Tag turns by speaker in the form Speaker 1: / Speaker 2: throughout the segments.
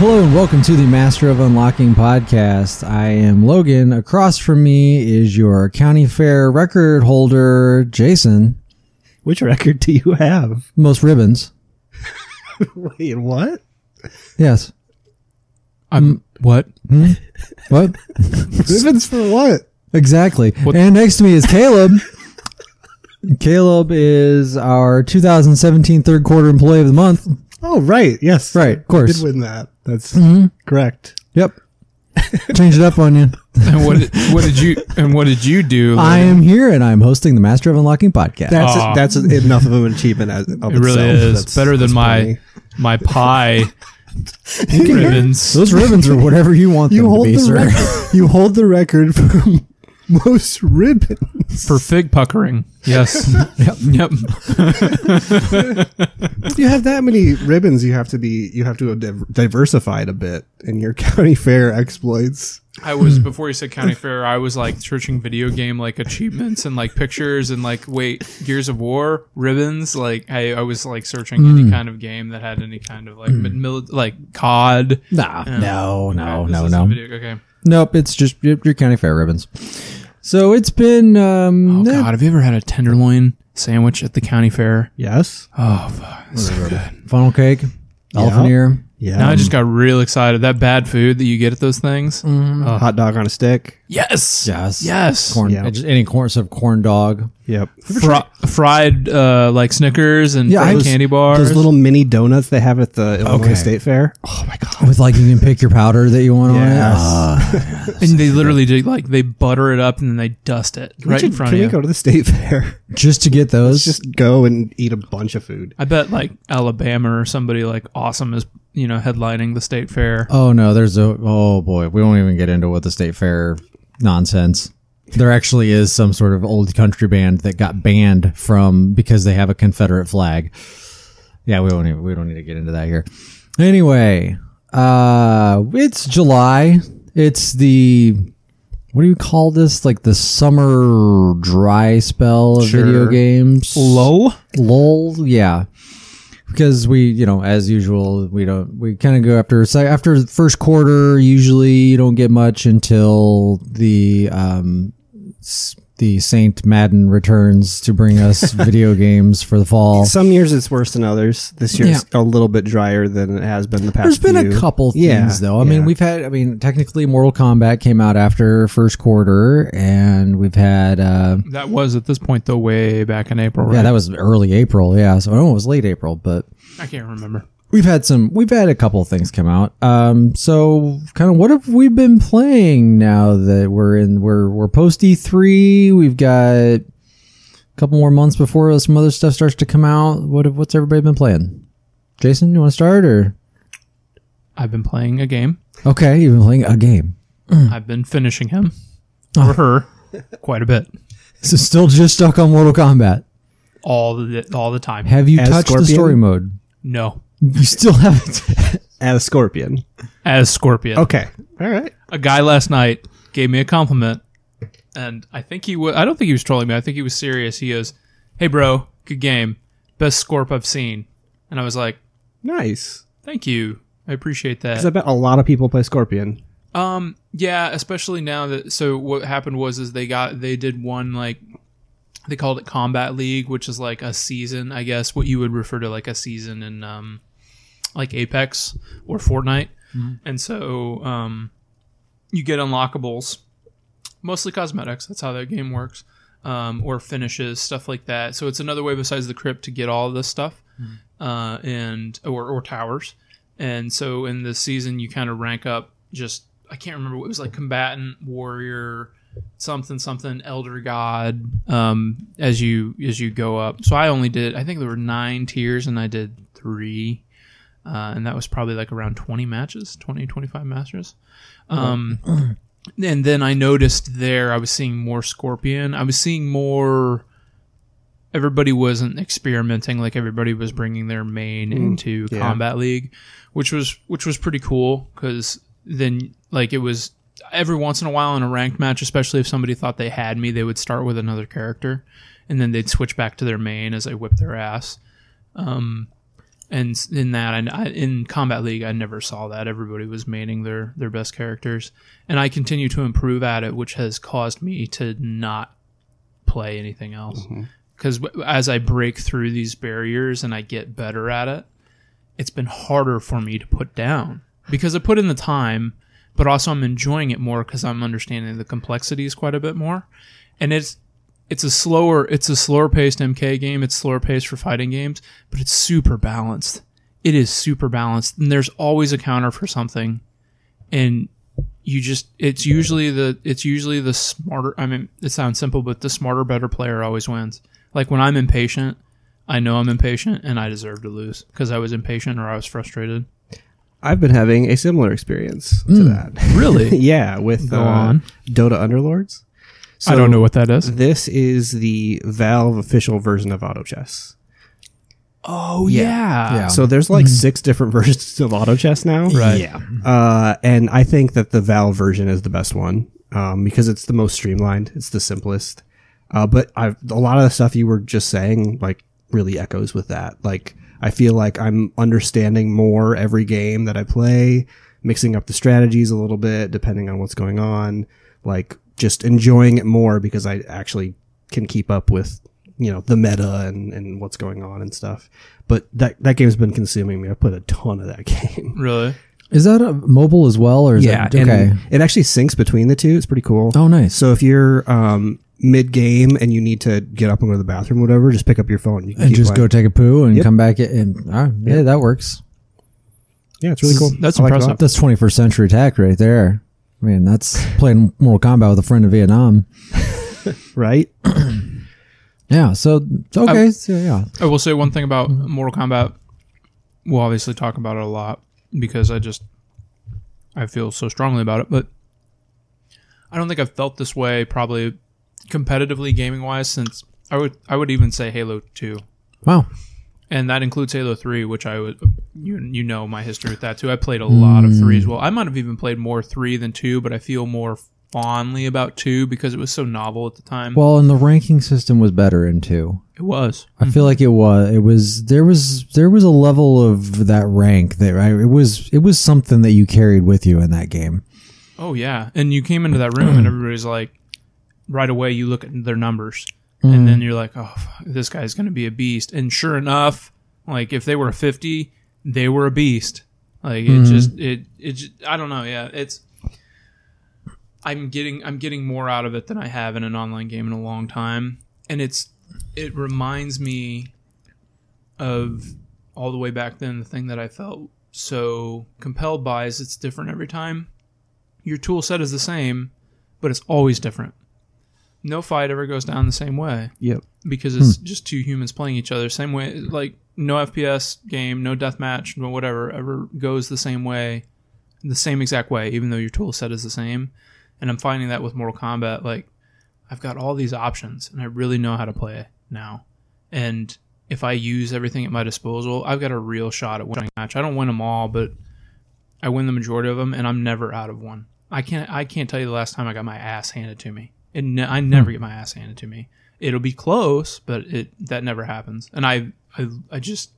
Speaker 1: Hello and welcome to the Master of Unlocking podcast. I am Logan. Across from me is your county fair record holder, Jason.
Speaker 2: Which record do you have?
Speaker 1: Most ribbons.
Speaker 2: Wait, what?
Speaker 1: Yes.
Speaker 3: I'm what?
Speaker 1: Hmm? What?
Speaker 2: Ribbons for what?
Speaker 1: Exactly. And next to me is Caleb. Caleb is our 2017 third quarter employee of the month.
Speaker 2: Oh, right. Mm-hmm. Yes.
Speaker 1: Right, of
Speaker 2: I
Speaker 1: course.
Speaker 2: did win that. That's correct.
Speaker 1: Yep. Change it up on you.
Speaker 3: And what did, what did you and what did you do?
Speaker 1: I am here and I'm hosting the Master of Unlocking podcast.
Speaker 2: That's
Speaker 3: Aw.
Speaker 2: that's enough of an achievement as, of
Speaker 3: it really
Speaker 2: itself.
Speaker 3: is
Speaker 2: That's-
Speaker 3: better than
Speaker 2: that's
Speaker 3: my
Speaker 2: plenty.
Speaker 3: my pie ribbons.
Speaker 1: Those ribbons are whatever you want
Speaker 2: You
Speaker 1: them to
Speaker 2: hold
Speaker 1: be,
Speaker 2: the
Speaker 1: sir.
Speaker 2: record. you hold the record for most ribbon.
Speaker 3: for fig puckering. Yes.
Speaker 1: Yep.
Speaker 3: yep.
Speaker 2: If you have that many ribbons, you have to be you have to have div- diversified a bit in your county fair exploits.
Speaker 3: I was before you said county fair. I was like searching video game like achievements and like pictures and like wait Gears of War ribbons. Like I, I was like searching any kind of game that had any kind of like mil- like COD.
Speaker 1: Nah, no, no,
Speaker 3: Right, this
Speaker 1: no,
Speaker 3: is a
Speaker 1: no.
Speaker 3: video- okay.
Speaker 1: Nope, it's just your, your county fair ribbons. So it's been um
Speaker 3: Oh
Speaker 1: eh,
Speaker 3: God, have you ever had a tenderloin sandwich at the county fair?
Speaker 2: Yes.
Speaker 3: Oh fuck, it's so good.
Speaker 1: funnel cake, elephant ear.
Speaker 2: Yeah.
Speaker 3: Now I
Speaker 1: Um,
Speaker 3: just got real excited. That bad food that you get at those things.
Speaker 2: hot dog on a stick.
Speaker 3: Yes.
Speaker 1: Yes.
Speaker 3: Yes.
Speaker 1: Corn
Speaker 2: Yeah.
Speaker 1: eh, just any corn sort of corn dog.
Speaker 2: Yep.
Speaker 3: Fri- fried uh, like Snickers and
Speaker 1: Yeah, I
Speaker 3: fried
Speaker 1: was-
Speaker 3: candy bars.
Speaker 2: Those little mini donuts they have at the Illinois
Speaker 1: Okay.
Speaker 2: State Fair. Oh my god.
Speaker 1: With like you can pick your powder that you want
Speaker 2: Yes.
Speaker 1: on it. Uh,
Speaker 3: and they literally do like they butter it up and then they dust it
Speaker 2: We
Speaker 3: right in
Speaker 2: should-
Speaker 3: front
Speaker 2: can
Speaker 3: of you.
Speaker 2: we go to the state fair?
Speaker 1: just to get those.
Speaker 2: Just go and eat a bunch of food.
Speaker 3: I bet like Alabama or somebody like awesome is you know headlining the state fair.
Speaker 1: oh no, there's a oh boy, we won't even get into what the state fair nonsense. There actually is some sort of old country band that got banned from because they have a Confederate flag. Yeah, we won't even, we don't need to get into that here. Anyway, uh it's July. It's the what do you call this? Like the summer dry spell of
Speaker 3: Sure.
Speaker 1: video games.
Speaker 3: Low.
Speaker 1: oh? Lol, yeah. Because we, you know, as usual, we don't. We kind of go after so after the first quarter. Usually, you don't get much until the um, s- the Saint Madden returns to bring us video games for the fall.
Speaker 2: Some years it's worse than others. This year it's a little bit drier than it has been the past.
Speaker 1: There's been a
Speaker 2: few.
Speaker 1: couple things
Speaker 2: Yeah,
Speaker 1: though. I mean,
Speaker 2: yeah.
Speaker 1: we've had. I mean, technically, Mortal Kombat came out after first quarter, and we've had. Uh,
Speaker 3: That was at this point though way back in April. Right?
Speaker 1: yeah, that was early April. Yeah, so oh, it was late April, but
Speaker 3: I can't remember.
Speaker 1: we've had some we've had a couple of things come out um so kind of what have we been playing now that we're in we're we're post e3 we've got a couple more months before some other stuff starts to come out what have, what's everybody been playing jason you want to start or
Speaker 3: I've been playing a game.
Speaker 1: okay you've been playing a game Hmm.
Speaker 3: I've been finishing him
Speaker 1: Ah.
Speaker 3: or her quite a bit
Speaker 1: so still just stuck on mortal kombat
Speaker 3: all the all the time.
Speaker 1: have you
Speaker 2: As
Speaker 1: touched the
Speaker 2: Scorpion?
Speaker 1: story mode
Speaker 3: No,
Speaker 1: you still haven't
Speaker 2: as a scorpion.
Speaker 3: as Scorpion.
Speaker 2: Okay, all right.
Speaker 3: a guy last night gave me a compliment, and I think he was. I don't think he was trolling me. I think he was serious. He goes, "Hey, bro, good game, best Scorp I've seen." And I was like,
Speaker 2: Nice.
Speaker 3: "Thank you, I appreciate
Speaker 2: 'Cause I
Speaker 3: that."
Speaker 2: bet a lot of people play scorpion.
Speaker 3: Um, yeah, especially now that. So what happened was is they got they did one like they called it Combat League, which is like a season, I guess, what you would refer to like a season in um like Apex or Fortnite. And so um you get unlockables, mostly cosmetics, that's how that game works. Um, or finishes, stuff like that. So it's another way besides the crypt to get all of this stuff. Uh, and or or towers. And so in the season you kind of rank up just I can't remember what it was like combatant, warrior, something something elder god um as you as you go up so i only did i think there were nine tiers and i did three uh, and that was probably like around 20 matches 20 25 matches um and then i noticed there i was seeing more scorpion i was seeing more everybody wasn't experimenting like everybody was bringing their main into
Speaker 2: yeah.
Speaker 3: combat league which was which was pretty cool because then like it was every once in a while in a ranked match, especially if somebody thought they had me, they would start with another character, and then they'd switch back to their main as I whipped their ass. Um, and s- in that and I, in combat league i never saw that everybody was manning their their best characters and i continue to improve at it which has caused me to not play anything else because w- as i break through these barriers and i get better at it it's been harder for me to put down because i put in the time but also i'm enjoying it more because i'm understanding the complexities quite a bit more and it's it's a slower it's a slower paced MK game. It's slower paced for fighting games, but it's super balanced. It is super balanced, and there's always a counter for something, and you just it's usually the it's usually the smarter. I mean, it sounds simple, but the smarter, better player always wins. Like when I'm impatient, I know I'm impatient, and I deserve to lose because I was impatient or I was frustrated.
Speaker 2: I've been having a similar experience
Speaker 1: Hmm.
Speaker 2: to that.
Speaker 3: Really,
Speaker 2: yeah, with
Speaker 3: Go
Speaker 2: uh,
Speaker 3: on.
Speaker 2: Dota Underlords.
Speaker 3: I
Speaker 2: So
Speaker 3: don't know what that is.
Speaker 2: This is the Valve official version of Auto Chess.
Speaker 3: Oh yeah,
Speaker 1: Yeah. Hmm.
Speaker 2: So there's like six different versions of Auto Chess now.
Speaker 3: Right.
Speaker 1: Yeah.
Speaker 2: Uh, and I think that the Valve version is the best one um, because it's the most streamlined. It's the simplest. Uh, but I've, a lot of the stuff you were just saying like really echoes with that. Like I feel like I'm understanding more every game that I play, mixing up the strategies a little bit depending on what's going on. Like just enjoying it more because I actually can keep up with you know the meta and, and what's going on and stuff. But that that game's been consuming me. I put a ton of that game.
Speaker 3: Really?
Speaker 1: Is that a mobile as well, or is
Speaker 2: Yeah,
Speaker 1: that okay?
Speaker 2: And it actually syncs between the two. It's pretty cool.
Speaker 1: Oh, nice.
Speaker 2: So if you're um, mid game and you need to get up and go to the bathroom, or whatever, just pick up your phone. You can
Speaker 1: and
Speaker 2: keep
Speaker 1: just
Speaker 2: playing.
Speaker 1: go take a poo and come back. i- And all right, yeah, that works.
Speaker 2: Yeah, it's really cool.
Speaker 3: That's
Speaker 2: I like it a
Speaker 3: impressive.
Speaker 2: lot.
Speaker 1: That's 21st century tech right there. I mean, that's playing Mortal Kombat with a friend in Vietnam.
Speaker 2: right?
Speaker 1: Yeah. So okay.
Speaker 3: Um,
Speaker 1: so, yeah.
Speaker 3: I will say one thing about Mortal Kombat. We'll obviously talk about it a lot because I just I feel so strongly about it, but I don't think I've felt this way probably competitively gaming wise since I would I would even say Halo Two,
Speaker 1: Wow.
Speaker 3: and that includes Halo Three, which I would you you know my history with that too. I played a lot of three as well. I might have even played more three than two, but I feel more fondly about two because it was so novel at the time.
Speaker 1: Well, and the ranking system was better in two.
Speaker 3: it was
Speaker 1: I feel like it was. It was there was there was a level of that rank that I, it was it was something that you carried with you in that game.
Speaker 3: Oh yeah, and you came into that room and everybody's like, right away you look at their numbers, and then you're like, oh, fuck, this guy's gonna be a beast. And sure enough, like if they were a fifty, they were a beast. Like it just it it just, I don't know. Yeah, it's I'm getting I'm getting more out of it than I have in an online game in a long time, and it's it reminds me of all the way back then the thing that I felt so compelled by is it's different every time your tool set is the same, but it's always different. No fight ever goes down the same way
Speaker 2: Yep.
Speaker 3: because it's just two humans playing each other. Same way, like no FPS game, no deathmatch, no whatever ever goes the same way, the same exact way, even though your tool set is the same. And I'm finding that with Mortal Kombat, like I've got all these options and I really know how to play now. And if I use everything at my disposal, I've got a real shot at winning a match. I don't win them all, but I win the majority of them, and I'm never out of one. I can't. I can't tell you the last time I got my ass handed to me. And ne- I never
Speaker 1: Hmm.
Speaker 3: get my ass handed to me. It'll be close, but it that never happens. And I, I, I just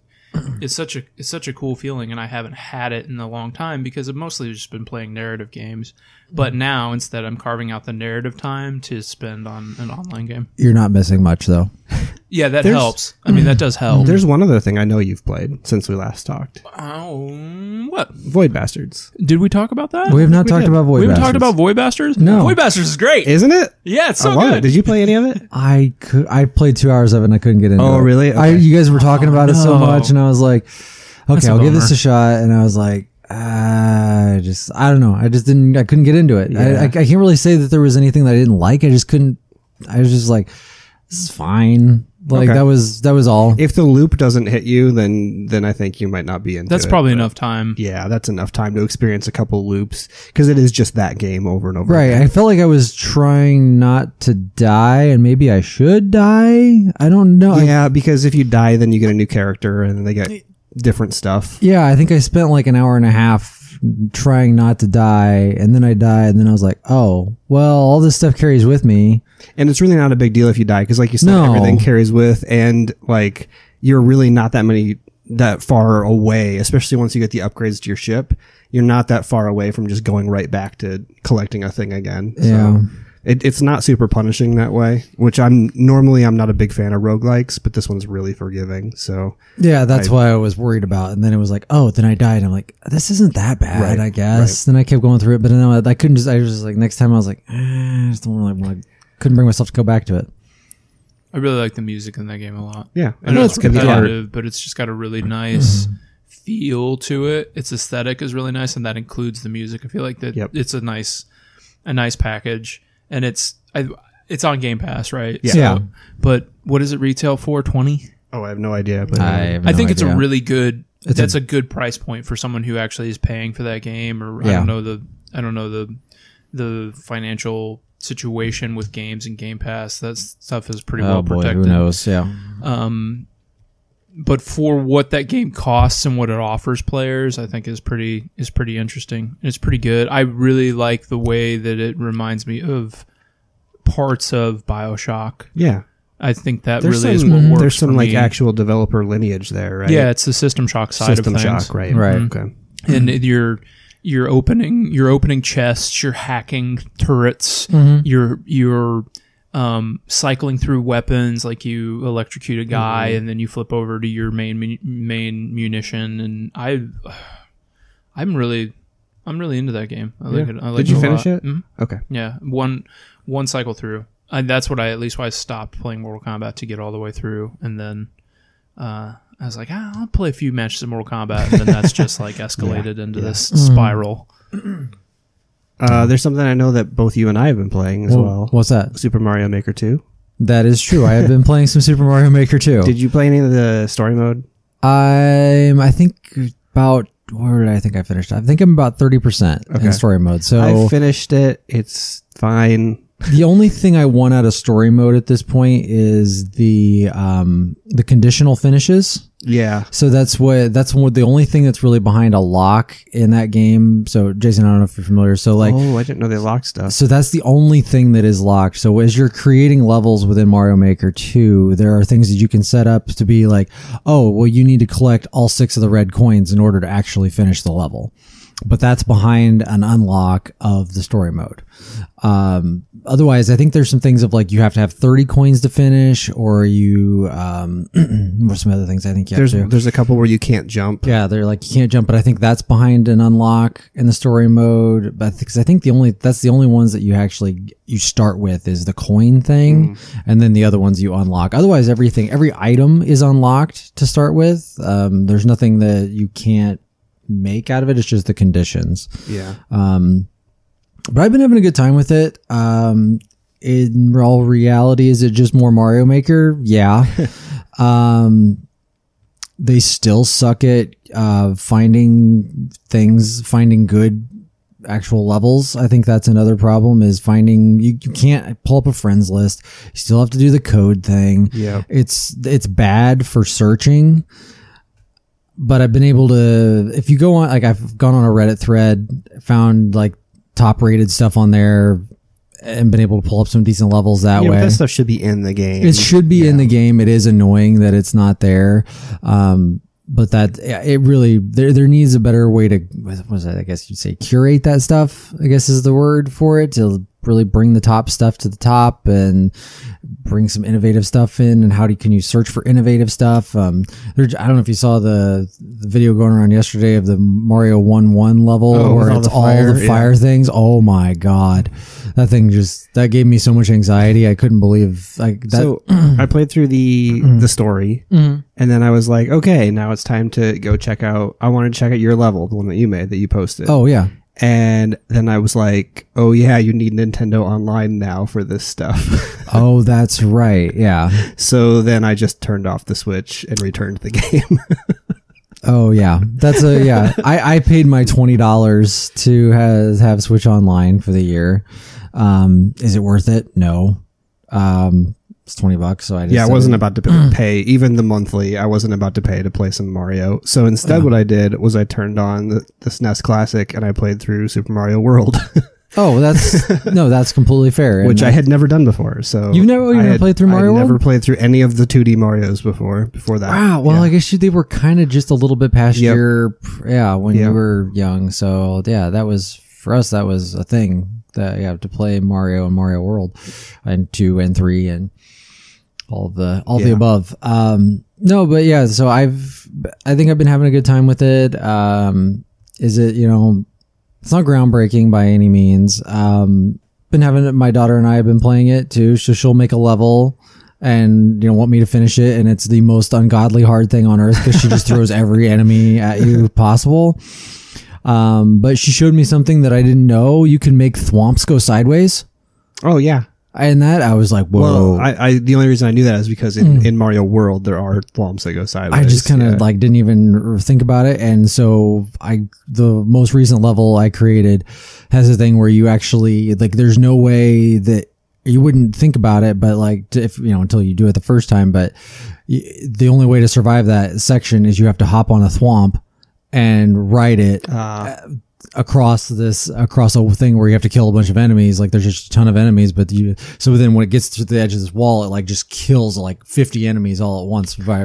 Speaker 3: it's such a it's such a cool feeling, and I haven't had it in a long time because I've mostly just been playing narrative games.
Speaker 1: Hmm.
Speaker 3: But now instead, I'm carving out the narrative time to spend on an online game.
Speaker 1: You're not missing much though.
Speaker 3: Yeah, that
Speaker 2: There's-
Speaker 3: helps. I mean, that does help.
Speaker 2: There's one other thing I know you've played since we last talked.
Speaker 3: Um, what
Speaker 2: Void Bastards,
Speaker 3: did we talk about that?
Speaker 1: We have not
Speaker 2: we
Speaker 1: talked
Speaker 2: did.
Speaker 1: about void.
Speaker 3: We haven't
Speaker 1: Bastards.
Speaker 3: talked about Void Bastards.
Speaker 1: No.
Speaker 3: Void Bastards is great.
Speaker 2: isn't it?
Speaker 3: yeah, it's
Speaker 2: I
Speaker 3: so
Speaker 2: love
Speaker 3: good.
Speaker 2: it. Did you play any of it?
Speaker 1: I could. I played two hours of it and I couldn't get into it.
Speaker 2: Oh, really?
Speaker 1: I,
Speaker 2: Okay. Oh,
Speaker 1: you guys were talking about it so
Speaker 3: no.
Speaker 1: much, and I was like, okay,
Speaker 3: a
Speaker 1: I'll give this
Speaker 3: bummer.
Speaker 1: a shot. And I was like, "Ah, I just, I don't know. I just didn't. I couldn't get into it. I, I, I can't really say that there was anything that I didn't like. I just couldn't. I was just like, this is fine. Like
Speaker 2: Okay.
Speaker 1: that was that was all.
Speaker 2: If the loop doesn't hit you, then then I think you might not be into
Speaker 3: That's
Speaker 2: it.
Speaker 3: probably enough time.
Speaker 2: yeah, that's enough time to experience a couple loops because it is just that game over and over.
Speaker 1: Right.
Speaker 2: again.
Speaker 1: I felt like I was trying not to die, and maybe I should die. I don't know. I-
Speaker 2: Yeah, because if you die, then you get a new character, and they get different stuff.
Speaker 1: Yeah, I think I spent like an hour and a half trying not to die, and then I died, and then I was like, oh, well, all this stuff carries with me.
Speaker 2: And it's really not a big deal if you die, because like you said,
Speaker 1: No.
Speaker 2: everything carries with, and like you're really not that many that far away, especially once you get the upgrades to your ship. You're not that far away from just going right back to collecting a thing again. So
Speaker 1: Yeah.
Speaker 2: it, it's not super punishing that way, which I'm normally I'm not a big fan of roguelikes, but this one's really forgiving. So
Speaker 1: Yeah, that's why I was worried about. And then it was like, oh, then I died. I'm like, this isn't that bad,
Speaker 2: Right,
Speaker 1: I guess. Then I kept going through it, but then I, I couldn't just. I was just like, next time I was like, eh, I just don't really want. to Couldn't bring myself to go back to it.
Speaker 3: I really like the music in that game a lot.
Speaker 2: yeah,
Speaker 3: I know it's
Speaker 2: good
Speaker 3: competitive, but it's just got a really nice feel to it. Its aesthetic is really nice, and that includes the music. I feel like that
Speaker 2: Yep.
Speaker 3: it's a nice, a nice package, and it's I, it's on Game Pass, right?
Speaker 2: Yeah.
Speaker 3: So-
Speaker 1: Yeah.
Speaker 3: But what does it retail for? Twenty.
Speaker 2: Oh, I have no idea, but
Speaker 1: have
Speaker 3: I
Speaker 1: no
Speaker 3: think it's a
Speaker 1: idea.
Speaker 3: really good.
Speaker 1: It's
Speaker 3: that's
Speaker 1: a-
Speaker 3: a, good price point for someone who actually is paying for that game, or I
Speaker 1: Yeah.
Speaker 3: don't know the I don't know the the financial situation with games and Game Pass. That stuff is pretty
Speaker 1: oh
Speaker 3: well
Speaker 1: boy,
Speaker 3: protected.
Speaker 1: who knows? Yeah,
Speaker 3: Um, but for what that game costs and what it offers players, I think is pretty is pretty interesting. And it's pretty good. I really like the way that it reminds me of parts of Bioshock.
Speaker 2: yeah,
Speaker 3: I think that
Speaker 2: there's
Speaker 3: really
Speaker 2: some
Speaker 3: is what works.
Speaker 2: there's some
Speaker 3: for
Speaker 2: like
Speaker 3: me.
Speaker 2: actual developer lineage there, right?
Speaker 3: Yeah, it's the System Shock side
Speaker 2: System
Speaker 3: of things.
Speaker 2: shock, right?
Speaker 1: Right.
Speaker 2: Okay.
Speaker 3: and
Speaker 2: Mm-hmm.
Speaker 3: you're you're opening you're opening chests, you're hacking turrets,
Speaker 2: Mm-hmm.
Speaker 3: you're you're um, cycling through weapons like you electrocute a guy
Speaker 2: Mm-hmm.
Speaker 3: and then you flip over to your main mu- main munition and I I'm really I'm really into that game. I like
Speaker 2: Yeah.
Speaker 3: it. I like
Speaker 2: Did you
Speaker 3: it a
Speaker 2: finish
Speaker 3: lot.
Speaker 2: it?
Speaker 3: Mhm.
Speaker 2: Okay.
Speaker 3: Yeah, one one cycle through. And that's what I at least why I stopped playing Mortal Kombat to get all the way through, and then uh, I was like, ah, I'll play a few matches of Mortal Kombat, and then that's just like escalated into
Speaker 2: yeah.
Speaker 3: this spiral.
Speaker 2: Uh, there's something I know that both you and I have been playing as
Speaker 1: Well,
Speaker 2: well.
Speaker 1: What's that?
Speaker 2: Super Mario Maker 2.
Speaker 1: That is true. I have been playing some Super Mario Maker too.
Speaker 2: Did you play any of the story mode?
Speaker 1: I'm. I think about. Where did I think I finished? I think I'm about thirty percent
Speaker 2: Okay.
Speaker 1: in story mode. So
Speaker 2: I finished it. It's fine.
Speaker 1: the only thing I want out of story mode at this point is the um, the conditional finishes.
Speaker 2: Yeah.
Speaker 1: So that's what that's what the only thing that's really behind a lock in that game. So Jason, I don't know if you're familiar. So like.
Speaker 2: oh, I didn't know they locked stuff.
Speaker 1: So that's the only thing that is locked. So as you're creating levels within Mario Maker 2, there are things that you can set up to be like, oh, well, you need to collect all six of the red coins in order to actually finish the level. But that's behind an unlock of the story mode. Um, otherwise, I think there's some things of like you have to have 30 coins to finish, or you, um, or some other things I think you have
Speaker 2: There's
Speaker 1: to.
Speaker 2: there's a couple where you can't jump.
Speaker 1: Yeah, they're like you can't jump, but I think that's behind an unlock in the story mode. But because I think the only that's the only ones that you actually you start with is the coin thing, and then the other ones you unlock. Otherwise, everything every item is unlocked to start with. Um, there's nothing that you can't make out of it. It's just the conditions.
Speaker 2: Yeah.
Speaker 1: Um, but I've been having a good time with it. Um, in all reality, is it just more Mario Maker? Yeah. um, they still suck at uh, finding things, finding good actual levels. I think that's another problem is finding you, you can't pull up a friends list. You still have to do the code thing
Speaker 2: Yeah.
Speaker 1: it's it's bad for searching but i've been able to if you go on like i've gone on a reddit thread found like top rated stuff on there and been able to pull up some decent levels that
Speaker 2: Yeah,
Speaker 1: way
Speaker 2: but that stuff should be in the game.
Speaker 1: it should be in the game it is annoying that it's not there um but that it really there there needs a better way to what was that i guess you'd say curate that stuff i guess is the word for it to really bring the top stuff to the top and bring some innovative stuff in and how do can you search for innovative stuff um there, i don't know if you saw the, the video going around yesterday of the mario 1-1 level
Speaker 2: Oh, with
Speaker 1: where
Speaker 2: all
Speaker 1: it's
Speaker 2: the
Speaker 1: all
Speaker 2: fire,
Speaker 1: the
Speaker 2: yeah.
Speaker 1: fire things oh my god that thing just that gave me so much anxiety i couldn't believe like that Mm-hmm.
Speaker 2: so I played through the the story, and then I was like, okay, now it's time to go check out. I want to check out your level, the one that you made that you posted.
Speaker 1: Oh yeah,
Speaker 2: and then I was like, oh yeah, you need Nintendo Online now for this stuff.
Speaker 1: oh that's right. Yeah,
Speaker 2: So then I just turned off the Switch and returned the game.
Speaker 1: oh yeah, that's a yeah. I I paid my twenty dollars to has have Switch Online for the year. Um, is it worth it? No. Um, it's twenty bucks, so Mm. I just
Speaker 2: yeah, I
Speaker 1: said
Speaker 2: wasn't
Speaker 1: it.
Speaker 2: about to p- pay even the monthly. I wasn't about to pay to play some Mario. So E instead, what I did was I turned on the, the SNES Classic and I played through Super Mario World.
Speaker 1: Oh, that's no, that's completely fair. And
Speaker 2: which I had never done before. So
Speaker 1: You've never
Speaker 2: I
Speaker 1: even
Speaker 2: had-
Speaker 1: played through
Speaker 2: I
Speaker 1: Mario
Speaker 2: had
Speaker 1: World?
Speaker 2: never played through any of the 2D Mario's before. Before that,
Speaker 1: Wow. Well, I guess you, they were kind of just a little bit past
Speaker 2: Yep.
Speaker 1: your, yeah, when
Speaker 2: Yep.
Speaker 1: you were young. So yeah, that was for us. That was a thing that you have to play Mario and Mario World, and two and three and all the all the
Speaker 2: Yeah.
Speaker 1: above. Um, no, but yeah. So I've I think I've been having a good time with it. Um, is it you know it's not groundbreaking by any means. Um, been having it, my daughter and I have been playing it too, so she'll make a level and you know want me to finish it, and it's the most ungodly hard thing on earth because she just throws every enemy at you possible. Um, but she showed me something that I didn't know. You can make thwomps go sideways,
Speaker 2: Oh yeah.
Speaker 1: and that I was like, whoa. Hmm.
Speaker 2: Well, I, I the only reason I knew that is because in, in Mario World there are thwomps that go sideways.
Speaker 1: I just kind of
Speaker 2: yeah.
Speaker 1: like didn't even think about it, and so I the most recent level I created has a thing where you actually like there's no way that you wouldn't think about it, but like to- if you know until you do it the first time, but y- the only way to survive that section is you have to hop on a thwomp and ride it
Speaker 2: Uh,
Speaker 1: across this across a thing where you have to kill a bunch of enemies like there's just a ton of enemies but you so then when it gets to the edge of this wall it like just kills like 50 enemies all at once by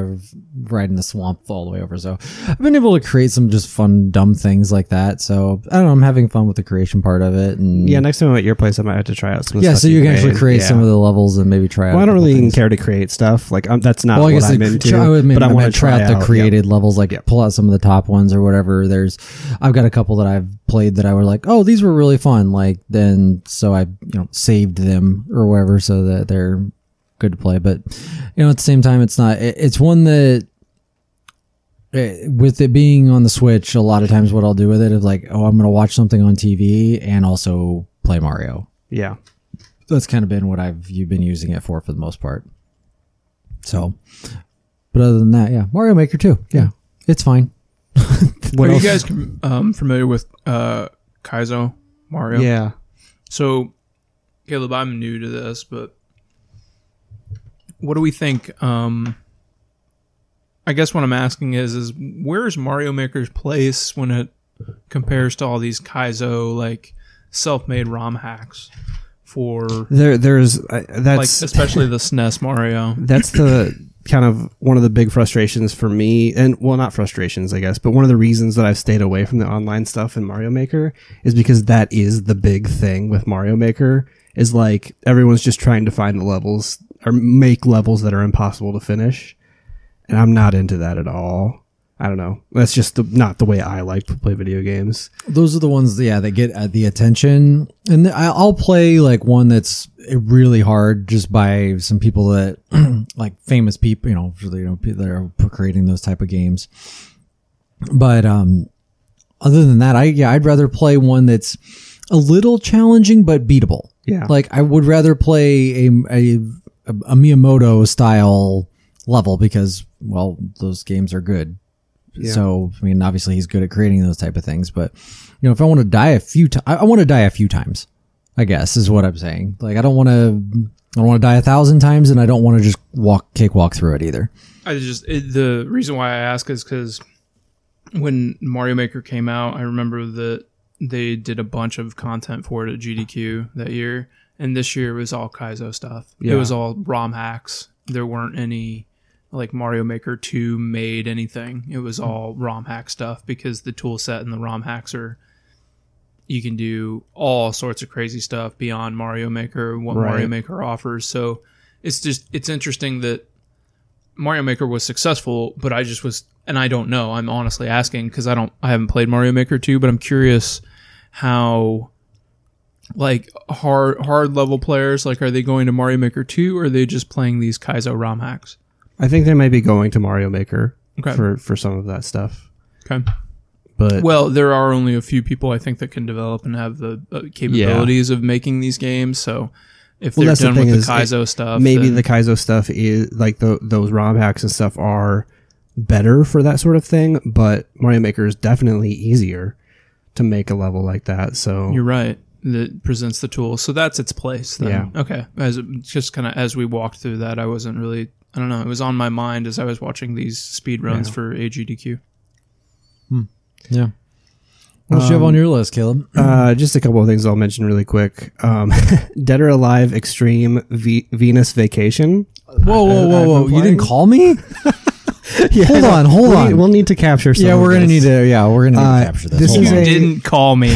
Speaker 1: riding the swamp all the way over so i've been able to create some just fun dumb things like that so i don't know i'm having fun with the creation part of it and
Speaker 2: yeah. Next time I'm at your place, I might have to try out some.
Speaker 1: yeah
Speaker 2: stuff
Speaker 1: so you can actually
Speaker 2: made.
Speaker 1: create
Speaker 2: Yeah.
Speaker 1: some of the levels and maybe try out
Speaker 2: Well, I don't
Speaker 1: a couple
Speaker 2: really
Speaker 1: things.
Speaker 2: care to create stuff. Like I'm, that's not
Speaker 1: well, I
Speaker 2: what
Speaker 1: guess
Speaker 2: I'm
Speaker 1: the,
Speaker 2: into.
Speaker 1: try- I would mean,
Speaker 2: but I want
Speaker 1: meant
Speaker 2: to
Speaker 1: try out the
Speaker 2: yeah.
Speaker 1: created levels, like
Speaker 2: Yep.
Speaker 1: pull out some of the top ones or whatever. There's, I've got a couple that I've played that I were like, oh, these were really fun. Like then, so I you know saved them or whatever so that they're good to play. But you know, at the same time, it's not. It, it's one that. eh, With it being on the Switch, a lot of times what I'll do with it is like, oh, I'm going to watch something on TV and also play Mario.
Speaker 2: Yeah.
Speaker 1: That's kind of been what I've you've been using it for for the most part. So, but other than that, yeah, Mario Maker too. Yeah, it's fine.
Speaker 2: What
Speaker 3: Are
Speaker 2: else?
Speaker 3: you guys um, familiar with uh, Kaizo Mario?
Speaker 2: yeah.
Speaker 3: So, Caleb, I'm new to this, but what do we think? Um, I guess what I'm asking is, is where's Mario Maker's place when it compares to all these Kaizo like self-made ROM hacks for
Speaker 2: There, there's uh,
Speaker 3: like
Speaker 2: that's
Speaker 3: especially the SNES Mario?
Speaker 2: that's the kind of one of the big frustrations for me and well not frustrations i guess but one of the reasons that i've stayed away from the online stuff in mario maker is because that is the big thing with mario maker is like everyone's just trying to find the levels or make levels that are impossible to finish and i'm not into that at all i don't know that's just the, not the way i like to play video games
Speaker 1: Those are the ones, yeah, that get uh, the attention. And I- I'll play like one that's really hard just by some people that like famous people, you know, really, you know, people that are creating those type of games. But um, other than that, I yeah, I'd rather play one that's a little challenging but beatable.
Speaker 2: yeah
Speaker 1: Like I would rather play a a, a Miyamoto style level because well those games are good.
Speaker 2: Yeah.
Speaker 1: So I mean obviously he's good at creating those type of things, but you know if I want to die a few times, I, I want to die a few times. I guess is what I'm saying. Like I don't want to. I don't want to die a thousand times, and I don't want to just walk cakewalk through it either.
Speaker 3: I just it, the reason why I ask is because when Mario Maker came out, I remember that they did a bunch of content for it at GDQ that year, and this year it was all Kaizo stuff.
Speaker 2: Yeah.
Speaker 3: It was all ROM hacks. There weren't any like Mario Maker two made anything. It was all ROM hack stuff because the tool set and the ROM hacks are. You can do all sorts of crazy stuff beyond Mario Maker, and what Mario
Speaker 2: Right.
Speaker 3: Maker offers. So it's just it's interesting that Mario Maker was successful, but I just was, and I don't know. I'm honestly asking because I don't, I haven't played Mario Maker 2, but I'm curious how, like, hard hard level players, like, are they going to Mario Maker 2 or are they just playing these Kaizo ROM hacks?
Speaker 2: i think they might be going to mario maker
Speaker 3: Okay.
Speaker 2: for for some of that stuff
Speaker 3: Okay.
Speaker 2: but
Speaker 3: Well, there are only a few people I think that can develop and have the uh, capabilities of making these games. So if
Speaker 2: Well,
Speaker 3: they're
Speaker 2: that's the
Speaker 3: done
Speaker 2: thing
Speaker 3: with the
Speaker 2: is, it-
Speaker 3: Kaizo stuff,
Speaker 2: maybe
Speaker 3: then-
Speaker 2: the Kaizo stuff is like tho- those ROM hacks and stuff are better for that sort of thing, but Mario Maker is definitely easier to make a level like that. So
Speaker 3: You're right. That presents the tool, so that's its place. Then.
Speaker 2: Yeah.
Speaker 3: Okay. As just kind of as we walked through that, I wasn't really. I don't know. It was on my mind as I was watching these speed runs
Speaker 2: Yeah.
Speaker 3: for AGDQ.
Speaker 1: Yeah. What you have on your list, Caleb?
Speaker 2: Um, Uh, just a couple of things I'll mention really quick. Um, Dead or Alive Extreme v- Venus Vacation.
Speaker 1: Whoa, whoa, whoa, whoa! Oh, You didn't call me? hold on, hold
Speaker 2: We-
Speaker 1: on.
Speaker 2: We'll need to capture. Some
Speaker 1: yeah,
Speaker 2: of
Speaker 1: we're gonna
Speaker 2: this.
Speaker 1: need to. Yeah, we're gonna need
Speaker 2: Uh,
Speaker 1: to capture this.
Speaker 2: this
Speaker 1: Hold
Speaker 2: is
Speaker 1: on.
Speaker 2: a-
Speaker 3: Didn't call me.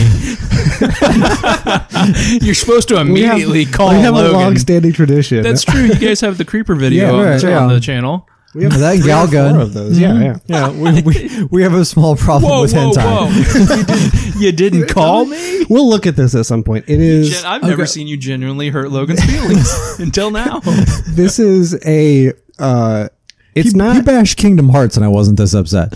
Speaker 3: You're supposed to
Speaker 2: We have-
Speaker 3: immediately call
Speaker 2: We have a
Speaker 3: Logan.
Speaker 2: long-standing tradition.
Speaker 3: That's true. You guys have the creeper video
Speaker 1: Yeah,
Speaker 3: on,
Speaker 1: right,
Speaker 3: the,
Speaker 1: yeah.
Speaker 3: on the channel.
Speaker 2: we have
Speaker 1: that
Speaker 2: three
Speaker 1: gal
Speaker 2: or four
Speaker 1: gun.
Speaker 2: of those. Yeah, yeah.
Speaker 1: yeah, we, we, we have a small problem
Speaker 3: Whoa,
Speaker 1: with
Speaker 3: whoa,
Speaker 1: hentai.
Speaker 3: whoa! you, did, you didn't call me.
Speaker 2: We'll look at this at some point. It is
Speaker 3: Jen, I've never seen you genuinely hurt Logan's feelings until now.
Speaker 2: this is a uh, it's
Speaker 1: you,
Speaker 2: not
Speaker 1: you bashed Kingdom Hearts, and I wasn't this upset.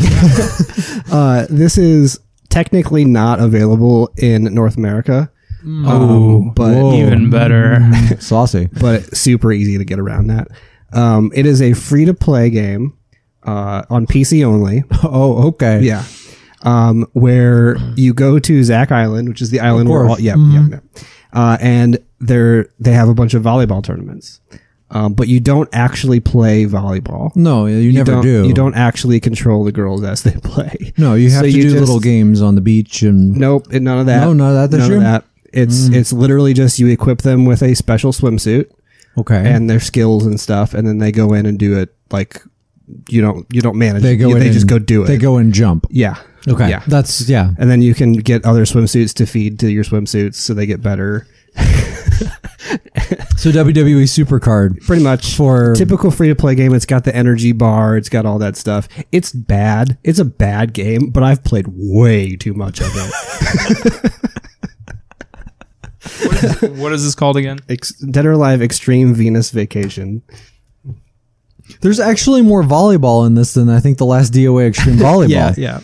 Speaker 2: uh, this is technically not available in North America.
Speaker 1: Hmm.
Speaker 2: Oh, but
Speaker 3: Even better.
Speaker 1: Saucy.
Speaker 2: but it's super easy to get around that. Um, it is a free to play game uh, on PC only.
Speaker 1: Oh, okay.
Speaker 2: Yeah. Um, where you go to Zach Island, which is the island where
Speaker 1: course. Mm-hmm.
Speaker 2: all, yeah, yeah, yeah. Uh, and there they have a bunch of volleyball tournaments. Um, but you don't actually play volleyball.
Speaker 1: No, you,
Speaker 2: You
Speaker 1: never
Speaker 2: don't,
Speaker 1: do.
Speaker 2: You don't actually control the girls as they play.
Speaker 1: No, you have
Speaker 2: So
Speaker 1: to do
Speaker 2: just-
Speaker 1: little games on the beach and
Speaker 2: Nope, and none of that.
Speaker 1: No, none of that this
Speaker 2: None
Speaker 1: year? Mm.
Speaker 2: of that. It's it's literally just you equip them with a special swimsuit
Speaker 1: okay.
Speaker 2: and their skills and stuff, and then they go in and do it like you don't you don't manage.
Speaker 1: they go.
Speaker 2: You-
Speaker 1: in
Speaker 2: They just
Speaker 1: and-
Speaker 2: go do it.
Speaker 1: They go and jump.
Speaker 2: Yeah.
Speaker 1: Okay.
Speaker 2: Yeah.
Speaker 1: That's yeah.
Speaker 2: and then you can get other swimsuits to feed to your swimsuits so they get better.
Speaker 1: So WWE Supercard
Speaker 2: Pretty much
Speaker 1: for
Speaker 2: typical free to play game. It's got the energy bar. It's got all that stuff. It's bad. It's a bad game, but I've played way too much of it.
Speaker 3: What is, what is this called again?
Speaker 2: Ex- Dead or Alive Extreme Venus Vacation.
Speaker 1: There's actually more volleyball in this than I think the last DOA Extreme Volleyball.
Speaker 2: yeah.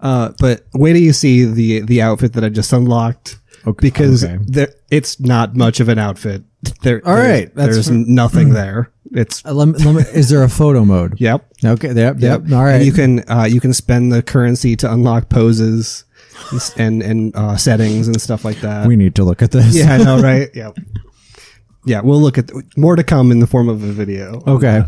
Speaker 2: Uh, but wait till you see the the outfit that I just unlocked. Because
Speaker 1: okay.
Speaker 2: there, it's not much of an outfit. There,
Speaker 1: All
Speaker 2: there's-
Speaker 1: right, that's
Speaker 2: there's
Speaker 1: fair.
Speaker 2: nothing there. It's
Speaker 1: Uh, Let me, let me, is there a photo mode?
Speaker 2: yep.
Speaker 1: Okay. Yep. Yep. All
Speaker 2: And
Speaker 1: right.
Speaker 2: you can uh, you can spend the currency to unlock poses and s- and, and uh, settings and stuff like that.
Speaker 1: we need to look at this.
Speaker 2: yeah, I know, right? yeah, yeah. We'll look at th- more to come in the form of a video.
Speaker 1: Okay.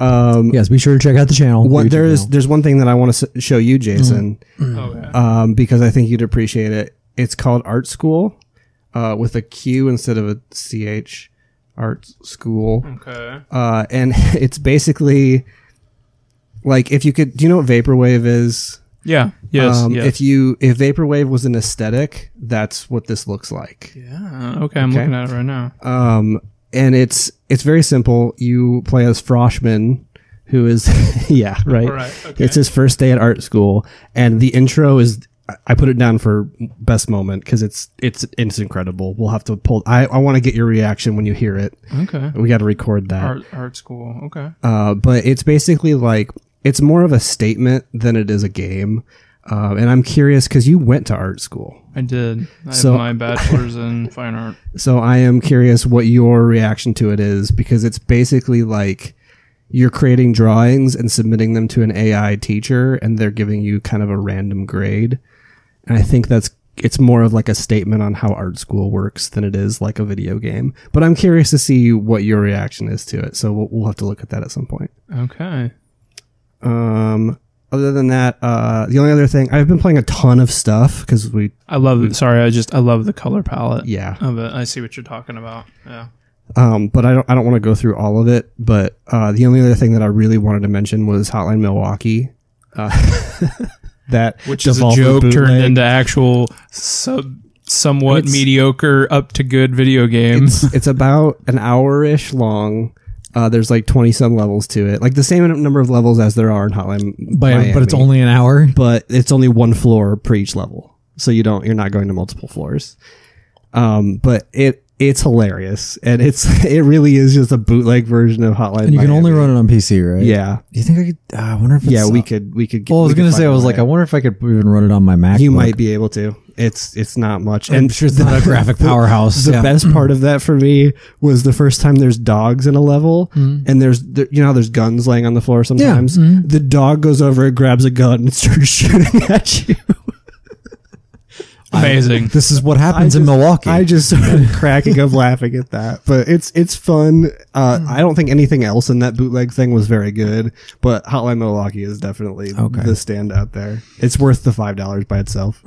Speaker 2: Um,
Speaker 1: Yes. Be sure to check out the channel.
Speaker 2: what
Speaker 1: YouTube
Speaker 2: there is
Speaker 1: channel.
Speaker 2: there's one thing that I want to s- show you, Jason,
Speaker 3: Oh, yeah.
Speaker 2: um, because I think you'd appreciate it. It's called Art School, uh, with a Q instead of a CH. Art School.
Speaker 3: Okay.
Speaker 2: uh, and it's basically like if you could do you know what vaporwave is
Speaker 3: Yeah. Yes.
Speaker 2: um,
Speaker 3: yes.
Speaker 2: if you if vaporwave was an aesthetic that's what this looks like
Speaker 3: yeah. Uh, Okay. I'm
Speaker 2: Okay.
Speaker 3: looking at it right now.
Speaker 2: um, and it's it's very simple you play as froshman who is yeah right,
Speaker 3: All right, okay.
Speaker 2: it's his first day at art school and the intro is I- I put it down for best moment because it's it's it's incredible. We'll have to pull. I, I want to get your reaction when you hear it.
Speaker 3: Okay.
Speaker 2: We got to record that.
Speaker 3: Art, art school. Okay.
Speaker 2: uh, but it's basically like it's more of a statement than it is a game. Uh, and I'm curious because you went to art school,
Speaker 3: I did. I
Speaker 2: So-
Speaker 3: have my bachelor's in fine art.
Speaker 2: so I am curious what your reaction to it is because it's basically like you're creating drawings and submitting them to an AI teacher, and they're giving you kind of a random grade. And I think that's it's more of like a statement on how art school works than it is like a video game. But I'm curious to see what your reaction is to it. So we'll, we'll have to look at that at some point.
Speaker 3: Okay.
Speaker 2: Um, other than that, uh, the only other thing I've been playing a ton of stuff because we,
Speaker 3: I love. Sorry, I just I love the color palette.
Speaker 2: Mm. yeah.
Speaker 3: Of it. I see what you're talking about. Yeah.
Speaker 2: Um, but I don't, I don't want to go through all of it. But uh, the only other thing that I really wanted to mention was Hotline Milwaukee. Uh, that
Speaker 3: Which is a
Speaker 2: devolved
Speaker 3: joke
Speaker 2: bootleg.
Speaker 3: turned into actual sub somewhat
Speaker 2: It's-
Speaker 3: mediocre up to good video game.
Speaker 2: It's, it's about an hour ish long. Uh, there's like twenty some levels to it, like the same number of levels as there are in Hotline,
Speaker 1: But, but it's
Speaker 2: Miami.
Speaker 1: only an hour.
Speaker 2: but it's only one floor per each level. So you don't you're not going to multiple floors. Um, but it it's hilarious and it's it really is just a bootleg version of Hotline.
Speaker 1: And you can
Speaker 2: Miami.
Speaker 1: only run it on PC, right?
Speaker 2: yeah
Speaker 1: Do you think I could? Uh, I wonder if it's
Speaker 2: yeah we could we could. Get,
Speaker 1: Well, I was
Speaker 2: we could
Speaker 1: gonna say
Speaker 2: find
Speaker 1: I
Speaker 2: a
Speaker 1: was
Speaker 2: way.
Speaker 1: like, I wonder if I could even run it on my Mac.
Speaker 2: you might be able to. It's it's not much.
Speaker 1: I'm
Speaker 2: and
Speaker 1: sure it's not a graphic powerhouse.
Speaker 2: the
Speaker 1: Yeah.
Speaker 2: best part of that for me was the first time there's dogs in a level and there's there, you know how there's guns laying on the floor sometimes the dog goes over and grabs a gun and starts shooting at you
Speaker 3: Amazing.
Speaker 1: This is what happens
Speaker 2: I
Speaker 1: in
Speaker 2: just-
Speaker 1: Milwaukee.
Speaker 2: I just started cracking up laughing at that, but it's it's fun. Uh, I don't think anything else in that bootleg thing was very good, but Hotline Milwaukee is definitely
Speaker 1: Okay.
Speaker 2: the standout there. It's worth the five dollars by itself.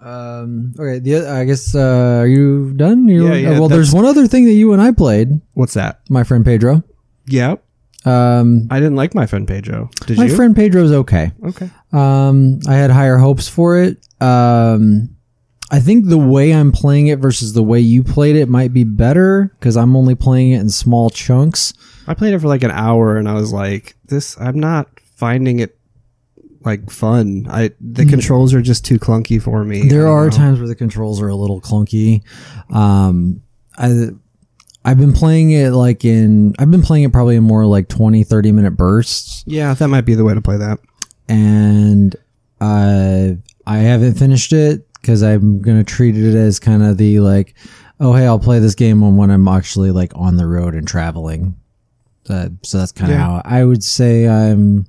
Speaker 1: um, okay, the, oth- I guess uh, are you done? You,
Speaker 2: Yeah, yeah,
Speaker 1: well, there's one other thing that you and I played,
Speaker 2: What's that?
Speaker 1: my friend Pedro.
Speaker 2: Yeah,
Speaker 1: Um,
Speaker 2: I didn't like my friend Pedro. Did
Speaker 1: my
Speaker 2: you?
Speaker 1: friend Pedro's okay.
Speaker 2: okay.
Speaker 1: Um, I had higher hopes for it. Um, I think the way I'm playing it versus the way you played it might be better because I'm only playing it in small chunks.
Speaker 2: I played it for like an hour, and I was like, "This, I'm not finding it like fun. I the controls are just too clunky for me. I
Speaker 1: Hmm. There
Speaker 2: don't
Speaker 1: are
Speaker 2: know.
Speaker 1: times where the controls are a little clunky. Um, I I've been playing it like in I've been playing it probably in more like 20 30 minute bursts
Speaker 2: yeah, that might be the way to play that.
Speaker 1: and I I haven't finished it cuz I'm going to treat it as kind of the like oh hey, I'll play this game on when I'm actually like on the road and traveling. Uh, so that's kind of
Speaker 2: Yeah.
Speaker 1: how I would say I'm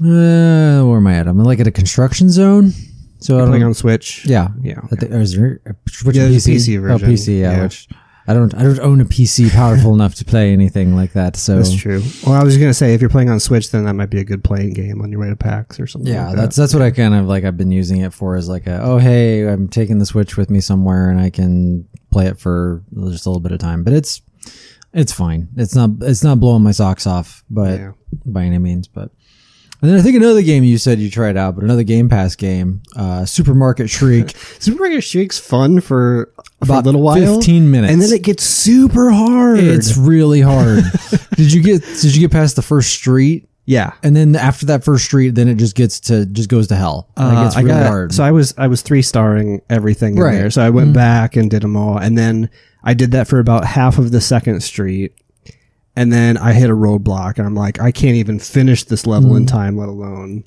Speaker 1: uh, where am I at? I'm like at a construction zone. So I
Speaker 2: Playing
Speaker 1: don't
Speaker 2: on Switch.
Speaker 1: yeah.
Speaker 2: Yeah,
Speaker 1: I think- or is there which
Speaker 2: Yeah, there's a
Speaker 1: PC?
Speaker 2: PC version.
Speaker 1: Oh, PC. Yeah,
Speaker 2: Yeah.
Speaker 1: Which I don't. I don't own a PC powerful enough to play anything like that. So
Speaker 2: That's true. Well, I was gonna say if you're playing on Switch, then that might be a good playing game on your way to PAX or something.
Speaker 1: yeah,
Speaker 2: like that.
Speaker 1: that's that's what I kind of like. I've been using it for is like a oh hey, I'm taking the Switch with me somewhere and I can play it for just a little bit of time. But it's it's fine. It's not it's not blowing my socks off, but
Speaker 2: Yeah.
Speaker 1: by any means. But and then I think another game you said you tried out, but another Game Pass game, uh, Supermarket Shriek,
Speaker 2: Super Mario Shriek's fun for
Speaker 1: about
Speaker 2: for a little while,
Speaker 1: fifteen minutes,
Speaker 2: and then it gets super hard.
Speaker 1: It's really hard. did you get did you get past the first street?
Speaker 2: yeah.
Speaker 1: And then after that first street, then it just gets to just goes to hell. Like
Speaker 2: Uh,
Speaker 1: it's
Speaker 2: I
Speaker 1: really
Speaker 2: got-
Speaker 1: hard.
Speaker 2: So I was I was three starring everything
Speaker 1: Right.
Speaker 2: in there. So I went back and did them all, and then I did that for about half of the second street, and then I hit a roadblock, and I'm like, I can't even finish this level in time, let alone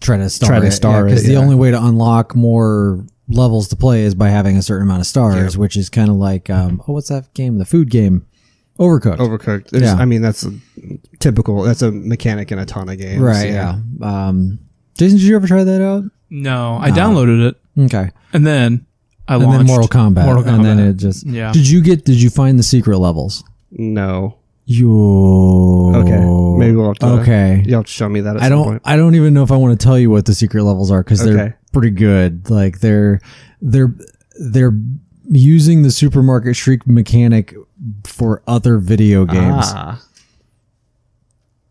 Speaker 1: try to star
Speaker 2: try
Speaker 1: it,
Speaker 2: to star
Speaker 1: because
Speaker 2: it,
Speaker 1: the
Speaker 2: yeah.
Speaker 1: only way to unlock more levels to play is by having a certain amount of stars, which is kind of like um, oh, what's that game? The food game, Overcooked.
Speaker 2: overcooked. There's,
Speaker 1: Yeah.
Speaker 2: I mean, that's a typical. That's a mechanic in a ton of games.
Speaker 1: right? Yeah. Um, Jason, did you ever try that out?
Speaker 3: No, I downloaded it
Speaker 1: Okay.
Speaker 3: and then I
Speaker 1: And
Speaker 3: launched
Speaker 1: then Mortal Kombat.
Speaker 3: Mortal Kombat.
Speaker 1: And then it just.
Speaker 3: Yeah.
Speaker 1: Did you get? Did you find the secret levels?
Speaker 2: No. Oh.
Speaker 1: Yo.
Speaker 2: Okay. Maybe we'll have to.
Speaker 1: Okay.
Speaker 2: You'll have to show me that at
Speaker 1: I
Speaker 2: some
Speaker 1: don't.
Speaker 2: point.
Speaker 1: I don't even know if I want to tell you what the secret levels are because
Speaker 2: Okay.
Speaker 1: they're pretty good. Like they're they're they're using the supermarket shriek mechanic for other video games.
Speaker 2: Ah.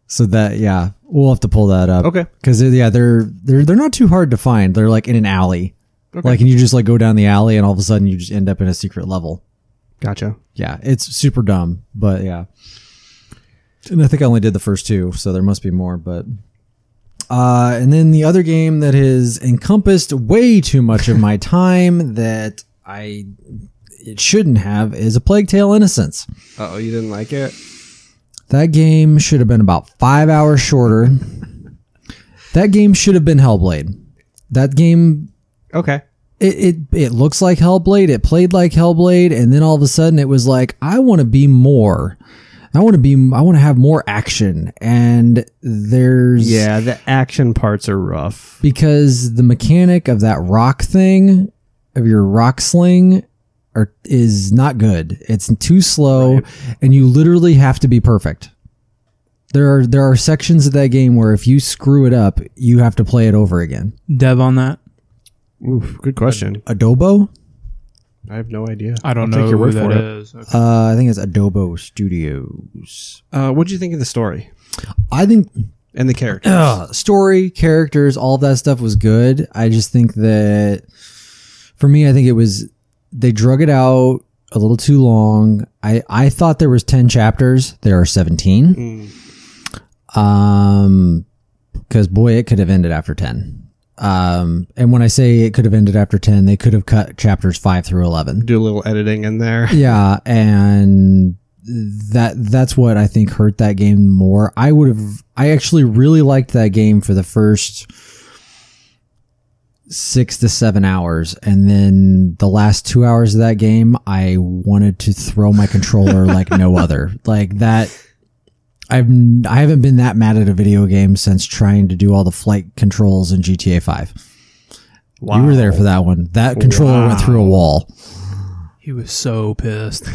Speaker 1: So that yeah, we'll have to pull that up.
Speaker 2: Okay.
Speaker 1: Because yeah, they're they're they're not too hard to find. They're like in an alley. Like and you just like go down the alley and all of a sudden you just end up in a secret level.
Speaker 2: Gotcha.
Speaker 1: Yeah, it's super dumb, but yeah. And I think I only did the first two, so there must be more, but uh and then the other game that has encompassed way too much of my time that I it shouldn't have is a Plague Tale Innocence.
Speaker 2: Uh oh, you didn't like it?
Speaker 1: That game should have been about 5 hours shorter. that game should have been Hellblade. That game
Speaker 2: Okay.
Speaker 1: it, it it looks like Hellblade. It played like Hellblade, and then all of a sudden it was like, I want to be more. I want to be. I want to have more action. And there's
Speaker 2: Yeah, the action parts are rough.
Speaker 1: because the mechanic of that rock thing of your rock sling are, is not good. It's too slow, and you literally have to be perfect. There are there are sections of that game where if you screw it up, you have to play it over again.
Speaker 3: Dev on that.
Speaker 2: Oof, good question.
Speaker 1: Adobo,
Speaker 2: I have no idea.
Speaker 3: I don't
Speaker 2: I'll
Speaker 3: know
Speaker 2: take your
Speaker 3: who
Speaker 2: word
Speaker 3: that
Speaker 2: for it.
Speaker 3: is. Okay.
Speaker 1: uh, I think it's Adobo Studios.
Speaker 2: Uh, what do you think of the story
Speaker 1: I think
Speaker 2: and the character?
Speaker 1: uh, story, characters, all of that stuff was good. I just think that for me, I think it was they drug it out a little too long. I I thought there was ten chapters. There are seventeen. Um, because boy, it could have ended after ten. Um, and when I say it could have ended after ten, they could have cut chapters five through eleven.
Speaker 2: Do a little editing in there.
Speaker 1: Yeah, and that that's what I think hurt that game more. I would have I actually really liked that game for the first 6 to 7 hours and then the last 2 hours of that game I wanted to throw my controller like no other. Like that I've n- I haven't been that mad at a video game since trying to do all the flight controls in GTA 5. You were there for that one. That controller went through a wall.
Speaker 3: He was so pissed.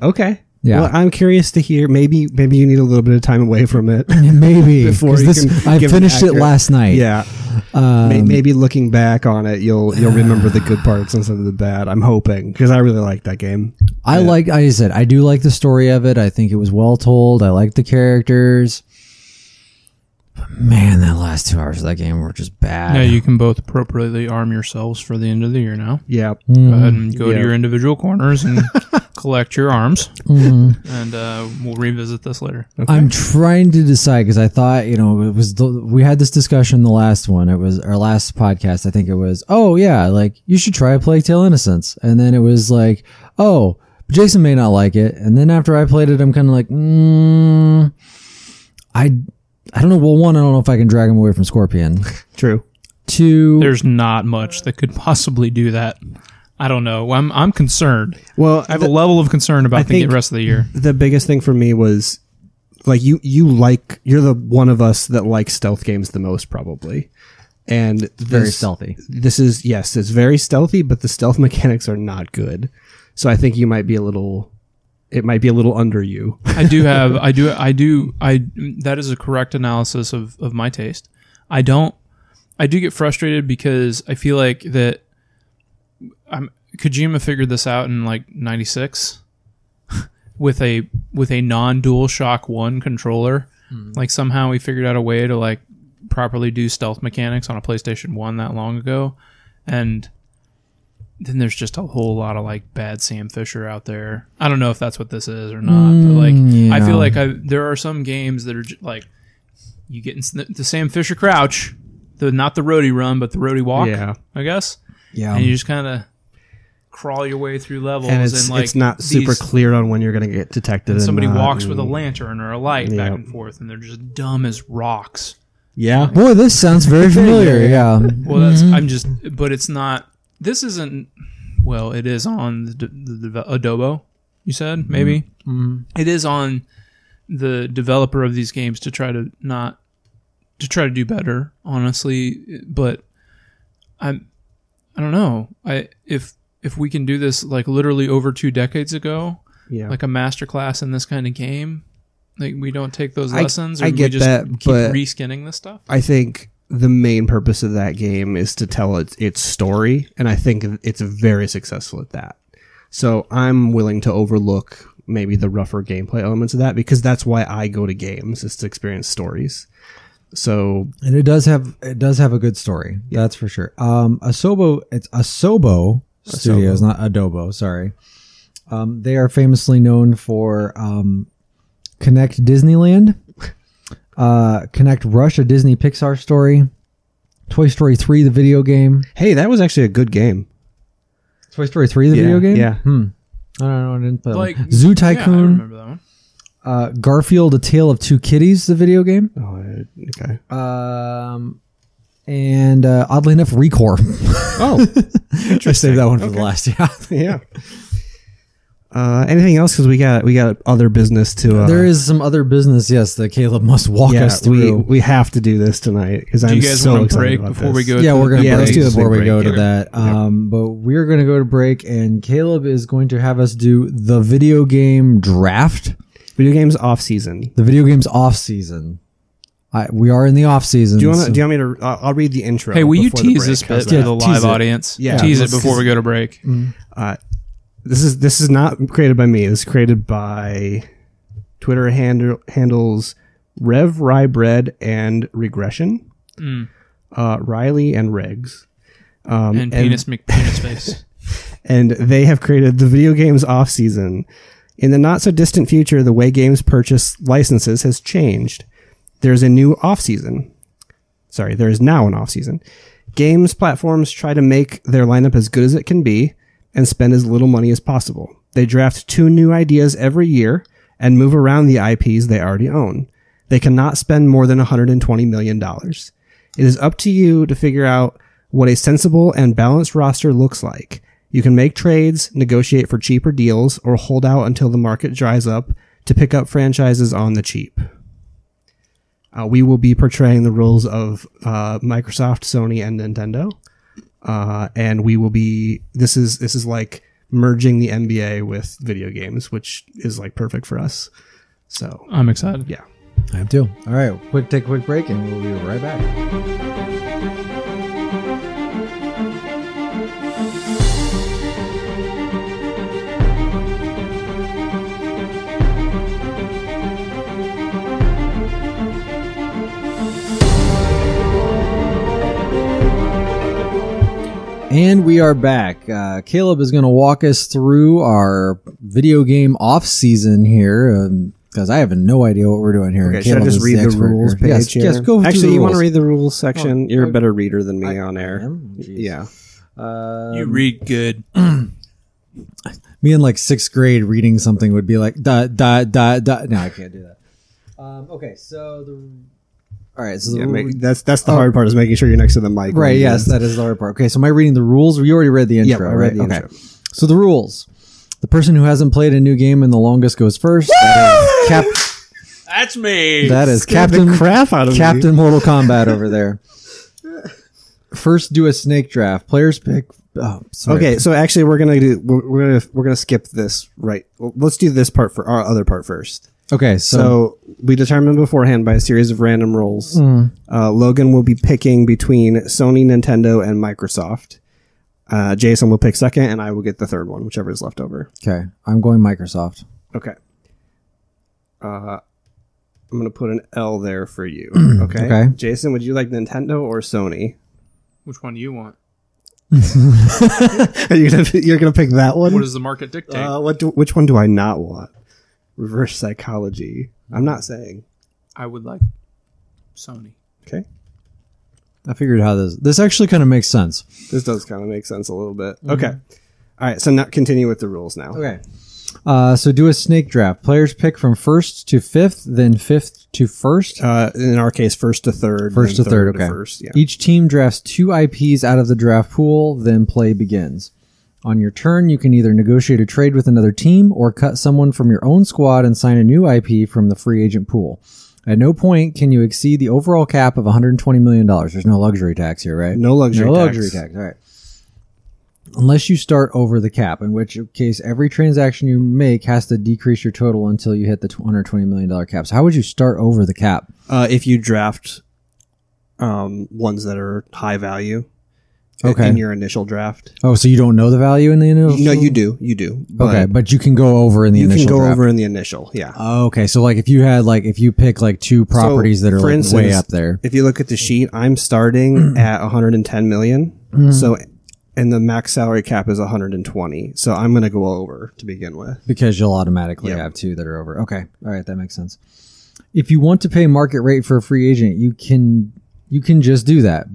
Speaker 2: Okay.
Speaker 1: Yeah.
Speaker 2: Well, I'm curious to hear. Maybe maybe you need a little bit of time away from it.
Speaker 1: Maybe
Speaker 2: Before
Speaker 1: 'cause
Speaker 2: you
Speaker 1: this-
Speaker 2: can
Speaker 1: I
Speaker 2: give an
Speaker 1: finished it
Speaker 2: accurate-
Speaker 1: last night.
Speaker 2: yeah. May- maybe looking back on it, you'll you'll remember the good parts instead of the bad. I'm hoping because I really like that game.
Speaker 1: I like, I said, I do like the story of it. I think it was well told. I like the characters. But man, that last two hours of that game were just bad.
Speaker 3: now you can both appropriately arm yourselves for the end of the year now.
Speaker 2: Yeah.
Speaker 1: Mm.
Speaker 3: Go
Speaker 1: Mm-hmm.
Speaker 3: ahead and go
Speaker 2: Yeah.
Speaker 3: to your individual corners and collect your arms. And uh, we'll revisit this later.
Speaker 1: I'm trying to decide because I thought, you know, it was the, we had this discussion in the last one. It was our last podcast. I think it was, oh yeah, like you should try Plague Tale Innocence, and then it was like, oh, Jason may not like it, and then after I played it, I'm kind of like, mm, I, I don't know. Well, one, I don't know if I can drag him away from Scorpion.
Speaker 2: True.
Speaker 1: Two,
Speaker 3: There's not much that could possibly do that. I don't know. I'm I'm concerned.
Speaker 2: Well,
Speaker 3: I have a level of concern about the
Speaker 2: think-
Speaker 3: rest of the year.
Speaker 2: the biggest thing for me was like you you like you're the one of us that likes stealth games the most probably and this,
Speaker 1: very stealthy.
Speaker 2: this is yes it's very stealthy but the stealth mechanics are not good so i think you might be a little it might be a little under you
Speaker 3: I do have I do I do I that is a correct analysis of of my taste. I don't I do get frustrated because I feel like that I'm Kojima figured this out in like 96 with a with a non dual shock 1 controller. Like somehow he figured out a way to like properly do stealth mechanics on a PlayStation 1 that long ago and then there's just a whole lot of like bad Sam Fisher out there. I don't know if that's what this is or not, but like
Speaker 1: Mm,
Speaker 3: I
Speaker 1: yeah.
Speaker 3: feel like I there are some games that are j- like you get in sn- the Sam Fisher crouch, the not the roadie run, but the roadie walk.
Speaker 2: Yeah. Um,
Speaker 3: I guess,
Speaker 1: Yeah,
Speaker 3: and you just kind of crawl your way through levels
Speaker 2: and
Speaker 3: and,
Speaker 2: it's
Speaker 3: like
Speaker 2: it's not super
Speaker 3: these-
Speaker 2: clear on when you're going to get detected and
Speaker 3: Somebody
Speaker 2: not,
Speaker 3: walks with a
Speaker 2: and-
Speaker 3: lantern or a light back
Speaker 2: Yeah.
Speaker 3: and forth, and they're just dumb as rocks.
Speaker 2: yeah
Speaker 1: boy, this sounds very familiar. yeah,
Speaker 3: Well, that's
Speaker 2: Mm-hmm.
Speaker 3: I'm just, but it's not. This isn't. Well, it is on the, d- the, the Adobo.
Speaker 2: Mm-hmm.
Speaker 3: You said maybe It is on the developer of these games to try to not to try to do better, honestly. But I'm I don't know. I if if we can do this like literally over two decades ago,
Speaker 2: yeah
Speaker 3: like a master class in this kind of game, like we don't take those
Speaker 2: I-
Speaker 3: lessons,
Speaker 2: I
Speaker 3: we
Speaker 2: get
Speaker 3: just
Speaker 2: that,
Speaker 3: keep
Speaker 2: but-
Speaker 3: reskinning this stuff.
Speaker 2: I think the main purpose of that game is to tell its its story, and I think it's very successful at that. So I'm willing to overlook maybe the rougher gameplay elements of that because that's why I go to games is to experience stories. So
Speaker 1: and it does have it does have a good story. That's for sure. Um, Asobo, it's Asobo Studios, not Adobo. Sorry. Um, they are famously known for um, Connect Disneyland, uh, Connect Rush, a Disney Pixar story, Toy Story Three, the video game.
Speaker 2: hey, that was actually a good game.
Speaker 1: Toy Story Three, the
Speaker 2: Yeah,
Speaker 1: video game.
Speaker 2: yeah.
Speaker 1: Hmm. I don't know. I didn't play that
Speaker 3: Like
Speaker 1: one. Zoo
Speaker 3: yeah, I
Speaker 1: Tycoon,
Speaker 3: remember that one.
Speaker 1: uh, Garfield, A Tale of Two Kitties, the video game,
Speaker 2: Oh, I- okay.
Speaker 3: Uh,
Speaker 1: um, and uh, oddly enough, Recore.
Speaker 2: Oh,
Speaker 1: I saved that one for the last. Yeah,
Speaker 2: yeah. Uh, anything else? Because we got we got other business to. Uh,
Speaker 1: there is some other business. Yes, that Caleb must walk
Speaker 2: Yeah,
Speaker 1: us
Speaker 2: we,
Speaker 1: through.
Speaker 2: we have to do this tonight because
Speaker 3: Do
Speaker 2: I'm
Speaker 3: you guys
Speaker 2: so
Speaker 3: want to
Speaker 2: excited
Speaker 3: break
Speaker 2: about
Speaker 3: before
Speaker 2: this.
Speaker 3: we go?
Speaker 1: yeah,
Speaker 3: to
Speaker 1: we're
Speaker 3: the
Speaker 1: gonna
Speaker 2: Yeah,
Speaker 1: break
Speaker 2: let's do a
Speaker 1: before we
Speaker 2: break
Speaker 1: go to
Speaker 2: here.
Speaker 1: that. Um, but we're gonna go to break, and Caleb is going to have us do the video game draft.
Speaker 2: Video games off season.
Speaker 1: The video game's off season. I, we are in the off season.
Speaker 2: Do you, want
Speaker 1: so-
Speaker 2: do you want me to? I'll, I'll read the intro.
Speaker 3: Hey, will you
Speaker 2: before the
Speaker 3: tease
Speaker 2: break.
Speaker 3: this
Speaker 2: How's
Speaker 3: bit to
Speaker 2: that?
Speaker 3: the
Speaker 1: tease
Speaker 3: live
Speaker 1: it.
Speaker 3: audience?
Speaker 2: Yeah,
Speaker 3: tease it
Speaker 2: let's-
Speaker 3: before we go to break.
Speaker 2: This is this is not created by me. This is created by Twitter handle, handles Rev Rye Bread and Regression,
Speaker 3: Mm.
Speaker 2: uh, Riley and Regs, um,
Speaker 3: Mm-hmm. and, penis McPenis face.
Speaker 2: and they have created the video games off season. In the not so distant future, the way games purchase licenses has changed. There's a new off season. Sorry, there is now an off season. Games platforms try to make their lineup as good as it can be and spend as little money as possible. They draft two new ideas every year and move around the IPs they already own. They cannot spend more than $120 million. It is up to you to figure out what a sensible and balanced roster looks like. You can make trades, negotiate for cheaper deals, or hold out until the market dries up to pick up franchises on the cheap. Uh, we will be portraying the rules of uh, Microsoft, Sony, and Nintendo, uh, and we will be. This is this is like merging the NBA with video games, which is like perfect for us. So
Speaker 3: I'm excited.
Speaker 2: yeah.
Speaker 1: I am too. All right, quick take a quick break, and we'll be right back. And we are back. Uh, Caleb is going to walk us through our video game off season here. because I have no idea what we're doing here.
Speaker 2: Okay,
Speaker 1: And
Speaker 2: should I
Speaker 1: Caleb
Speaker 2: just
Speaker 1: is
Speaker 2: read the
Speaker 1: expert
Speaker 2: rules
Speaker 1: here.
Speaker 2: page?
Speaker 1: Yes,
Speaker 2: here?
Speaker 1: yes, go through
Speaker 2: Actually,
Speaker 1: the
Speaker 2: you want to
Speaker 1: rules.
Speaker 2: read the rules section?
Speaker 1: Oh,
Speaker 2: You're a
Speaker 1: I-
Speaker 2: better reader than me on
Speaker 1: I
Speaker 2: air.
Speaker 1: am? Jeez.
Speaker 2: Yeah.
Speaker 1: Um,
Speaker 3: You read good.
Speaker 1: me in like sixth grade reading something would be like dot dot dot dot. No, I can't do that. Um, okay, so the all right, so the,
Speaker 2: Yeah, make, that's that's the hard part is making sure you're next to the mic.
Speaker 1: right, yes, that is the hard part. Okay, so am I reading the rules? You already read the
Speaker 2: Yep,
Speaker 1: intro,
Speaker 2: I read
Speaker 1: right?
Speaker 2: the
Speaker 1: okay,
Speaker 2: intro.
Speaker 1: so the rules: the person who hasn't played a new game in the longest goes first. That is, Cap-
Speaker 3: That's me.
Speaker 1: that is
Speaker 2: Captain
Speaker 1: Captain
Speaker 2: the crap out of me.
Speaker 1: Captain Mortal Kombat over there. First, do a snake draft. Players pick. Oh, sorry.
Speaker 2: Okay, so actually, we're gonna do we're, we're gonna we're gonna skip this. Right, Well, let's do this part for our other part first.
Speaker 1: okay,
Speaker 2: So
Speaker 1: Hmm.
Speaker 2: we determined beforehand by a series of random rolls. Uh, Logan will be picking between Sony, Nintendo, and Microsoft. Uh, Jason will pick second, and I will get the third one, whichever is left over.
Speaker 1: okay, I'm going Microsoft.
Speaker 2: Okay. Uh, I'm gonna put an L there for you. Okay.
Speaker 1: Okay.
Speaker 2: Jason, would you like Nintendo or Sony?
Speaker 3: Which one do you want?
Speaker 2: Are you gonna you're gonna pick that one?
Speaker 3: What does the market dictate?
Speaker 2: uh, what do, which one do I not want? Reverse psychology. I'm not saying.
Speaker 3: I would like Sony.
Speaker 2: Okay.
Speaker 1: I figured how this this actually kind of makes sense.
Speaker 2: This does kind of make sense a little bit. Okay. All right. So now continue with the rules now.
Speaker 1: Mm-hmm. Okay. Uh, so do a snake draft. Players pick from first to fifth, then fifth to first,
Speaker 2: Uh, in our case, first to third.
Speaker 1: first to
Speaker 2: then
Speaker 1: third.
Speaker 2: to
Speaker 1: okay. E-
Speaker 2: First. Yeah.
Speaker 1: Each team drafts two IPs out of the draft pool, then play begins. On your turn, you can either negotiate a trade with another team or cut someone from your own squad and sign a new IP from the free agent pool. At no point can you exceed the overall cap of $120 million. There's no luxury tax here, right?
Speaker 2: No luxury.
Speaker 1: no
Speaker 2: tax.
Speaker 1: luxury tax. All right. Unless you start over the cap, in which case every transaction you make has to decrease your total until you hit the $120 million cap. So how would you start over the cap?
Speaker 2: Uh, if you draft um, ones that are high value. i-
Speaker 1: Okay.
Speaker 2: In your initial draft.
Speaker 1: Oh, so you don't know the value in the initial?
Speaker 2: No, you do. You do. But
Speaker 1: Okay, but you can go over in the
Speaker 2: You can
Speaker 1: initial
Speaker 2: go
Speaker 1: draft.
Speaker 2: over in the initial. Yeah.
Speaker 1: Oh, okay, so like if you had like if you pick like two properties that are
Speaker 2: for
Speaker 1: like way
Speaker 2: instance,
Speaker 1: up there.
Speaker 2: If you look at the sheet, I'm starting at 110 million,
Speaker 1: Mm-hmm.
Speaker 2: So, and the max salary cap is 120. So I'm going to go over to begin with.
Speaker 1: because you'll automatically
Speaker 2: Yep.
Speaker 1: have two that are over. Okay, all right, that makes sense. If you want to pay market rate for a free agent, you can you can just do that.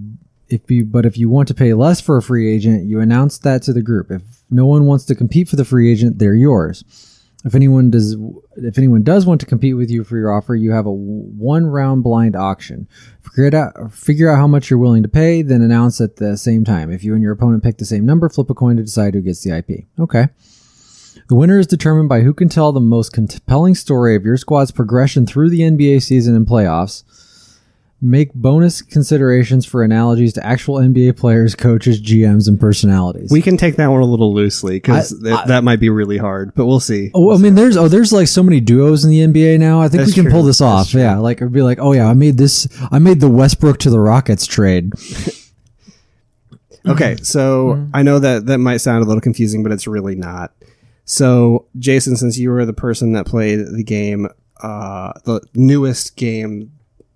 Speaker 1: If you but if you want to pay less for a free agent, you announce that to the group. If no one wants to compete for the free agent, they're yours. If anyone does if anyone does want to compete with you for your offer, you have a one round blind auction. Figure it out figure out how much you're willing to pay, then announce at the same time. If you and your opponent pick the same number, flip a coin to decide who gets the IP. Okay. The winner is determined by who can tell the most compelling story of your squad's progression through the NBA season and playoffs. Make bonus considerations for analogies to actual NBA players, coaches, GMs, and personalities.
Speaker 2: We can take that one a little loosely because
Speaker 1: I- I-
Speaker 2: that might be really hard, but we'll see.
Speaker 1: Oh, I mean, there's oh, there's like so many duos in the NBA now. I think
Speaker 2: That's
Speaker 1: we can
Speaker 2: true.
Speaker 1: pull this
Speaker 2: That's
Speaker 1: off. Yeah, like it'd be like, oh yeah, I made this. I made the Westbrook to the Rockets trade.
Speaker 2: Okay,
Speaker 3: Mm-hmm.
Speaker 2: so I know that that might sound a little confusing, but it's really not. So, Jason, since you were the person that played the game, uh, the newest game,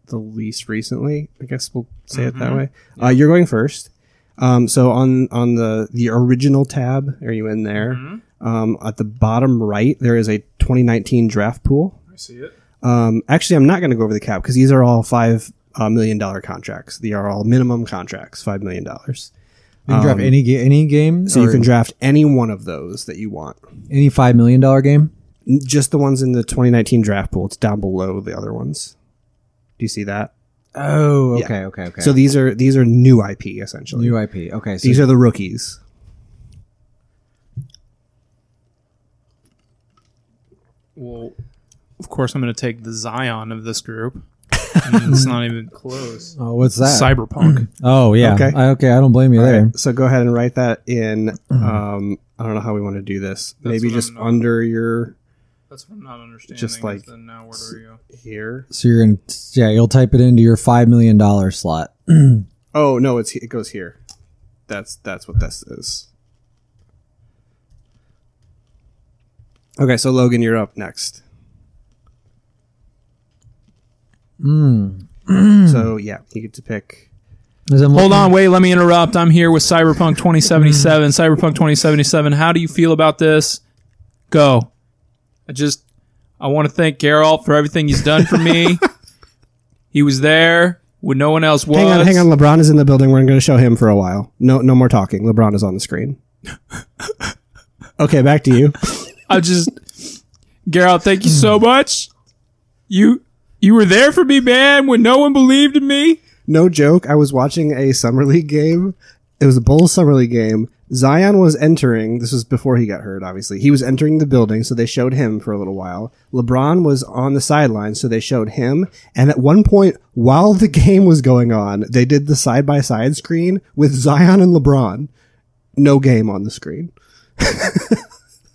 Speaker 2: the least recently, I guess we'll say it
Speaker 3: Mm-hmm.
Speaker 2: that way. Uh, you're going first. Um, so on on the the original tab, are you in there?
Speaker 3: Mm-hmm.
Speaker 2: Um, at the bottom right, there is a 2019 draft pool.
Speaker 3: I see it.
Speaker 2: Um, actually, I'm not going to go over the cap because these are all five uh, million dollar contracts. They are all minimum contracts, five million dollars.
Speaker 1: You can draft any ga- any game,
Speaker 2: Um, So you
Speaker 1: or
Speaker 2: can draft any one of those that you want.
Speaker 1: any five million dollar game.
Speaker 2: N- Just the ones in the 2019 draft pool. It's down below the other ones. Do you see that?
Speaker 1: Oh,
Speaker 2: Yeah.
Speaker 1: okay, okay, okay.
Speaker 2: So these are these are new IP essentially.
Speaker 1: new IP. Okay, so
Speaker 2: these are the rookies.
Speaker 3: Well, of course, I'm going to take the Zion of this group. it's not even close.
Speaker 1: Oh, what's that?
Speaker 3: Cyberpunk.
Speaker 1: oh, yeah.
Speaker 2: Okay.
Speaker 1: Okay. I, okay, I don't blame you there.
Speaker 2: So go ahead and write that in. Um, I don't know how we want to do this. Maybe
Speaker 3: what
Speaker 2: just
Speaker 3: I'm-
Speaker 2: under your
Speaker 3: That's what I'm not understanding.
Speaker 2: Just like-
Speaker 3: is then now where do we go?
Speaker 2: here.
Speaker 1: So you're gonna yeah, you'll type it into your five million dollar slot.
Speaker 2: Oh no, it's it goes here. That's that's what this is. Okay, so Logan, you're up next. Hmm. So yeah, you get to pick.
Speaker 1: As I'm
Speaker 3: Hold
Speaker 1: looking-
Speaker 3: on, wait, let me interrupt. I'm here with Cyberpunk
Speaker 2: Mm.
Speaker 3: 2077. Cyberpunk 2077, how do you feel about this? Go. I just, I want to thank Geralt for everything he's done for me. he was there when no one else was.
Speaker 2: Hang on, hang on. LeBron is in the building. We're going to show him for a while. No, no more talking. LeBron is on the screen. okay, back to you.
Speaker 3: I just, Geralt, thank you
Speaker 2: Mm.
Speaker 3: so much. You, you were there for me, man, when no one believed in me.
Speaker 2: No joke. I was watching a summer league game. It was a Bulls summer league game. Zion was entering. This was before he got hurt, obviously. He was entering the building, so they showed him for a little while. LeBron was on the sideline, so they showed him. And at one point, while the game was going on, they did the side by side screen with Zion and LeBron. No game on the screen.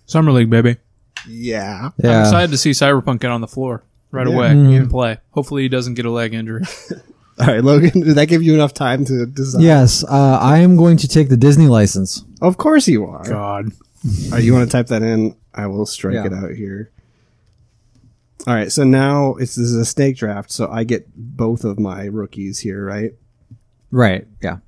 Speaker 3: Summer League, baby.
Speaker 2: Yeah.
Speaker 3: I'm
Speaker 1: Yeah.
Speaker 3: excited to see Cyberpunk get on the floor right away
Speaker 2: Mm.
Speaker 3: and play. Hopefully, he doesn't get a leg injury.
Speaker 2: All right, Logan, did that give you enough time to design?
Speaker 1: Yes, uh, I am going to take the Disney license.
Speaker 2: Of course you are.
Speaker 3: God.
Speaker 2: All right, you want to type that in? I will strike
Speaker 1: Yeah.
Speaker 2: it out here. All right, so now it's this is a snake draft, so I get both of my rookies here, right?
Speaker 1: Right. Yeah.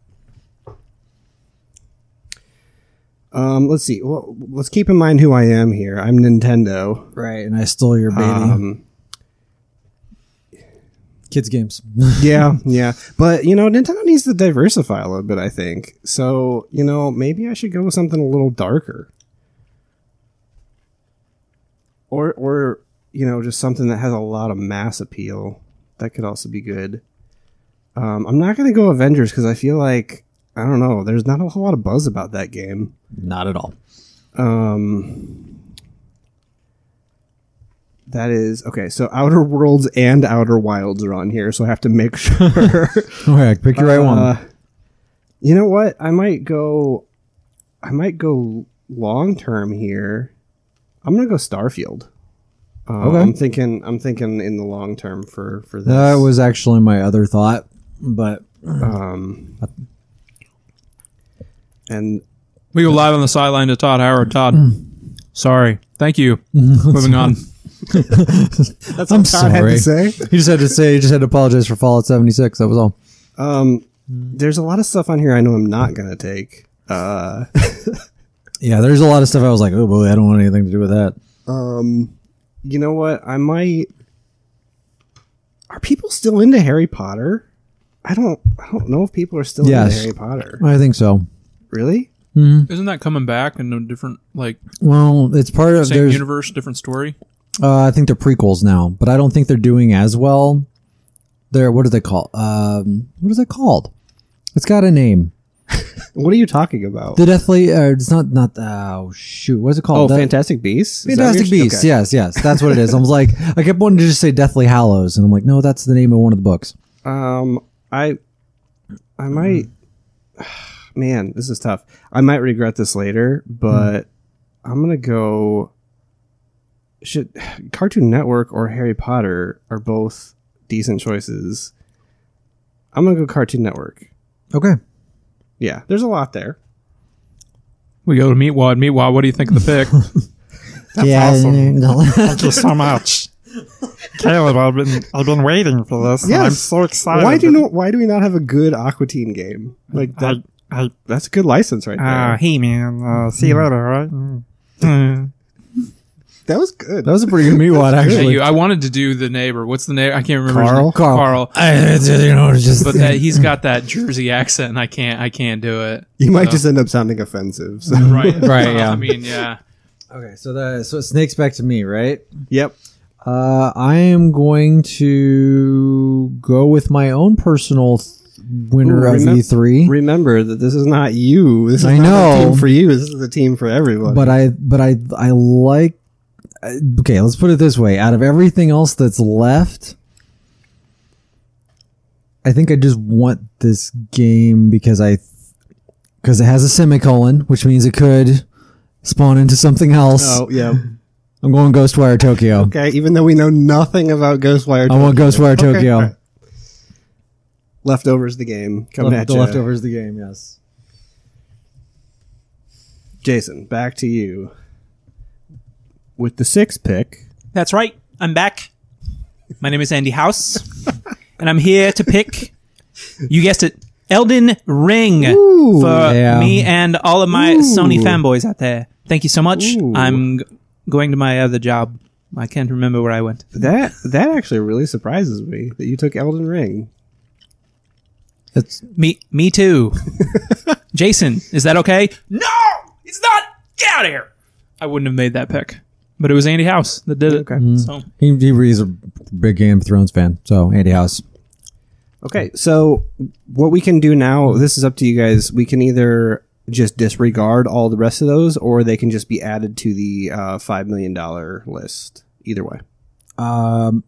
Speaker 2: Um, let's see. Well, let's keep in mind who I am here. I'm Nintendo.
Speaker 1: Right. And I stole your baby.
Speaker 2: Um,
Speaker 1: Kids games.
Speaker 2: yeah, yeah, but you know, Nintendo needs to diversify a little bit. I think so. You know, maybe I should go with something a little darker, or or you know, just something that has a lot of mass appeal. That could also be good. Um, I'm not gonna go Avengers because I feel like I don't know. There's not a whole lot of buzz about that game.
Speaker 1: Not at all.
Speaker 2: Um, that is okay. So Outer Worlds and Outer Wilds are on here, so I have to make sure.
Speaker 1: All right, pick your right one.
Speaker 2: Uh, you know what? I might go. I might go long term here. I'm gonna go Starfield. Um,
Speaker 1: Okay.
Speaker 2: I'm thinking. I'm thinking in the long term for for this.
Speaker 1: That was actually my other thought, but
Speaker 2: um, and
Speaker 3: We go live on the sideline to Todd Howard. Todd, sorry. Thank you. Moving on.
Speaker 2: that's
Speaker 1: I'm sorry.
Speaker 2: say.
Speaker 1: You just had to say, you just had to apologize for Fallout 76. That was all.
Speaker 2: Um, there's a lot of stuff on here I know I'm not gonna take. Uh,
Speaker 1: Yeah, there's a lot of stuff I was like, oh boy, I don't want anything to do with that.
Speaker 2: um, you know what? I might. Are people still into Harry Potter? I don't. I don't know if people are still
Speaker 1: Yes.
Speaker 2: into Harry Potter.
Speaker 1: I think so.
Speaker 2: Really?
Speaker 3: Isn't that coming back in a different, like,
Speaker 1: Well, it's part of
Speaker 3: same
Speaker 1: there's.
Speaker 3: universe, different story?
Speaker 1: Uh, I think they're prequels now, but I don't think they're doing as well. They're what are they called? Um, what is it called? It's got a name.
Speaker 2: What are you talking about?
Speaker 1: The Deathly. Uh, it's not not. Oh shoot, what's it
Speaker 2: oh,
Speaker 1: called? That-
Speaker 2: Fantastic Beasts. Is that what
Speaker 1: Fantastic
Speaker 2: you're-
Speaker 1: Beasts.
Speaker 2: okay.
Speaker 1: Yes, yes, that's what it is. I was like, I kept wanting to just say Deathly Hallows, and I'm like, no, that's the name of one of the books.
Speaker 2: Um, I, I might. Man, this is tough. I might regret this later, but I'm gonna go. Should Cartoon Network or Harry Potter are both decent choices. I'm gonna go Cartoon Network.
Speaker 1: Okay.
Speaker 2: Yeah, there's a lot there.
Speaker 3: We go to Meatwad. Meatwad, what do you think of the pick?
Speaker 1: That's yeah,
Speaker 4: awesome.
Speaker 1: no.
Speaker 4: Thank you so much. Caleb, I've been I've been waiting for this. and I'm
Speaker 2: Yes.
Speaker 4: so excited.
Speaker 2: Why do you know, Why do we not have a good Aquatine game? Like that,
Speaker 4: I, I,
Speaker 2: that's a good license right
Speaker 4: uh,
Speaker 2: there.
Speaker 4: hey man, uh, see you later, right? Mm.
Speaker 2: That was good.
Speaker 1: that was a pretty good meat wad,
Speaker 3: Hey,
Speaker 1: actually.
Speaker 3: you, I wanted to do the neighbor. What's the neighbor? I can't remember. his
Speaker 2: Carl?
Speaker 3: name.
Speaker 1: Carl.
Speaker 3: Carl.
Speaker 1: I, you know, just
Speaker 3: But that, he's got that Jersey accent, and I can't. I can't do it.
Speaker 2: you might just end up sounding offensive. so-
Speaker 3: Right.
Speaker 1: Right, yeah.
Speaker 3: I mean, yeah.
Speaker 1: okay. So that so it snakes back to me, right?
Speaker 2: Yep.
Speaker 1: Uh, I am going to go with my own personal th- winner
Speaker 2: Ooh,
Speaker 1: of E
Speaker 2: remem-
Speaker 1: E3.
Speaker 2: remember that this is not you. This is
Speaker 1: Mm. I
Speaker 2: not a
Speaker 1: know.
Speaker 2: team for you. This is a team for everyone.
Speaker 1: but I, but I, I like. I- Okay, let's put it this way: out of everything else that's left, I think I just want this game because I because it has a semicolon, which means it could spawn into something else.
Speaker 2: Oh yeah.
Speaker 1: I'm going Ghostwire Tokyo.
Speaker 2: Okay. Even though we know nothing about Ghostwire,
Speaker 1: I want Ghostwire
Speaker 2: Okay,
Speaker 1: Tokyo.
Speaker 2: alright. leftovers the game coming
Speaker 1: Left-
Speaker 2: at
Speaker 1: the
Speaker 2: you.
Speaker 1: leftovers of the game, yes.
Speaker 2: Jason, back to you with the sixth pick.
Speaker 5: That's right. I'm back. My name is Andy House, and I'm here to pick. You guessed it, Elden Ring for
Speaker 1: yeah.
Speaker 5: me and all of my Sony fanboys out there. Thank you so much.
Speaker 2: Ooh.
Speaker 5: I'm g- going to my other job. I can't remember where I went.
Speaker 2: That that actually really surprises me that you took Elden Ring.
Speaker 1: It's
Speaker 5: Me, me too. Jason, is that okay? No, it's not. Get out of here. I wouldn't have made that pick, but it was Andy House that did it.
Speaker 2: Okay.
Speaker 3: Mm.
Speaker 5: So
Speaker 1: he, he he's a big Game of Thrones fan, so Andy House.
Speaker 2: Okay, so what we can do now, this is up to you guys. We can either just disregard all the rest of those, or they can just be added to the uh, five million dollar list. Either way,
Speaker 1: Um,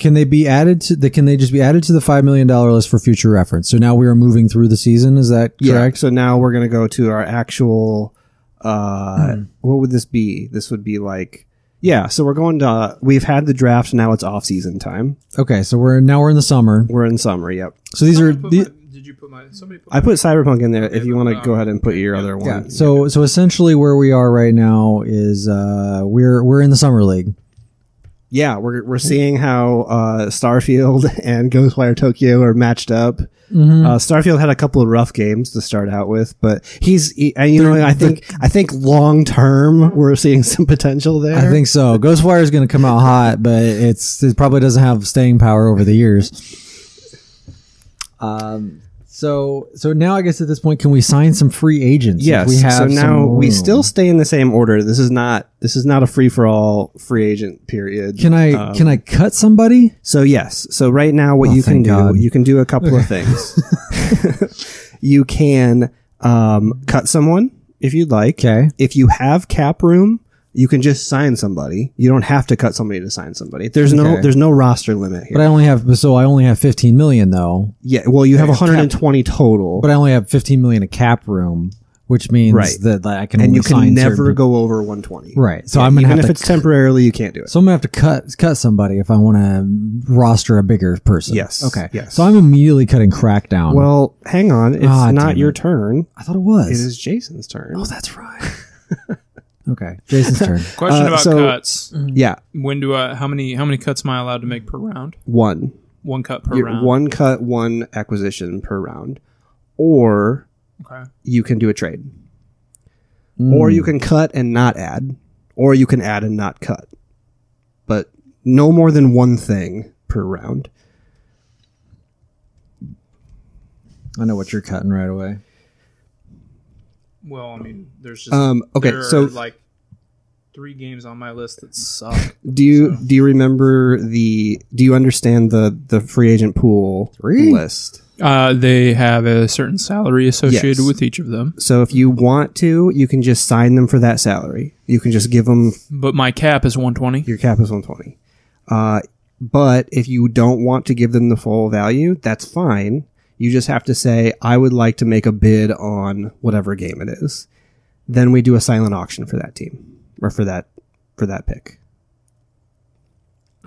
Speaker 1: can they be added to the? Can they just be added to the five million dollar list for future reference? So now we are moving through the season. Is that correct?
Speaker 2: So now we're gonna go to our actual. Uh,
Speaker 1: Hmm.
Speaker 2: What would this be? This would be like, yeah. So we're going to. we've had the draft. Now it's off season time.
Speaker 1: Okay, so we're now we're in the summer.
Speaker 2: We're in summer. Yep.
Speaker 1: So these are
Speaker 3: Put
Speaker 1: the,
Speaker 3: my-
Speaker 2: Mm.
Speaker 3: did you put my somebody put
Speaker 2: I put Cyberpunk in there. If you want to
Speaker 3: um,
Speaker 2: go ahead and put your other one.
Speaker 1: yeah. So so essentially where we are right now is uh we're we're in the summer league.
Speaker 2: yeah, we're we're seeing how uh, Starfield and Ghostwire Tokyo are matched up.
Speaker 1: Mm-hmm.
Speaker 2: Uh, Starfield had a couple of rough games to start out with, but he's he, and, you know I think I think long term we're seeing some potential there.
Speaker 1: I think so. Ghostwire is going to come out hot, but it's it probably doesn't have staying power over the years. Um. So so now I guess at this point, can we sign some free agents? if
Speaker 2: yes.
Speaker 1: We have
Speaker 2: so now
Speaker 1: some
Speaker 2: we
Speaker 1: room?
Speaker 2: still stay in the same order. This is not this is not a free for all free agent period.
Speaker 1: can I
Speaker 2: Um,
Speaker 1: can I cut somebody?
Speaker 2: So yes. So right now, what
Speaker 1: Oh,
Speaker 2: you can
Speaker 1: thank
Speaker 2: do,
Speaker 1: God.
Speaker 2: you can do a couple of things. you can um, cut someone if you'd like.
Speaker 1: Okay.
Speaker 2: If you have cap room, you can just sign somebody. You don't have to cut somebody to sign somebody. There's
Speaker 1: Okay.
Speaker 2: no there's no roster limit here.
Speaker 1: But I only have so I only have 15 million though.
Speaker 2: yeah. Well, you have 120 total,
Speaker 1: But I only have 15 million in cap room, which means
Speaker 2: Right.
Speaker 1: that like, I can
Speaker 2: and
Speaker 1: only
Speaker 2: you can
Speaker 1: sign
Speaker 2: never
Speaker 1: certain-
Speaker 2: go over 120.
Speaker 1: right. So I'm gonna
Speaker 2: Even
Speaker 1: have
Speaker 2: if
Speaker 1: to
Speaker 2: it's temporarily, you can't do it.
Speaker 1: so I'm gonna have to cut cut somebody if I want to roster a bigger person.
Speaker 2: Yes.
Speaker 1: Okay.
Speaker 2: Yes.
Speaker 1: So I'm immediately cutting Crackdown.
Speaker 2: Well, hang on. It's
Speaker 1: Ah,
Speaker 2: not
Speaker 1: damn
Speaker 2: your
Speaker 1: it.
Speaker 2: turn.
Speaker 1: I thought it was.
Speaker 2: It is Jason's turn.
Speaker 1: Oh, that's right. okay, Jason's turn.
Speaker 3: question
Speaker 2: uh,
Speaker 3: about
Speaker 2: so-
Speaker 3: cuts?
Speaker 2: yeah,
Speaker 3: When do I? How many? How many cuts am I allowed to make per round?
Speaker 2: one.
Speaker 3: One cut per
Speaker 2: You're-
Speaker 3: round.
Speaker 2: One cut, one acquisition per round, or
Speaker 3: Okay.
Speaker 2: you can do a trade,
Speaker 1: Mm,
Speaker 2: or
Speaker 1: Hmm.
Speaker 2: you can cut and not add, or you can add and not cut, but no more than one thing per round.
Speaker 1: I know what you're cutting right away.
Speaker 3: Well, I mean, there's just
Speaker 2: Um, okay,
Speaker 3: there
Speaker 2: so
Speaker 3: are, like three games on my list that suck.
Speaker 2: do you do you remember the do you understand the the free agent pool list?
Speaker 3: Uh, they have a certain salary associated
Speaker 2: Yes.
Speaker 3: with each of them,
Speaker 2: So if you want to, you can just sign them for that salary. You can just give them
Speaker 3: but my cap is 120.
Speaker 2: your cap is 120 uh, but if you don't want to give them the full value that's fine you just have to say i would like to make a bid on whatever game it is then we do a silent auction for that team or for that for that pick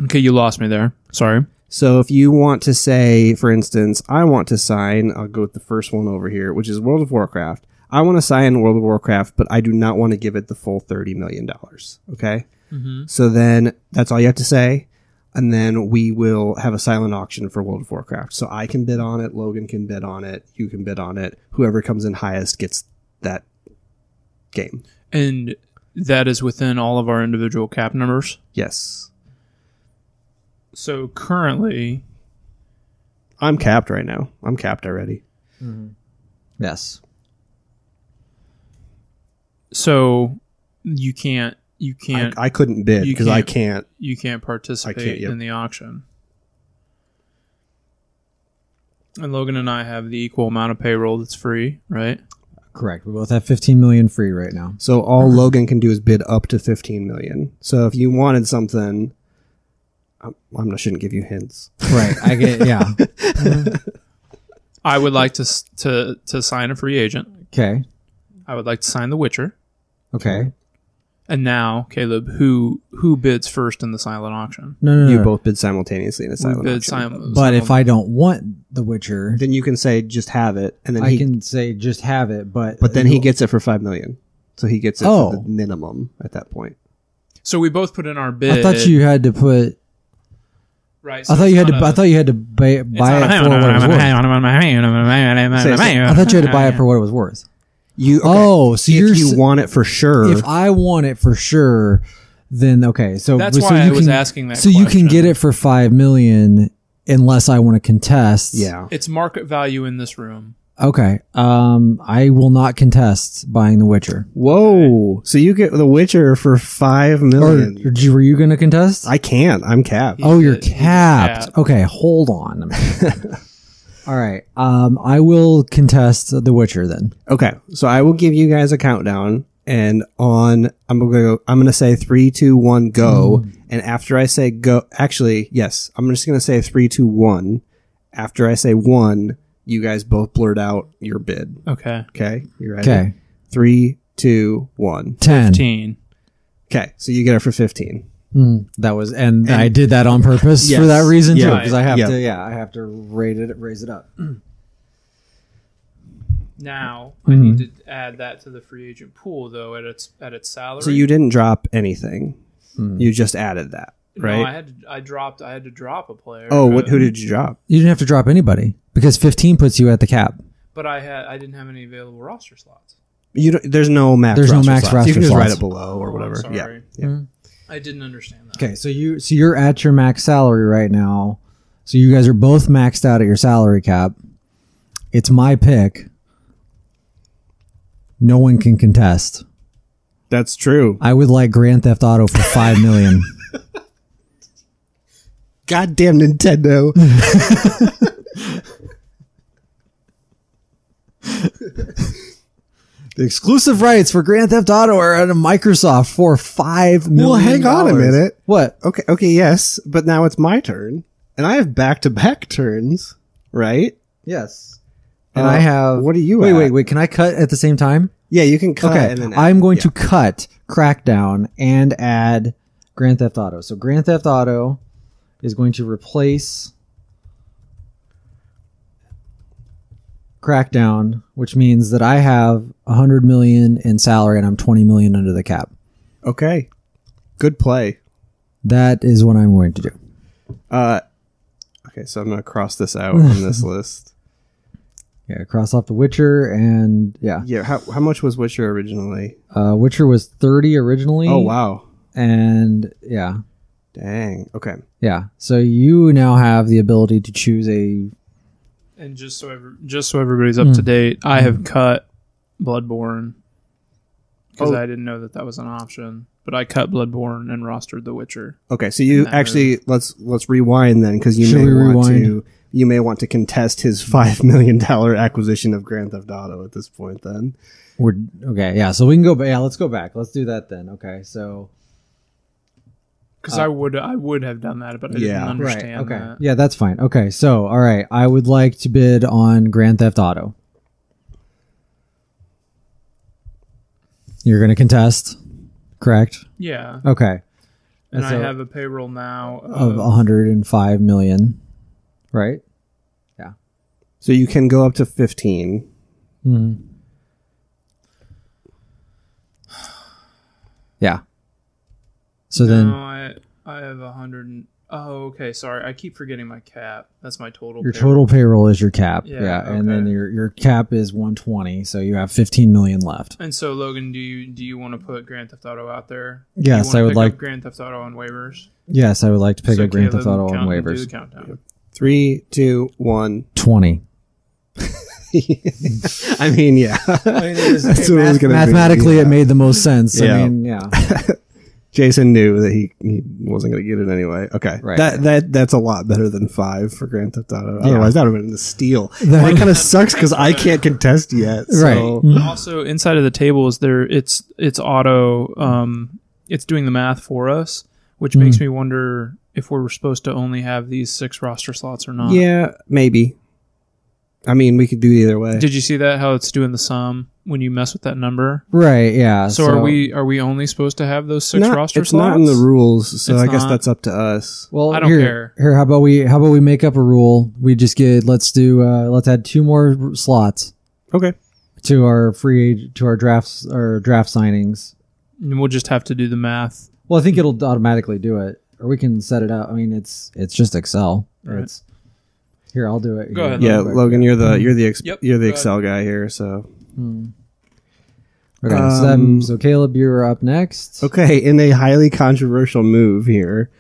Speaker 3: Okay, you lost me there. Sorry.
Speaker 2: so if you want to say for instance i want to sign i'll go with the first one over here which is world of warcraft i want to sign world of warcraft but i do not want to give it the full 30 million dollars okay
Speaker 3: Mm-hmm.
Speaker 2: So then that's all you have to say. And then we will have a silent auction for World of Warcraft. So I can bid on it. Logan can bid on it. You can bid on it. Whoever comes in highest gets that game.
Speaker 3: And that is within all of our individual cap numbers.
Speaker 2: Yes.
Speaker 3: So currently,
Speaker 2: I'm capped right now. I'm capped already.
Speaker 1: Yes.
Speaker 3: so you can't you can't
Speaker 2: I, I couldn't bid
Speaker 3: You
Speaker 2: because I
Speaker 3: can't.
Speaker 2: can't.
Speaker 3: you can't participate
Speaker 2: yep.
Speaker 3: in the auction. And Logan and I have the equal amount of payroll that's free, right?
Speaker 1: Correct. We both have 15 million free right now.
Speaker 2: So
Speaker 1: Mm-hmm.
Speaker 2: all Logan can do is bid up to 15 million. So if you wanted something, I'm, I'm not shouldn't give you hints.
Speaker 1: Right. I get yeah.
Speaker 3: I would like to s- to to sign a free agent.
Speaker 1: Okay.
Speaker 3: I would like to sign The Witcher.
Speaker 1: Okay.
Speaker 3: And now, Caleb, who who bids first in the silent auction?
Speaker 1: No, no, no.
Speaker 2: You
Speaker 1: no.
Speaker 2: both bid simultaneously in a silent
Speaker 3: Bid
Speaker 2: auction.
Speaker 3: sim-
Speaker 1: but
Speaker 3: simul-
Speaker 1: if I don't want The Witcher,
Speaker 2: then you can say just have it, and then
Speaker 1: I
Speaker 2: he
Speaker 1: can say just have it. But
Speaker 2: but then he gets it for five million, so he gets it
Speaker 1: Oh.
Speaker 2: for the minimum at that point.
Speaker 3: so we both put in our bid.
Speaker 1: I thought you had to put.
Speaker 3: Right. so
Speaker 1: I thought
Speaker 3: it's
Speaker 1: you had to.
Speaker 3: not
Speaker 1: I
Speaker 3: a-
Speaker 1: thought you had to ba- buy it for what it was worth. I
Speaker 5: I
Speaker 1: thought you had to buy it for what it was worth.
Speaker 2: You okay,
Speaker 1: Oh, so
Speaker 2: if
Speaker 1: you're
Speaker 2: you
Speaker 1: s-
Speaker 2: want it for sure.
Speaker 1: If I want it for sure, then okay. So
Speaker 3: That's
Speaker 1: so
Speaker 3: why
Speaker 1: you
Speaker 3: I was
Speaker 1: can-
Speaker 3: asking that
Speaker 1: So you can
Speaker 3: question.
Speaker 1: get it for five million, unless I want to contest.
Speaker 2: yeah,
Speaker 3: it's market value in this room.
Speaker 1: Okay. Um, I will not contest buying The Witcher.
Speaker 2: Whoa! So you get The Witcher for five
Speaker 1: Or,
Speaker 2: million.
Speaker 1: or do- were you going to contest?
Speaker 2: I can't. I'm capped.
Speaker 1: oh, you're
Speaker 3: He's a- he's a
Speaker 1: capped.
Speaker 3: cap.
Speaker 1: Okay, hold on. a minute. All right. Um, I will contest The Witcher then.
Speaker 2: Okay, so I will give you guys a countdown, and on I'm gonna go, I'm gonna say three, two, one, go.
Speaker 1: Hmm.
Speaker 2: And after I say go, actually, yes, I'm just gonna say three, two, one. After I say one, you guys both blurt out your bid.
Speaker 3: Okay.
Speaker 2: Okay, you ready?
Speaker 1: Okay.
Speaker 2: three, two, one.
Speaker 1: Ten.
Speaker 3: Fifteen.
Speaker 2: Okay, so you get it for fifteen.
Speaker 1: Mm, that was, and, I did that on purpose
Speaker 2: Yes.
Speaker 1: for that reason too,
Speaker 2: Yeah.
Speaker 1: because I have
Speaker 2: Yeah.
Speaker 1: to. Yeah, I have to rate it, raise it up.
Speaker 3: Now I
Speaker 1: Mm-hmm.
Speaker 3: need to add that to the free agent pool, though, at its at its salary.
Speaker 2: So you didn't drop anything.
Speaker 1: Hmm.
Speaker 2: You just added that,
Speaker 3: No,
Speaker 2: right?
Speaker 3: I had to, I dropped I had to drop a player. uh,
Speaker 2: oh, what?
Speaker 3: but-
Speaker 2: Who did you drop?
Speaker 1: You didn't have to drop anybody because fifteen puts you at the cap.
Speaker 3: But I had I didn't have any available roster slots.
Speaker 2: You don't, there's no max.
Speaker 1: There's no
Speaker 2: roster
Speaker 1: max
Speaker 2: slots.
Speaker 1: roster
Speaker 2: You can just
Speaker 1: slots.
Speaker 2: write it below or
Speaker 3: Oh, I'm
Speaker 2: whatever. yeah.
Speaker 3: sorry.
Speaker 2: yeah.
Speaker 3: I didn't understand that.
Speaker 1: Okay, so you so you're at your max salary right now. So you guys are both maxed out at your salary cap. It's my pick. No one can contest.
Speaker 2: That's true.
Speaker 1: I would like Grand Theft Auto for five million.
Speaker 2: Goddamn Nintendo.
Speaker 1: the exclusive rights for Grand Theft Auto are under Microsoft for five million.
Speaker 2: Well, hang on a
Speaker 1: dollars.
Speaker 2: minute.
Speaker 1: What?
Speaker 2: Okay, okay, yes, but now it's my turn, and I have back to back turns, right?
Speaker 1: Yes. And
Speaker 2: Uh,
Speaker 1: I have.
Speaker 2: what are you
Speaker 1: Wait,
Speaker 2: at?
Speaker 1: wait, wait. Can I cut at the same time?
Speaker 2: Yeah, you can cut.
Speaker 1: Okay,
Speaker 2: and then
Speaker 1: I'm going to cut Crackdown and add Grand Theft Auto. So Grand Theft Auto is going to replace Crackdown, which means that I have 100 million in salary and I'm 20 million under the cap.
Speaker 2: Okay, good play.
Speaker 1: That is what I'm going to do.
Speaker 2: Uh, okay, so I'm gonna cross this out on this list.
Speaker 1: Yeah, cross off The Witcher and yeah,
Speaker 2: Yeah, how how much was Witcher originally?
Speaker 1: uh, Witcher was 30 originally.
Speaker 2: Oh wow,
Speaker 1: And yeah,
Speaker 2: dang. Okay,
Speaker 1: yeah. So you now have the ability to choose a
Speaker 3: And just so every, just so everybody's up to date, I
Speaker 2: Hmm.
Speaker 3: have cut Bloodborne because
Speaker 2: Oh.
Speaker 3: I didn't know that that was an option. But I cut Bloodborne and rostered The Witcher.
Speaker 2: okay. So you
Speaker 3: Matter.
Speaker 2: actually let's let's rewind then because you
Speaker 1: Should
Speaker 2: may
Speaker 1: we
Speaker 2: want
Speaker 1: rewind?
Speaker 2: to you may want to contest his five million dollar acquisition of Grand Theft Auto at this point. Then
Speaker 1: We're okay, yeah. So we can go. ba- Yeah, let's go back. Let's do that then. Okay, so
Speaker 3: Because I would I would have done that, but I
Speaker 2: Uh, Yeah.
Speaker 3: didn't
Speaker 2: Right,
Speaker 3: understand
Speaker 1: Okay,
Speaker 3: that.
Speaker 1: yeah, that's fine. Okay, so all right, I would like to bid on Grand Theft Auto. You're going to contest, correct?
Speaker 3: Yeah,
Speaker 2: Uh,
Speaker 1: Okay,
Speaker 3: and
Speaker 1: so-
Speaker 3: I have a payroll now
Speaker 1: of
Speaker 3: of,
Speaker 1: 105 million, right?
Speaker 2: so you can go up to fifteen.
Speaker 1: Yeah. So
Speaker 3: no,
Speaker 1: then
Speaker 3: I I have a hundred. and- Oh, okay. Sorry, I keep forgetting my cap. That's my total.
Speaker 1: your
Speaker 3: payroll.
Speaker 1: total payroll is your cap. Yeah,
Speaker 3: Yeah,
Speaker 1: and then
Speaker 3: okay.
Speaker 1: your your cap is 120, so you have 15 million left.
Speaker 3: And so, Logan, do you do you want to put Grand Theft Auto out there? Do
Speaker 1: Yes,
Speaker 3: you wanna
Speaker 1: I would
Speaker 3: pick
Speaker 1: like-
Speaker 3: up Grand Theft Auto on waivers.
Speaker 1: Yes, I would like to pick
Speaker 3: So
Speaker 1: up Grand
Speaker 3: Caleb,
Speaker 1: Theft Auto on
Speaker 3: count- do
Speaker 1: waivers.
Speaker 3: the countdown.
Speaker 2: Three, two, one.
Speaker 1: 20.
Speaker 2: I mean, yeah. That's what it was gonna be,
Speaker 1: Mathematically,
Speaker 2: yeah.
Speaker 1: it made the most sense. I
Speaker 2: Yeah.
Speaker 1: mean, yeah.
Speaker 2: Jason knew that he, he wasn't going to get it anyway. Okay,
Speaker 1: Right.
Speaker 2: That that that's a lot better than five for Grand Theft Auto. Otherwise, that would have been a steal. that kind of sucks because I can't contest yet. So.
Speaker 1: Right.
Speaker 3: Also, inside of the table is there. It's it's auto. Um, it's doing the math for us, which makes me wonder if we're supposed to only have these six roster slots or not.
Speaker 2: yeah, maybe. I mean, we could do either way.
Speaker 3: Did you see that? How it's doing the sum when you mess with that number.
Speaker 2: right?
Speaker 1: Uh,
Speaker 2: Yeah.
Speaker 3: So, are we are we only supposed to have those six
Speaker 2: not,
Speaker 3: roster
Speaker 2: It's
Speaker 3: slots?
Speaker 2: not in the rules, so
Speaker 3: It's
Speaker 2: I guess
Speaker 3: not?
Speaker 2: that's up to us.
Speaker 1: Well,
Speaker 3: I don't
Speaker 1: here,
Speaker 3: care.
Speaker 1: Here, how about we? How about we make up a rule? We just get let's do uh, let's add two more r- slots
Speaker 2: Okay.
Speaker 1: to our free ag- to our drafts our draft signings.
Speaker 3: And We'll just have to do the math.
Speaker 1: Well, I think it'll automatically do it, or we can set it up. I mean, it's it's just Excel.
Speaker 3: Right.
Speaker 1: It's here. I'll do it.
Speaker 3: Go ahead,
Speaker 2: Yeah, Logan, you're the you're the ex-
Speaker 3: Yep,
Speaker 2: you're the
Speaker 3: go
Speaker 2: Excel guy here. So
Speaker 1: Okay, so,
Speaker 2: Um,
Speaker 1: that, so Caleb, you're up next.
Speaker 2: okay, in a highly controversial move here,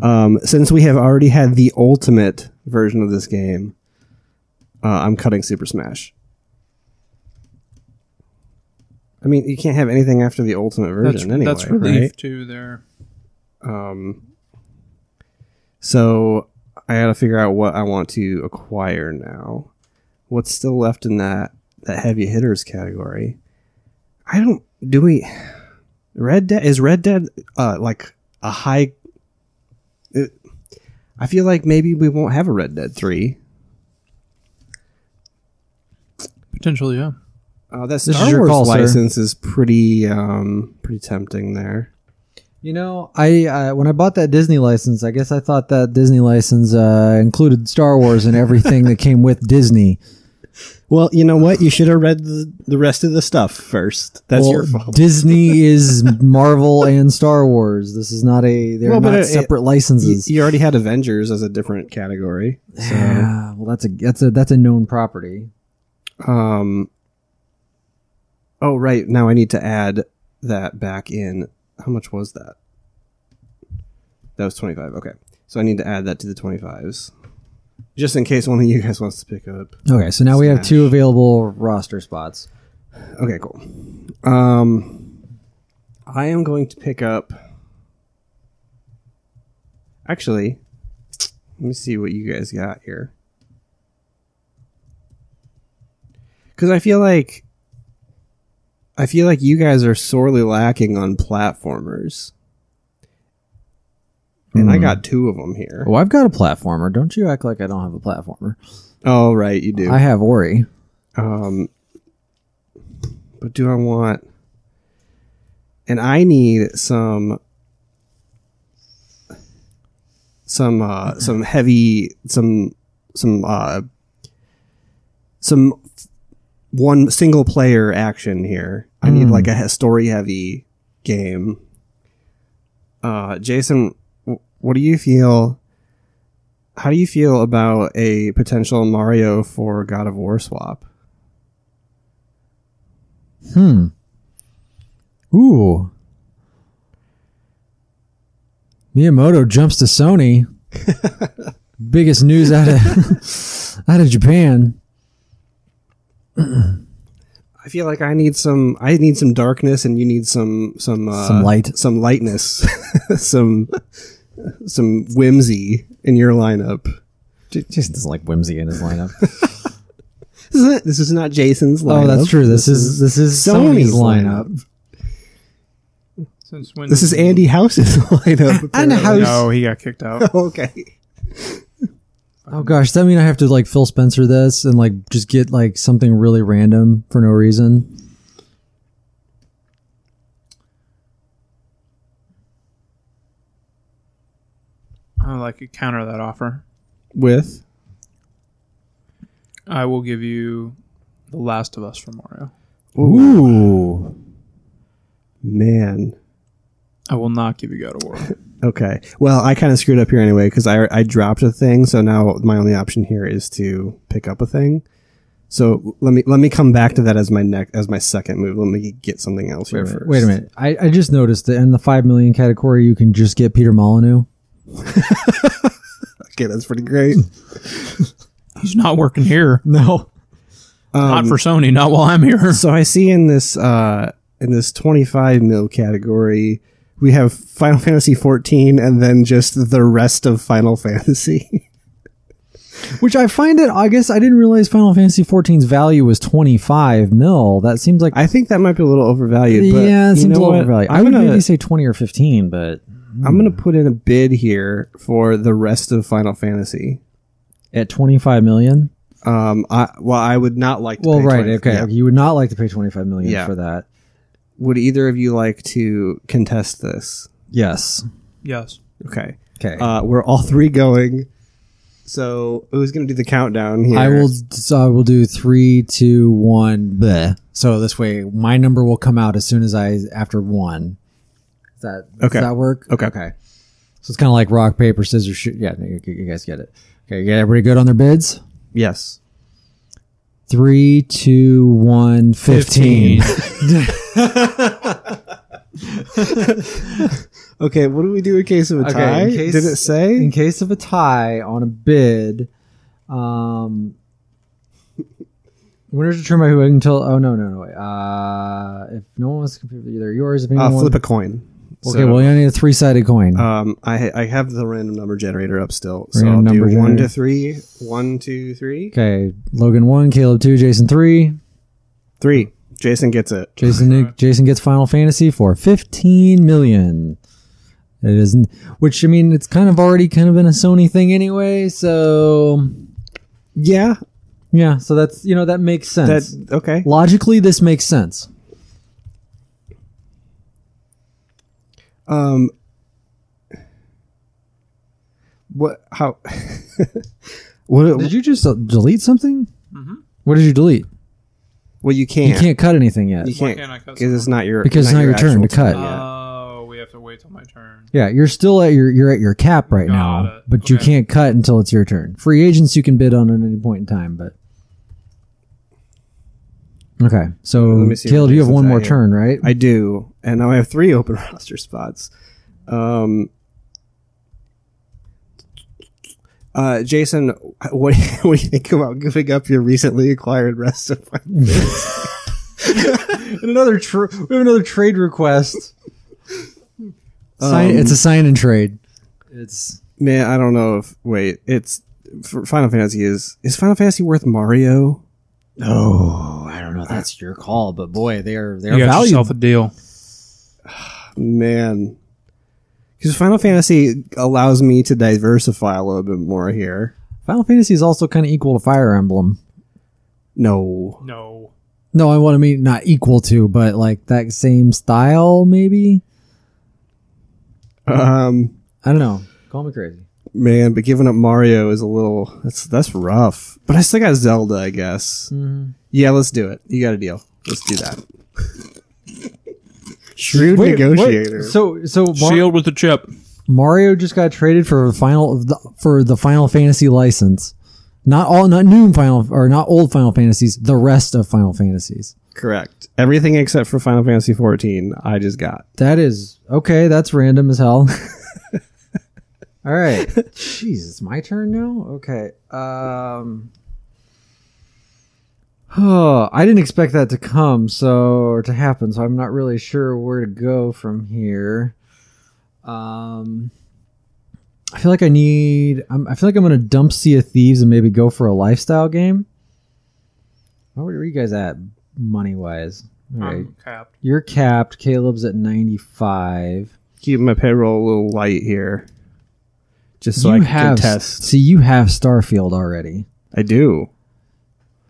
Speaker 2: um, since we have already had the ultimate version of this game, uh, I'm cutting Super Smash. I mean, you can't have anything after the ultimate version
Speaker 3: That's,
Speaker 2: anyway.
Speaker 3: that's relief
Speaker 2: right?
Speaker 3: too. There.
Speaker 2: Um, so I got to figure out what I want to acquire now. What's still left in that that heavy hitters category? I don't. Do we? Red Dead is Red Dead uh, like a high. It, I feel like maybe we won't have a Red Dead Three.
Speaker 3: Potentially, yeah.
Speaker 2: Uh, that
Speaker 1: This
Speaker 2: Star
Speaker 1: is your
Speaker 2: Wars
Speaker 1: call, sir.
Speaker 2: license is pretty um, pretty tempting there.
Speaker 1: You know, I uh, when I bought that Disney license, I guess I thought that Disney license uh, included Star Wars and everything that came with Disney.
Speaker 2: Well, you know what? You should have read the, the rest of the stuff first. That's
Speaker 1: Well,
Speaker 2: your fault.
Speaker 1: Disney is Marvel and Star Wars. This is not a they're
Speaker 2: Well, but
Speaker 1: not
Speaker 2: it-
Speaker 1: separate
Speaker 2: You,
Speaker 1: licenses.
Speaker 2: you already had Avengers as a different category. So,
Speaker 1: yeah, well, that's a that's a that's a known property.
Speaker 2: um, oh right, now I need to add that back in. How much was that? That was twenty five. Okay, so I need to add that to the twenty fives, just in case one of you guys wants to pick up.
Speaker 1: Okay, so now we have
Speaker 2: Smash.
Speaker 1: two available roster spots.
Speaker 2: Okay, cool. Um, I am going to pick up. Actually, let me see what you guys got here. Because I feel like. I feel like you guys are sorely lacking on platformers. And I got two of them here.
Speaker 1: Oh, I've got a platformer. Don't you act like I don't have a platformer.
Speaker 2: Oh, right, you do.
Speaker 1: I have Ori.
Speaker 2: Um, but do I want? And I need some some uh, some heavy some some uh, some one single player action here. I need like a story heavy game. Uh, Jason, wh- what do you feel? How do you feel about a potential Mario for God of War swap?
Speaker 1: Hmm. Ooh. Miyamoto jumps to Sony. Biggest news out of out of Japan.
Speaker 2: I feel like I need some. I need some darkness, and you need some some uh,
Speaker 1: Some light.
Speaker 2: some lightness, some some whimsy in your lineup.
Speaker 1: Just doesn't like whimsy in his lineup.
Speaker 2: This is, this is not Jason's lineup.
Speaker 1: Oh, that's true. This is this is Sony's,
Speaker 2: Sony's
Speaker 1: lineup.
Speaker 3: Since when?
Speaker 2: This is Andy House's lineup.
Speaker 1: And
Speaker 2: apparently.
Speaker 1: House.
Speaker 3: No, he got kicked out.
Speaker 2: Okay.
Speaker 1: Oh gosh, does that mean I have to like Phil Spencer this and like just get like something really random for no reason?
Speaker 3: I would like to counter that offer.
Speaker 2: With
Speaker 3: I will give you The Last of Us for Mario.
Speaker 1: Ooh.
Speaker 2: man.
Speaker 3: I will not give you God of War.
Speaker 2: Okay. Well, I kind of screwed up here anyway because I I dropped a thing, so now my only option here is to pick up a thing. So let me let me come back to that as my next as my second move. Let me get something else here first.
Speaker 1: Wait a minute. I, I just noticed that in the five million category you can just get Peter Molyneux.
Speaker 2: Okay, that's pretty great.
Speaker 3: He's not working here.
Speaker 1: No.
Speaker 2: Um,
Speaker 3: not for Sony. Not while I'm here.
Speaker 2: So I see in this uh, in this 25 mil category, we have Final Fantasy 14 and then just the rest of Final Fantasy.
Speaker 1: Which I find it I guess I didn't realize Final Fantasy XIV's value was twenty five mil. That seems like
Speaker 2: I think that might be a little overvalued. But
Speaker 1: Yeah, it
Speaker 2: you
Speaker 1: seems
Speaker 2: know
Speaker 1: a little
Speaker 2: what?
Speaker 1: overvalued.
Speaker 2: I'm
Speaker 1: I would
Speaker 2: gonna-
Speaker 1: maybe say twenty or fifteen, but
Speaker 2: I'm gonna put in a bid here for the rest of Final Fantasy.
Speaker 1: At 25 million?
Speaker 2: Um, I well, I would not like. To
Speaker 1: Well,
Speaker 2: pay
Speaker 1: right.
Speaker 2: 20
Speaker 1: Okay.
Speaker 2: yeah.
Speaker 1: You would not like to pay 25 million
Speaker 2: Yeah.
Speaker 1: for that.
Speaker 2: Would either of you like to contest this?
Speaker 1: Yes.
Speaker 3: Yes.
Speaker 2: Okay.
Speaker 1: Okay.
Speaker 2: Uh, we're all three going. So who's gonna do the countdown here?
Speaker 1: I will. So I will do three, two, one. Bleh. So this way, my number will come out as soon as I after one. Does that
Speaker 2: Okay.
Speaker 1: Does that work?
Speaker 2: Okay.
Speaker 1: Okay. So it's kind of like rock, paper, scissors, shoot. Yeah, you, you guys get it. Okay. Yeah, everybody good on their bids?
Speaker 2: Yes.
Speaker 1: Three, two, one, fifteen.
Speaker 2: Okay. What do we do in case of a
Speaker 1: Okay,
Speaker 2: tie?
Speaker 1: in case-
Speaker 2: Did it say?
Speaker 1: In case of a tie on a bid, um, winners determined by who until. Oh no no no! wait. Uh, if no one wants to compete with either yours, if
Speaker 2: Uh,
Speaker 1: anyone
Speaker 2: flip a coin.
Speaker 1: Okay, well, you need a three sided coin.
Speaker 2: Um, I I have the random number generator up still, so
Speaker 1: Random
Speaker 2: I'll do
Speaker 1: number
Speaker 2: one
Speaker 1: generator.
Speaker 2: to three, one two three,
Speaker 1: okay, Logan one, Caleb two, Jason three.
Speaker 2: three. Jason gets it.
Speaker 1: Jason Jason gets Final Fantasy for fifteen million. It isn't, which I mean, it's kind of already kind of been a Sony thing anyway. So
Speaker 2: Yeah.
Speaker 1: yeah, so that's you know that makes sense.
Speaker 2: That okay.
Speaker 1: Logically, this makes sense.
Speaker 2: Um. What? How? what?
Speaker 1: Did you just uh, delete something?
Speaker 3: Mm-hmm.
Speaker 1: What did you delete?
Speaker 2: well, you
Speaker 1: You
Speaker 2: can't.
Speaker 1: can't cut anything yet.
Speaker 2: You can't.
Speaker 3: can't I cut
Speaker 2: Because it's not your.
Speaker 1: Because it's not your turn
Speaker 2: actual
Speaker 1: to cut.
Speaker 2: time yet.
Speaker 3: Oh, we have to wait till my turn.
Speaker 1: Yeah, you're still at your you're at your cap right
Speaker 3: Got
Speaker 1: now,
Speaker 3: it.
Speaker 1: but you
Speaker 3: Okay.
Speaker 1: can't cut until it's your turn. Free agents you can bid on at any point in time, but okay.
Speaker 2: Let
Speaker 1: So
Speaker 2: me see
Speaker 1: Caleb,
Speaker 2: what
Speaker 1: you have
Speaker 2: Jason's
Speaker 1: one
Speaker 2: at
Speaker 1: more
Speaker 2: here.
Speaker 1: turn, right?
Speaker 2: I do, and now I have three open roster spots. Um. Uh, Jason, what what do you think about giving up your recently acquired rest of my
Speaker 1: And another tr- we have another trade request. sign, it's a sign and trade. It's
Speaker 2: man? I don't know if wait, it's for Final Fantasy is is Final Fantasy worth Mario?
Speaker 1: oh, I don't know. if That's your call, but boy, they are they
Speaker 3: You
Speaker 1: are
Speaker 3: got
Speaker 1: valuable.
Speaker 3: yourself a deal.
Speaker 2: Man, because Final Fantasy allows me to diversify a little bit more here.
Speaker 1: Final Fantasy is also kind of equal to Fire Emblem.
Speaker 2: No,
Speaker 3: No.
Speaker 1: No, I want to mean not equal to, but like that same style, maybe.
Speaker 2: um,
Speaker 1: I don't know. Call me crazy.
Speaker 2: man, but giving up Mario is a little that's that's rough. But I still got Zelda, I guess. Yeah, let's do it. You got a deal. Let's do that. Shrewd
Speaker 1: Wait,
Speaker 2: negotiator.
Speaker 1: wait, so so Mar-
Speaker 3: Shield with the chip.
Speaker 1: Mario just got traded for a final the, for the Final Fantasy license. Not all, not new Final or not old Final Fantasies. The rest of Final Fantasies.
Speaker 2: Correct. Everything except for Final Fantasy 14, I just got.
Speaker 1: That is okay. That's random as hell. all right. Jeez, it's my turn now. Okay. Um. Oh, I didn't expect that to come, so or to happen. So I'm not really sure where to go from here. Um, I feel like I need. I'm, I feel like I'm gonna dump Sea of Thieves and maybe go for a lifestyle game. Where where are you guys at money wise? All right.
Speaker 3: I'm capped.
Speaker 1: You're capped. Caleb's at 95.
Speaker 2: Keep my payroll a little light here. Just so
Speaker 1: you
Speaker 2: I can
Speaker 1: have
Speaker 2: contest.
Speaker 1: see you have Starfield already.
Speaker 2: I do.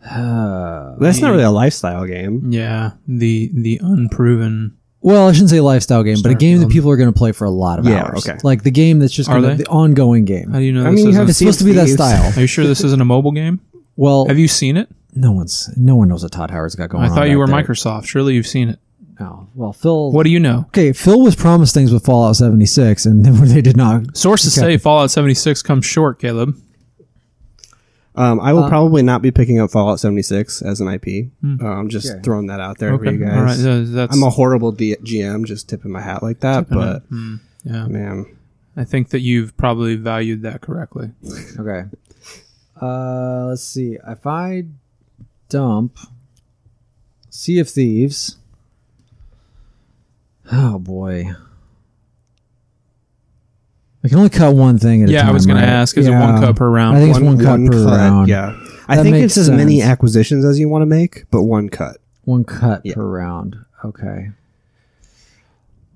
Speaker 1: Uh,
Speaker 2: That's not really a lifestyle game.
Speaker 3: Yeah. The the unproven.
Speaker 1: well, I shouldn't say lifestyle game, but a game that
Speaker 3: Starfield.
Speaker 1: people are going to play for a lot of
Speaker 2: Yeah,
Speaker 1: hours.
Speaker 2: okay.
Speaker 1: Like the game that's just
Speaker 3: Are
Speaker 1: gonna,
Speaker 3: they?
Speaker 1: the ongoing game.
Speaker 3: How do you know
Speaker 2: I
Speaker 3: this
Speaker 2: mean, you
Speaker 3: isn't?
Speaker 2: have
Speaker 1: It's supposed to be that
Speaker 2: Sea of
Speaker 1: style.
Speaker 3: Are you sure this isn't a mobile game?
Speaker 1: Well,
Speaker 3: Have you seen it?
Speaker 1: no one's no one knows what Todd Howard's got going
Speaker 3: I
Speaker 1: on.
Speaker 3: thought you were
Speaker 1: back there.
Speaker 3: Microsoft. Surely you've seen it.
Speaker 1: Oh, well, Phil.
Speaker 3: What do you know?
Speaker 1: Okay, Phil was promised things with Fallout 76, and then when they did not.
Speaker 3: Sources
Speaker 1: Okay.
Speaker 3: say Fallout 76 comes short, Caleb.
Speaker 2: Um, I
Speaker 1: Uh.
Speaker 2: will probably not be picking up Fallout 76 as an IP.
Speaker 1: Hmm.
Speaker 2: Um, just throwing that out there for you guys.
Speaker 3: All right. uh, That's,
Speaker 2: I'm a horrible D- GM, just tipping my hat like that, but
Speaker 1: Hmm.
Speaker 3: yeah.
Speaker 2: man,
Speaker 3: I think that you've probably valued that correctly.
Speaker 1: Okay. Uh, let's see. If I dump Sea of Thieves. Oh boy. I can only cut one thing at a
Speaker 3: yeah,
Speaker 1: time.
Speaker 3: I was going
Speaker 1: right?
Speaker 3: to ask is it
Speaker 1: Yeah.
Speaker 3: one cut per round?
Speaker 1: I think it's one cut per round.
Speaker 2: Yeah, I
Speaker 1: That
Speaker 2: think
Speaker 1: makes
Speaker 2: it's as many
Speaker 1: sense.
Speaker 2: acquisitions as you want to make, but one cut.
Speaker 1: One cut
Speaker 2: Yeah.
Speaker 1: per round. Okay.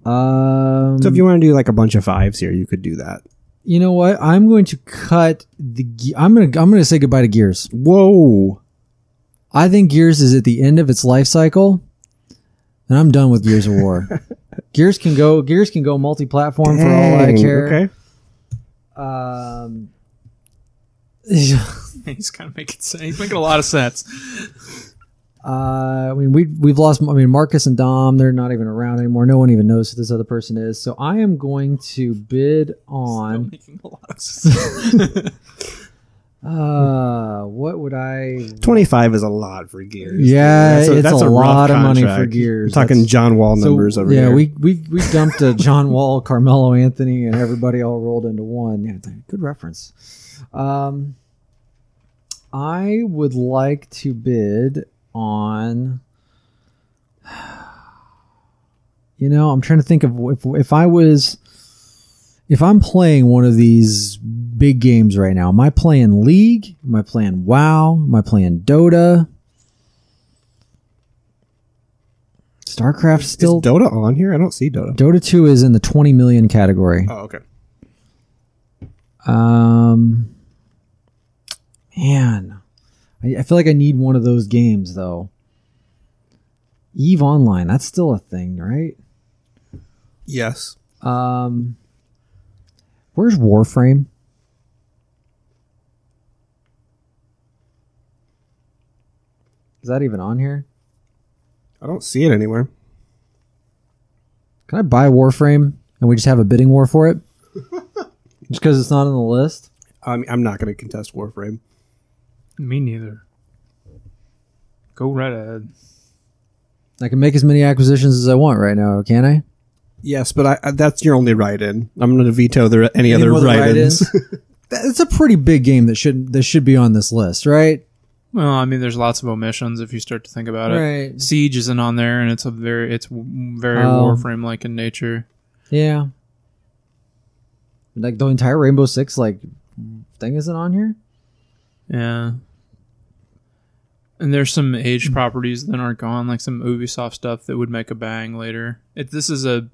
Speaker 1: Um,
Speaker 2: So if you want to do like a bunch of fives here, you could do that.
Speaker 1: You know what? I'm going to cut the. Ge- I'm gonna. I'm gonna say goodbye to Gears.
Speaker 2: Whoa.
Speaker 1: I think Gears is at the end of its life cycle, and I'm done with Gears of War. Gears can go. Gears can go multi-platform for all I
Speaker 2: Dang,
Speaker 1: care.
Speaker 2: Okay.
Speaker 1: Um,
Speaker 3: He's kind of making sense. He's making a lot of sense.
Speaker 1: Uh, I mean, we we've lost. I mean, Marcus and Dom, they're not even around anymore. No one even knows who this other person is. So I am going to bid on.
Speaker 3: Making a lot of sense.
Speaker 1: Uh, what would I?
Speaker 2: 25 is a lot for Gears.
Speaker 1: Yeah,
Speaker 2: That's a-
Speaker 1: it's
Speaker 2: that's
Speaker 1: a
Speaker 2: rough
Speaker 1: lot of money
Speaker 2: contract.
Speaker 1: for Gears.
Speaker 2: I'm talking
Speaker 1: That's-
Speaker 2: John Wall numbers
Speaker 1: so,
Speaker 2: over
Speaker 1: yeah,
Speaker 2: here.
Speaker 1: we we we dumped uh, John Wall, Carmelo Anthony, and everybody all rolled into one. Yeah, dang, good reference. Um, I would like to bid on. You know, I'm trying to think of if if I was if I'm playing one of these big games right now. Am I playing League? Am I playing WoW? Am I playing Dota? StarCraft still
Speaker 2: Is Dota on here? I don't see Dota.
Speaker 1: Dota 2 is in the 20 million category.
Speaker 2: Oh, okay.
Speaker 1: Um, man, I, I feel like I need one of those games though. Eve Online, that's still a thing, right?
Speaker 2: Yes.
Speaker 1: Um, where's Warframe? Is that even on here?
Speaker 2: I don't see it anywhere.
Speaker 1: Can I buy Warframe and we just have a bidding war for it? just because it's not on the list?
Speaker 2: I'm, I'm not going to contest Warframe.
Speaker 3: Me neither. Go right ahead.
Speaker 1: I can make as many acquisitions as I want right now, can I?
Speaker 2: Yes, but I, I, that's your only write-in. I'm going to veto the, any other
Speaker 1: Any other
Speaker 2: write-ins.
Speaker 1: write-ins? That- It's a pretty big game that should that should be on this list, right?
Speaker 3: Well, I mean, there's lots of omissions if you start to think about it.
Speaker 1: Right.
Speaker 3: Siege isn't on there, and it's a very it's w- very
Speaker 1: Oh.
Speaker 3: Warframe like in nature.
Speaker 1: Yeah. Like the entire Rainbow Six like thing isn't on here.
Speaker 3: Yeah. And there's some
Speaker 1: Hmm.
Speaker 3: aged properties that aren't gone, like some Ubisoft stuff that would make a bang later. It, this is a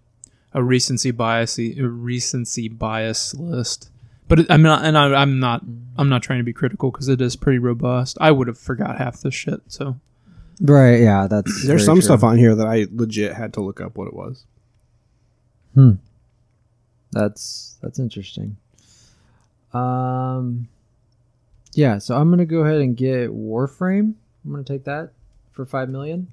Speaker 3: a recency bias a recency bias list, but it, I'm not, and I, I'm not, I'm not trying to be critical because it is pretty robust. I would have forgot half this shit. So
Speaker 1: Right. Yeah. That's
Speaker 2: There's
Speaker 1: very
Speaker 2: some
Speaker 1: true.
Speaker 2: stuff on here that I legit had to look up what it was.
Speaker 1: That's that's interesting. Um. Yeah. So I'm gonna go ahead and get Warframe. I'm gonna take that for five million.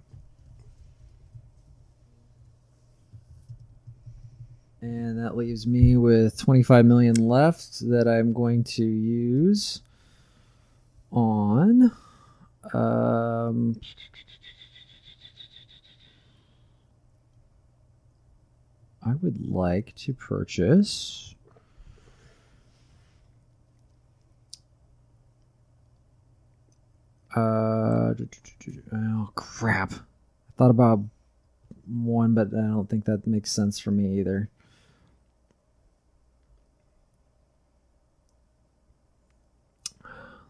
Speaker 1: And that leaves me with 25 million left that I'm going to use on um, I would like to purchase uh d- d- d- d- oh crap. I thought about one but I don't think that makes sense for me either.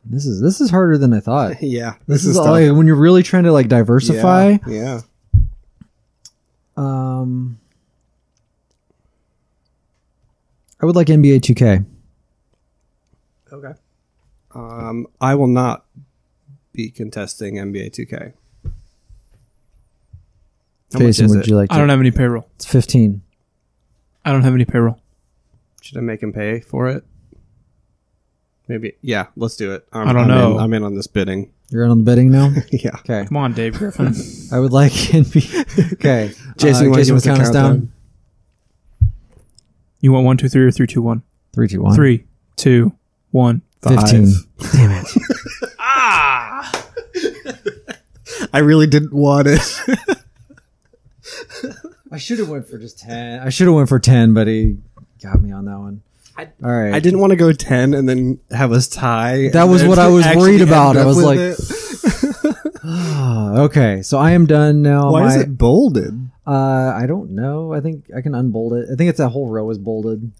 Speaker 1: This is this is harder than I thought.
Speaker 2: yeah,
Speaker 1: This, is,
Speaker 2: tough.
Speaker 1: all, when you're really trying to like
Speaker 2: Yeah,
Speaker 1: diversify.
Speaker 2: Yeah,
Speaker 1: Um, I would like NBA 2K.
Speaker 2: Okay. Um, I will not be contesting NBA 2K. How much
Speaker 1: Jason,
Speaker 2: is
Speaker 1: would
Speaker 2: it?
Speaker 1: you like? To,
Speaker 3: I don't have any payroll.
Speaker 1: It's 15.
Speaker 3: I don't have any payroll.
Speaker 2: Should I make him pay for it? Maybe. Yeah, let's do it. I'm,
Speaker 3: I don't
Speaker 2: am
Speaker 3: know.
Speaker 2: In, I'm in on this bidding.
Speaker 1: You're in on the bidding now.
Speaker 2: yeah.
Speaker 1: Okay.
Speaker 3: Come on, Dave Griffin.
Speaker 1: I would like NBA. Okay.
Speaker 2: Jason, you
Speaker 1: uh,
Speaker 2: wanna
Speaker 1: Jason
Speaker 2: give us a
Speaker 1: count us down.
Speaker 2: countdown?
Speaker 3: you want one, two, three, or three, two, one?
Speaker 1: Three, two, one.
Speaker 3: Three, two, one.
Speaker 2: Five.
Speaker 1: 15.
Speaker 2: I really didn't want it.
Speaker 1: I should have went for just 10. I should have went for 10, but he got me on that one. All right.
Speaker 2: I didn't want to go 10 and then have us tie.
Speaker 1: That
Speaker 2: and
Speaker 1: was
Speaker 2: then
Speaker 1: what I was
Speaker 2: actually
Speaker 1: worried about.
Speaker 2: end
Speaker 1: I
Speaker 2: up
Speaker 1: was
Speaker 2: with
Speaker 1: like-
Speaker 2: it.
Speaker 1: Ah, okay. So I am done now.
Speaker 2: why is
Speaker 1: oh My-
Speaker 2: it bolded?
Speaker 1: Uh, I don't know. I think I can unbold it. I think it's that whole row is bolded.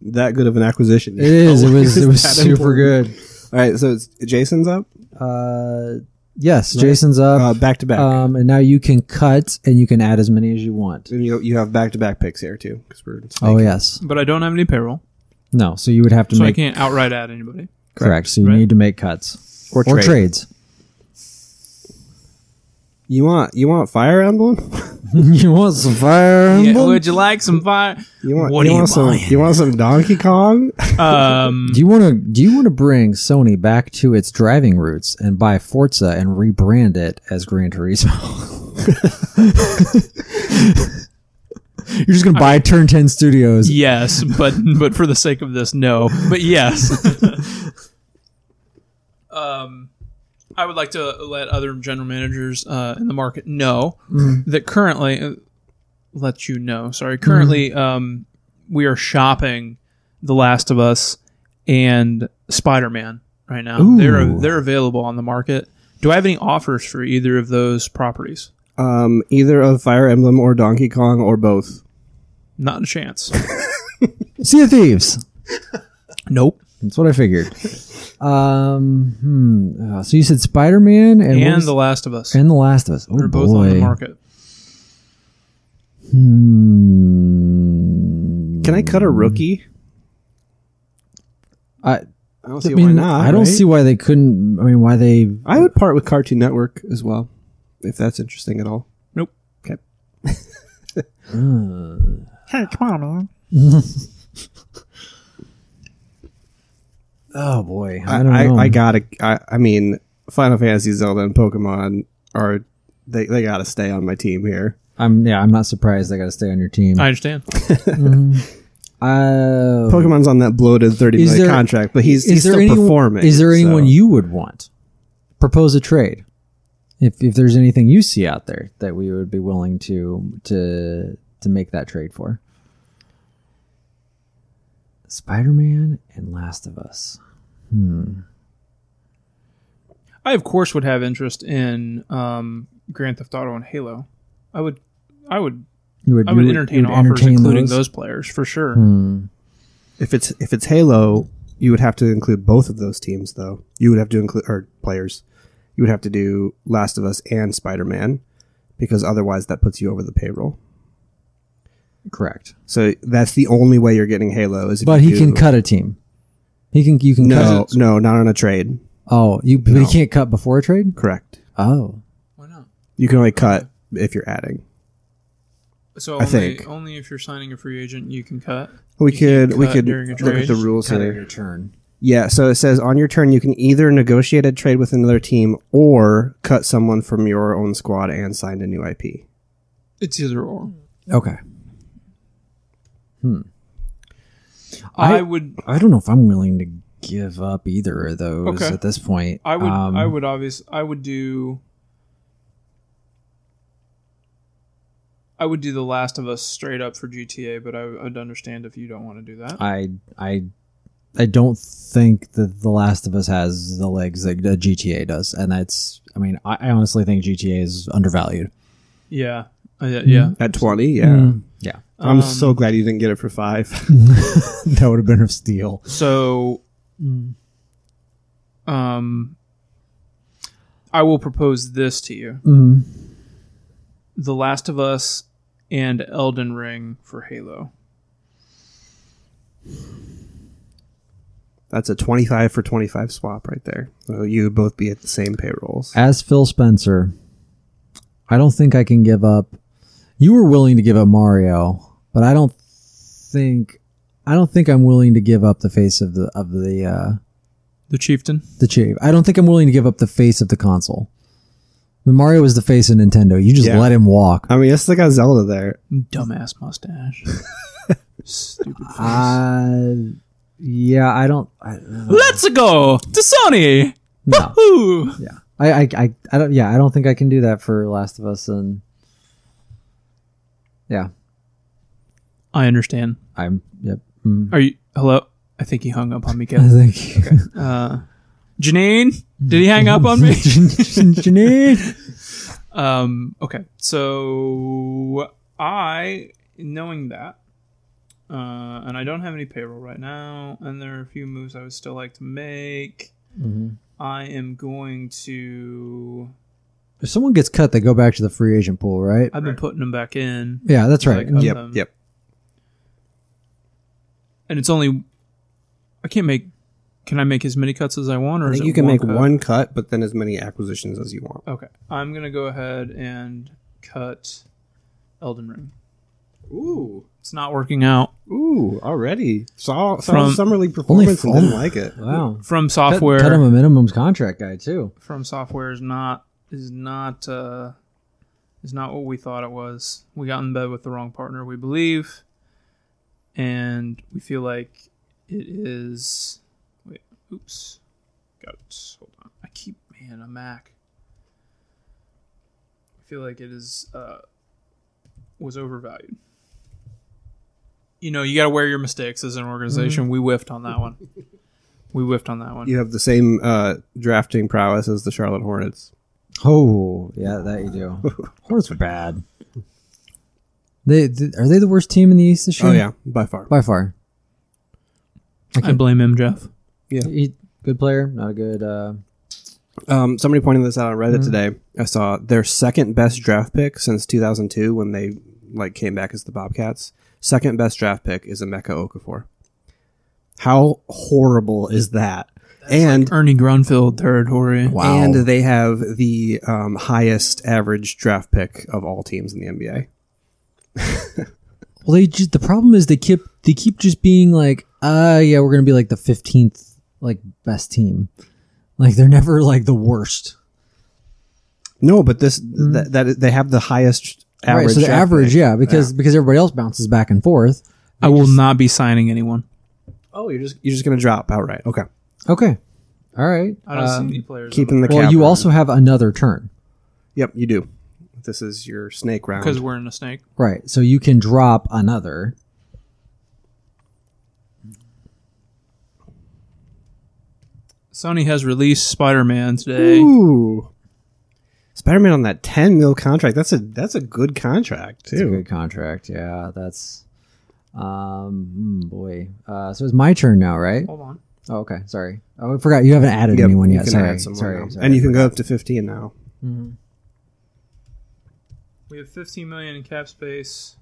Speaker 2: That good of an acquisition.
Speaker 1: It is. It was.
Speaker 2: Is
Speaker 1: It was
Speaker 2: that
Speaker 1: super
Speaker 2: important?
Speaker 1: good.
Speaker 2: All right, so it's Jason's up.
Speaker 1: Uh, Yes, Jason's up.
Speaker 2: Uh, back to back.
Speaker 1: Um, and now you can cut and you can add as many as you want.
Speaker 2: And you, you have back to back picks here too, because we're
Speaker 1: Oh yes.
Speaker 3: But I don't have any payroll,
Speaker 1: No, so you would have to
Speaker 3: so I
Speaker 1: make
Speaker 3: can't outright add anybody.
Speaker 1: correct. So you
Speaker 3: right?
Speaker 1: need to make cuts
Speaker 2: Or trade.
Speaker 1: trades.
Speaker 2: You want you want fire emblem?
Speaker 1: you want some fire?
Speaker 3: Yeah,
Speaker 1: Emblem?
Speaker 3: would you like some fire?
Speaker 2: You want
Speaker 5: What are
Speaker 2: you
Speaker 5: you
Speaker 2: want some
Speaker 5: buying?
Speaker 2: you want some Donkey Kong?
Speaker 3: Um,
Speaker 1: do you want to? Do you want to bring Sony back to its driving roots and buy Forza and rebrand it as Gran Turismo? You're just gonna buy Turn Ten Studios.
Speaker 3: yes, but but for the sake of this, no. But yes. um, I would like to let other general managers uh, in the market know
Speaker 2: Mm.
Speaker 3: that currently, uh, let you know. Sorry, currently,
Speaker 2: Mm-hmm.
Speaker 3: um, we are shopping The Last of Us and Spider Man right now. They're
Speaker 1: Ooh.
Speaker 3: they're available on the market. Do I have any offers for either of those properties?
Speaker 2: Um, either of Fire Emblem or Donkey Kong or both.
Speaker 3: Not a chance.
Speaker 1: Sea of Thieves.
Speaker 3: nope.
Speaker 1: That's what I figured. Um, hmm. uh, so you said Spider Man and, what
Speaker 3: And
Speaker 1: was-
Speaker 3: The Last of Us.
Speaker 1: and the Last of Us. Oh
Speaker 3: They're
Speaker 1: boy.
Speaker 3: both on the market.
Speaker 1: Hmm.
Speaker 2: Can I cut a rookie?
Speaker 1: I,
Speaker 2: I don't
Speaker 1: I
Speaker 2: see
Speaker 1: mean,
Speaker 2: why not.
Speaker 1: I don't
Speaker 2: right?
Speaker 1: see why they couldn't. I mean, why they?
Speaker 2: I would part with Cartoon Network as well, if that's interesting at all.
Speaker 3: Nope.
Speaker 2: Okay.
Speaker 4: Hey, come on, man.
Speaker 1: Oh boy,
Speaker 2: I,
Speaker 1: I don't
Speaker 2: I,
Speaker 1: know.
Speaker 2: I gotta. I, I mean, Final Fantasy, Zelda, and Pokemon are they they gotta stay on my team here.
Speaker 1: I'm yeah. I'm not surprised. I got to stay on your team.
Speaker 3: I understand.
Speaker 1: Uh,
Speaker 2: Pokemon's on that bloated thirty
Speaker 1: Is
Speaker 2: million
Speaker 1: there-
Speaker 2: contract, but he's,
Speaker 1: is
Speaker 2: he's
Speaker 1: there
Speaker 2: still
Speaker 1: anyone,
Speaker 2: performing.
Speaker 1: Is there anyone
Speaker 2: so-
Speaker 1: you would want propose a trade? If if there's anything you see out there that we would be willing to to to make that trade for. Spider-Man and Last of Us.
Speaker 3: I of course would have interest in um, Grand Theft Auto and Halo. I would, I would,
Speaker 1: You would,
Speaker 3: I would
Speaker 1: you
Speaker 3: entertain
Speaker 1: you would
Speaker 3: offers
Speaker 1: entertain Hmm.
Speaker 3: including those? players for sure.
Speaker 2: If it's if it's Halo, you would have to include both of those teams, though. You would have to include or players. You would have to do Last of Us and Spider Man, because otherwise that puts you over the payroll.
Speaker 1: Correct.
Speaker 2: So that's the only way you're getting Halo is. If
Speaker 1: But
Speaker 2: you
Speaker 1: he
Speaker 2: do-
Speaker 1: can cut a team. He can you can
Speaker 2: No,
Speaker 1: cut it.
Speaker 2: no, not on a trade.
Speaker 1: Oh, you but he can't cut before a trade?
Speaker 2: Correct.
Speaker 1: Oh.
Speaker 3: Why not?
Speaker 2: You can only cut if you're adding.
Speaker 3: So
Speaker 2: I
Speaker 3: only,
Speaker 2: think.
Speaker 3: only if you're signing a free agent, you can cut.
Speaker 2: We could we
Speaker 3: cut
Speaker 2: could
Speaker 3: during a
Speaker 2: look at
Speaker 3: trade.
Speaker 2: the rules
Speaker 1: Cut at
Speaker 2: here.
Speaker 1: your turn.
Speaker 2: Yeah, so it says on your turn you can either negotiate a trade with another team or cut someone from your own squad and sign a new IP.
Speaker 3: It's either or.
Speaker 1: Okay.
Speaker 3: I,
Speaker 1: I-
Speaker 3: would,
Speaker 1: I don't know if I'm willing to give up either of those
Speaker 3: Okay.
Speaker 1: at this point.
Speaker 3: I would,
Speaker 1: Um,
Speaker 3: I would obvious, I would do. I would do The Last of Us straight up for GTA, but I would understand if you don't want to do that.
Speaker 1: I I I don't think that The Last of Us has the legs that uh, GTA does, and that's. I mean, I, I honestly think GTA is undervalued.
Speaker 3: yeah, I- yeah.
Speaker 2: At 20, yeah. Um,
Speaker 1: Yeah,
Speaker 2: I'm so glad you didn't get it for 5.
Speaker 1: that would have been a steal.
Speaker 3: So, um, I will propose this to you:
Speaker 1: Mm.
Speaker 3: The Last of Us and Elden Ring for Halo.
Speaker 2: That's a 25 for 25 swap right there. So you would both be at the same payrolls.
Speaker 1: As Phil Spencer, I don't think I can give up. You were willing to give up Mario, but I don't think I don't think I'm willing to give up the face of the of the. Uh,
Speaker 3: The Chieftain.
Speaker 1: the chief. I don't think I'm willing to give up the face of the console. I mean, Mario was the face of Nintendo. You just
Speaker 2: Yeah.
Speaker 1: let him walk.
Speaker 2: I mean, it's like a Zelda there.
Speaker 3: Dumbass mustache. Ah. Stupid. face.
Speaker 1: Uh, yeah, I don't. I,
Speaker 3: Let's go to Sony.
Speaker 1: no,
Speaker 3: Woo!
Speaker 1: I, I, I, I don't. Yeah, I don't think I can do that for Last of Us. And yeah,
Speaker 3: I understand.
Speaker 1: I'm. Yep. Mm,
Speaker 3: Are you? Hello. I think he hung up on me,
Speaker 1: I
Speaker 3: Kevin.
Speaker 1: think.
Speaker 3: Uh, Janine, did he hang up on me?
Speaker 1: Janine.
Speaker 3: Um, okay, so I, knowing that, uh,
Speaker 2: Mm-hmm.
Speaker 3: and I don't have any payroll right now, and there are a few moves I would still like to make. I am going to.
Speaker 1: If someone gets cut, they go back to the free agent pool, right?
Speaker 3: I've been putting them back in,
Speaker 1: Yeah, that's right.
Speaker 3: Like,
Speaker 2: Yep.
Speaker 3: Um,
Speaker 2: yep.
Speaker 3: and it's only. I can't make. Can I make as many cuts as I want, or
Speaker 2: I
Speaker 3: is
Speaker 2: think
Speaker 3: it
Speaker 2: you can make
Speaker 3: cut?
Speaker 2: one cut, but then as many acquisitions as you want.
Speaker 3: Okay, I'm gonna go ahead and cut Elden Ring.
Speaker 2: Ooh,
Speaker 3: It's not working out
Speaker 2: ooh, already saw saw
Speaker 3: From-
Speaker 2: the summer league performance
Speaker 1: Only
Speaker 2: and didn't
Speaker 1: four?
Speaker 2: like it.
Speaker 1: Wow.
Speaker 3: from
Speaker 1: Cut,
Speaker 3: software.
Speaker 1: cut him a minimum contract guy too.
Speaker 3: from software is not is not uh, is not what we thought it was. We got in bed with the wrong partner, we believe, and we feel like it is. Wait, oops, got it. Hold on, I keep man a Mac. I feel like it is uh, was overvalued. You know, you got to wear your mistakes as an organization. We whiffed on that one. We whiffed on that one.
Speaker 2: You have the same uh, drafting prowess as the Charlotte Hornets.
Speaker 1: Oh, yeah, that you do. Hornets were bad. They, th- are they the worst team in the East this year?
Speaker 2: Oh yeah, by far.
Speaker 1: by far.
Speaker 3: I blame him, Jeff.
Speaker 1: He, good player, not a good. Uh,
Speaker 2: Um, somebody pointed this out on Reddit
Speaker 1: Mm-hmm.
Speaker 2: today. I saw their second best draft pick since 2002 when they like came back as the Bobcats. Second best draft pick is Emeka Okafor. How horrible is that? and
Speaker 3: Ernie Grunfeld territory.
Speaker 2: and they have the um, highest average draft pick of all teams in the NBA.
Speaker 1: well, they just, the problem is they keep they keep just being like, ah, yeah, we're gonna be like the fifteenth like best team. Like they're never like the worst.
Speaker 2: No, but this that, that they have the highest average.
Speaker 1: Mm-hmm. right, so the
Speaker 2: draft
Speaker 1: average,
Speaker 2: pick.
Speaker 1: yeah, because because everybody else bounces back and forth.
Speaker 3: I will not be signing anyone.
Speaker 2: Oh, you're just you're just gonna drop outright. Okay,
Speaker 1: Okay, all right.
Speaker 3: I don't
Speaker 1: Uh,
Speaker 3: see any players.
Speaker 2: keeping the
Speaker 1: well,
Speaker 2: cap
Speaker 1: you
Speaker 2: round.
Speaker 1: also have another turn,
Speaker 2: Yep, you do. This is your snake round.
Speaker 3: because we're in a snake.
Speaker 1: right? So you can drop another.
Speaker 3: Sony has released Spider-Man today.
Speaker 2: Ooh. Spider Man on that ten mil contract. That's a that's a good contract
Speaker 1: It's a
Speaker 2: too.
Speaker 1: good contract. Yeah, that's. Um, mm, boy. Uh, so it's my turn now, right?
Speaker 3: Hold on.
Speaker 1: Oh, okay. Sorry. Oh, I forgot you haven't added
Speaker 2: Yep,
Speaker 1: anyone
Speaker 2: you
Speaker 1: yet.
Speaker 2: can
Speaker 1: sorry.
Speaker 2: add someone now.
Speaker 1: sorry, sorry.
Speaker 2: And you can go up to fifteen now.
Speaker 3: We have 15 million in cap space.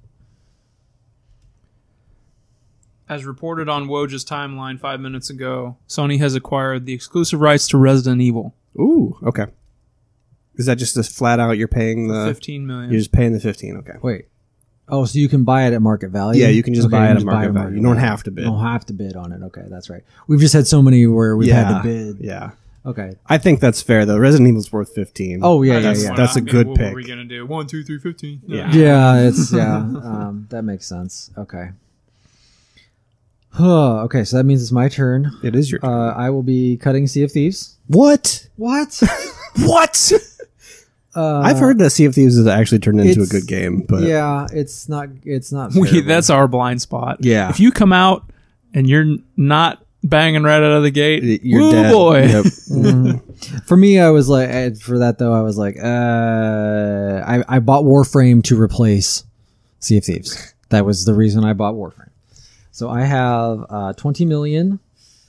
Speaker 3: As reported on Woj's timeline five minutes ago, Sony has acquired the exclusive rights to Resident Evil.
Speaker 2: Ooh, okay. Is that just a flat out you're paying the
Speaker 3: 15 million.
Speaker 2: you're just paying the fifteen, okay.
Speaker 1: Wait. Oh, so you can buy it at market value.
Speaker 2: Yeah, you can just
Speaker 1: Okay,
Speaker 2: buy it at
Speaker 1: just
Speaker 2: market value. You don't have to bid.
Speaker 1: You don't have to bid on it. Okay, that's right. We've just had so many where we've had to bid.
Speaker 2: Yeah.
Speaker 1: Okay.
Speaker 2: I think that's fair though. Resident Evil's worth fifteen.
Speaker 1: Oh yeah, yeah,
Speaker 3: That's
Speaker 1: yeah.
Speaker 3: what
Speaker 2: That's a
Speaker 3: I mean,
Speaker 2: good
Speaker 3: what
Speaker 2: pick.
Speaker 3: were we gonna do? One, two, three, 15. No.
Speaker 2: Yeah.
Speaker 1: yeah, it's yeah. Um, that makes sense. Okay. Huh, okay, so that means it's my turn.
Speaker 2: it is your
Speaker 1: Uh, I will be cutting Sea of Thieves.
Speaker 2: What?
Speaker 1: What?
Speaker 2: What?
Speaker 1: Uh,
Speaker 2: I've heard that Sea of Thieves has actually turned into a
Speaker 1: it's-
Speaker 2: good game, but
Speaker 1: yeah, it's not. It's not.
Speaker 3: We,
Speaker 1: terrible.
Speaker 3: that's our blind spot.
Speaker 2: Yeah.
Speaker 3: If you come out and you're n- not banging right out of the gate,
Speaker 2: you're
Speaker 3: woo
Speaker 2: dead.
Speaker 3: boy.
Speaker 2: Yep.
Speaker 1: for me. I was like, I- for that though, I was like, uh, I I bought Warframe to replace Sea of Thieves. That was the reason I bought Warframe. So I have uh, twenty million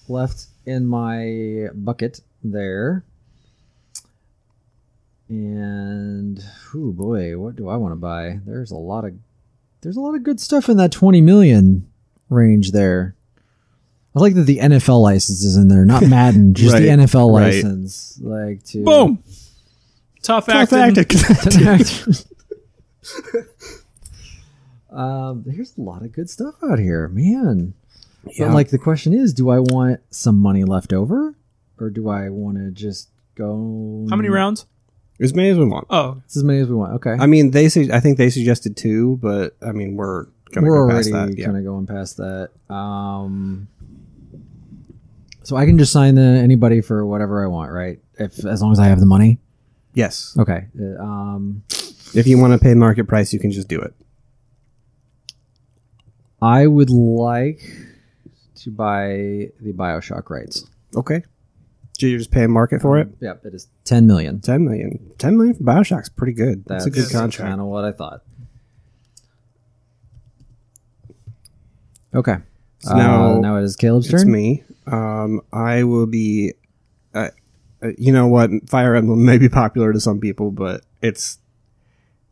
Speaker 1: left in my bucket there. And oh boy, what do I want to buy? There's a lot of there's a lot of good stuff in that twenty million range there. I like that the NFL license is in there, not Madden, just the
Speaker 2: Right,
Speaker 1: NFL
Speaker 2: right.
Speaker 1: license. Like to
Speaker 3: Boom. Tough acting.
Speaker 1: um, here's a lot of good stuff out here, man. But like the question is, do I want some money left over, or do I want to just go?
Speaker 3: How many rounds?
Speaker 2: as many as we want.
Speaker 3: Oh,
Speaker 1: It's as many as we want. Okay,
Speaker 2: I mean, they su- I think they suggested two, but I mean, we're gonna
Speaker 1: we're
Speaker 2: go
Speaker 1: already
Speaker 2: past that. Yeah.
Speaker 1: kind of going past that. Um, so I can just sign the, anybody for whatever I want, right? If as long as I have the money.
Speaker 2: Yes,
Speaker 1: Okay. Uh, Um,
Speaker 2: if you want to pay market price, you can just do it.
Speaker 1: I would like to buy the Bioshock rights.
Speaker 2: Okay, so you're just paying market for it.
Speaker 1: Yep, it is ten million.
Speaker 2: Ten million. Ten million for Bioshock's pretty good. That's,
Speaker 1: That's
Speaker 2: a good
Speaker 1: Kind
Speaker 2: contract.
Speaker 1: of what I thought. Okay.
Speaker 2: So now
Speaker 1: uh, now it is Caleb's
Speaker 2: It's
Speaker 1: turn.
Speaker 2: me. Um, I will be. I uh, you know what? Fire Emblem may be popular to some people, but it's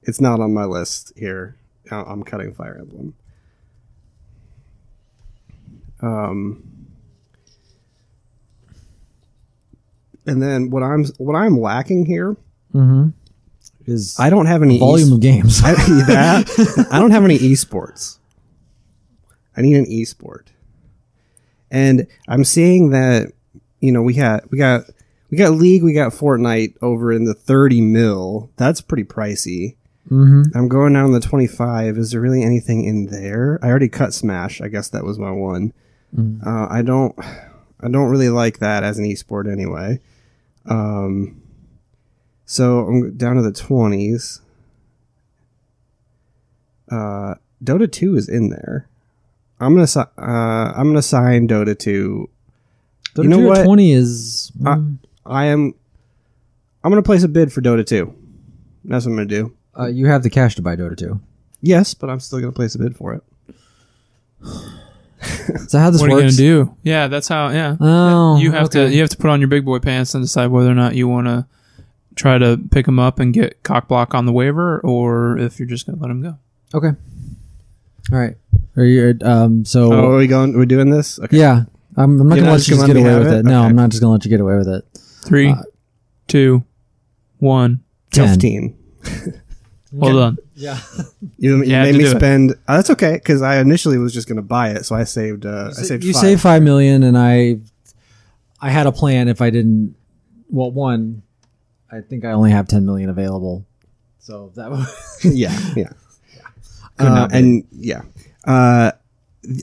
Speaker 2: it's not on my list here. I- I'm cutting Fire Emblem. Um, and then what I'm what I'm lacking here,
Speaker 1: Is
Speaker 2: I don't have any
Speaker 1: volume
Speaker 2: es-
Speaker 1: of games.
Speaker 2: I, that I don't have any esports. I need an esport, and I'm seeing that you know we had we got we got League, we got Fortnite over in the thirty mil. That's pretty pricey. Mm-hmm. I'm going down to the twenty five. Is there really anything in there? I already cut Smash. I guess that was my one. Uh, I don't I don't really like that as an esport anyway. Um, so I'm down to the twenties. Uh, Dota two is in there. I'm gonna si- uh, I'm gonna sign Dota two.
Speaker 1: Dota
Speaker 2: you know
Speaker 1: 2 at
Speaker 2: what?
Speaker 1: Twenty is
Speaker 2: I, I am. I'm gonna place a bid for Dota two. That's what I'm gonna do.
Speaker 1: uh, you have the cash to buy Dota two.
Speaker 2: Yes, but I'm still gonna place a bid for it.
Speaker 1: Is that how this
Speaker 3: What are you gonna
Speaker 1: works?
Speaker 3: do? Yeah, that's how. Yeah,
Speaker 1: Oh,
Speaker 3: you have to
Speaker 1: okay.
Speaker 3: you have to put on your big boy pants and decide whether or not you want to try to pick him up and get cock block on the waiver, or if you're just gonna let him go.
Speaker 1: Okay. All right. Are you um so
Speaker 2: Oh, are we going? We're doing this? Okay.
Speaker 1: yeah. I'm, I'm not
Speaker 2: You're
Speaker 1: gonna
Speaker 2: not
Speaker 1: let
Speaker 2: just
Speaker 1: you just
Speaker 2: gonna
Speaker 1: get
Speaker 2: let me
Speaker 1: away
Speaker 2: have
Speaker 1: with it.
Speaker 2: it?
Speaker 1: No,
Speaker 2: Okay.
Speaker 1: I'm not just gonna let you get away with it.
Speaker 3: Three,
Speaker 2: Uh,
Speaker 3: two, one.
Speaker 1: Ten.
Speaker 2: Fifteen.
Speaker 3: Hold on.
Speaker 2: You, you
Speaker 3: You have
Speaker 2: made
Speaker 3: to
Speaker 2: me
Speaker 3: do it.
Speaker 2: spend. Oh, that's okay because I initially was just going to buy it, so I saved. Uh, I saved.
Speaker 1: you
Speaker 2: five.
Speaker 1: saved five million, and I, I had a plan. If I didn't, well, one, I think I only have ten million available. So that was
Speaker 2: yeah, yeah, uh, and yeah. Uh,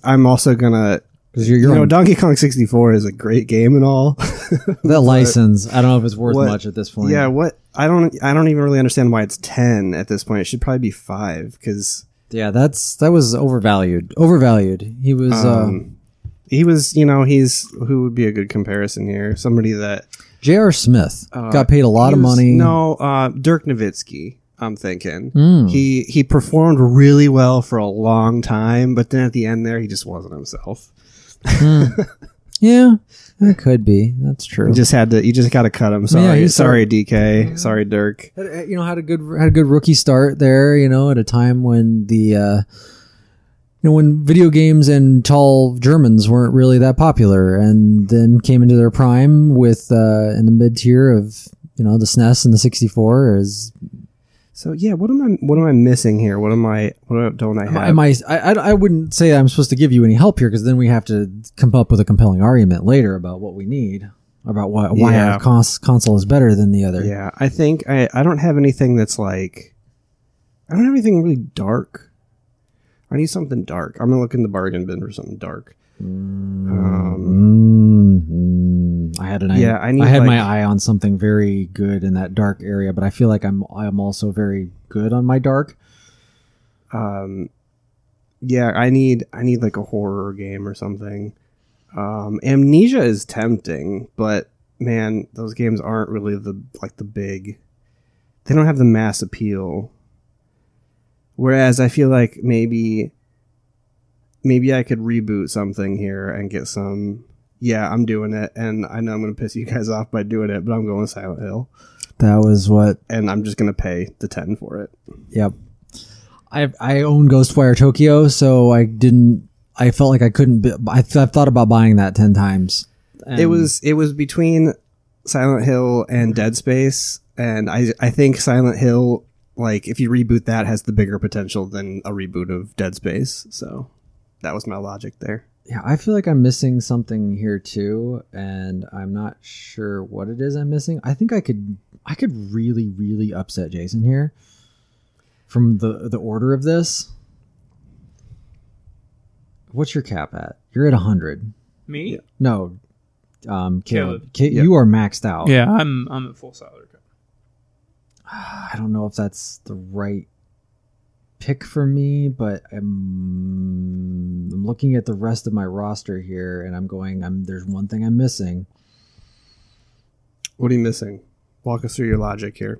Speaker 2: I'm also gonna.
Speaker 1: because you're,
Speaker 2: You
Speaker 1: you're
Speaker 2: know,
Speaker 1: on
Speaker 2: Donkey Kong 64 is a great game and all.
Speaker 1: that license. I don't know if it's worth
Speaker 2: What-
Speaker 1: much at this point.
Speaker 2: yeah, what I don't, I don't even really understand why it's 10 at this point. It should probably be five because
Speaker 1: yeah. That's that was overvalued. Overvalued. He was. uh,
Speaker 2: um, he was, you know, he's who would be a good comparison here. Somebody that
Speaker 1: J.R. Smith
Speaker 2: Uh,
Speaker 1: got paid a lot of
Speaker 2: He was-
Speaker 1: money.
Speaker 2: No, uh, Dirk Nowitzki. I'm thinking
Speaker 1: Hmm.
Speaker 2: he he performed really well for a long time, but then at the end there, he just wasn't himself.
Speaker 1: Yeah, that could be. That's true.
Speaker 2: You just had to. You just got to cut him. Sorry,
Speaker 1: he's so-
Speaker 2: sorry, DK. Sorry, Dirk.
Speaker 1: Had- had- you know had a good had a good rookie start there you know at a time when the uh you know when video games and tall germans weren't really that popular and then came into their prime with uh in the mid tier of you know the snes and the 64 is
Speaker 2: So yeah, what am I? What am I missing here? What am I? What don't I have?
Speaker 1: am I, I I- I wouldn't say i'm supposed to give you any help here because then we have to come up with a compelling argument later about what we need about why why
Speaker 2: Yeah.
Speaker 1: our cons- console is better than the other
Speaker 2: yeah, I think I I don't have anything that's like. I don't have anything really dark. I need something dark. I'm gonna look in the bargain bin for something dark. Um,
Speaker 1: Mm, I had an eye.
Speaker 2: Yeah, I need,
Speaker 1: I had
Speaker 2: like-
Speaker 1: my eye on something very good in that dark area, but I feel like I'm I'm also very good on my dark.
Speaker 2: um yeah i need i need like a horror game or something um amnesia is tempting but man those games aren't really the like the big they don't have the mass appeal whereas i feel like maybe maybe i could reboot something here and get some yeah i'm doing it and i know i'm gonna piss you guys off by doing it but i'm going silent hill
Speaker 1: That was what.
Speaker 2: and i'm just gonna pay the 10 for it
Speaker 1: Yep. I I own Ghostwire Tokyo, so I didn't. I felt like I couldn't. Be, I th- I've thought about buying that ten times.
Speaker 2: it
Speaker 1: And-
Speaker 2: was it was between Silent Hill and Dead Space, and I I think Silent Hill like if you reboot that has the bigger potential than a reboot of Dead Space. So that was my logic there.
Speaker 1: Yeah, I feel like I'm missing something here too, and I'm not sure what it is I'm missing. I think I could I could really really upset Jason here from the the order of this. What's your cap at? You're at 100.
Speaker 3: Me?
Speaker 1: No. Um Caleb,
Speaker 3: Caleb.
Speaker 1: Ca- you are maxed out.
Speaker 3: Yeah, I'm I'm at full salary.
Speaker 1: I don't know if that's the right pick for me, but I'm, I'm looking at the rest of my roster here, and I'm going. I'm there's one thing I'm missing.
Speaker 2: What are you missing? Walk us through your logic here.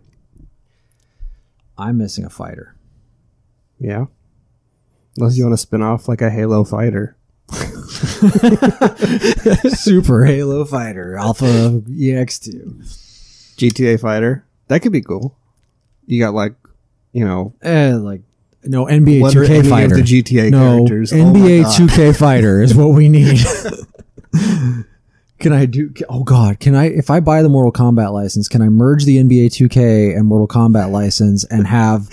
Speaker 1: I'm missing a fighter.
Speaker 2: Yeah. Unless you want to spin off like a Halo fighter.
Speaker 1: Super Halo Fighter Alpha E EX2.
Speaker 2: GTA Fighter. That could be cool. You got like, you know,
Speaker 1: Eh, like no NBA
Speaker 2: what are
Speaker 1: 2K
Speaker 2: any
Speaker 1: Fighter.
Speaker 2: of the GTA
Speaker 1: no
Speaker 2: characters? Oh my
Speaker 1: NBA
Speaker 2: God.
Speaker 1: 2K Fighter is what we need. can I do? Oh God, can I? If I buy the Mortal Kombat license, can I merge the NBA 2K and Mortal Kombat license and have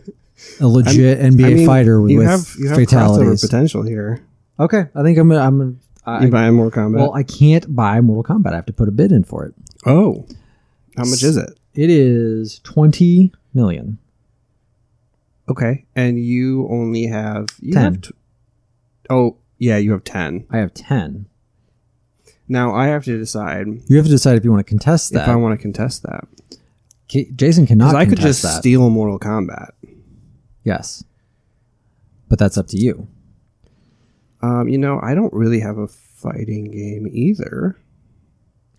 Speaker 1: a legit NBA
Speaker 2: I mean,
Speaker 1: fighter with,
Speaker 2: you
Speaker 1: with
Speaker 2: have, you have crossover
Speaker 1: fatalities?
Speaker 2: potential here.
Speaker 1: Okay, I think I'm. gonna- I'm. gonna- I,
Speaker 2: You buy more combat.
Speaker 1: well, I can't buy Mortal Kombat. I have to put a bid in for it.
Speaker 2: oh, how much is it?
Speaker 1: It is twenty million.
Speaker 2: Okay, and you only have you
Speaker 1: 10.
Speaker 2: Have t- oh yeah, you have ten.
Speaker 1: I have ten.
Speaker 2: Now I have to decide
Speaker 1: You have to decide if you want to contest
Speaker 2: if I
Speaker 1: that.
Speaker 2: want to contest that
Speaker 1: Ca- Jason
Speaker 2: because
Speaker 1: cannot.
Speaker 2: I could
Speaker 1: contest
Speaker 2: just
Speaker 1: that.
Speaker 2: steal Mortal Kombat.
Speaker 1: Yes, but that's up to you.
Speaker 2: Um, you know, I don't really have a fighting game either.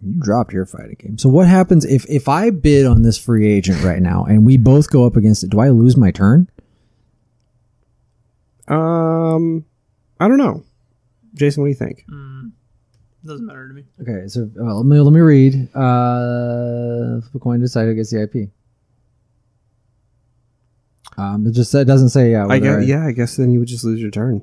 Speaker 1: You dropped your fighting game. So what happens if if I bid on this free agent right now and we both go up against it? Do I lose my turn?
Speaker 2: Um, I don't know, Jason. What do you think?
Speaker 3: Doesn't matter to me.
Speaker 1: Okay, so uh, let me let me read. Uh, flip a coin to decide who gets the IP. Um, it just it doesn't say. Uh,
Speaker 2: I
Speaker 1: whether
Speaker 2: guess, yeah, I guess then you would just lose your turn.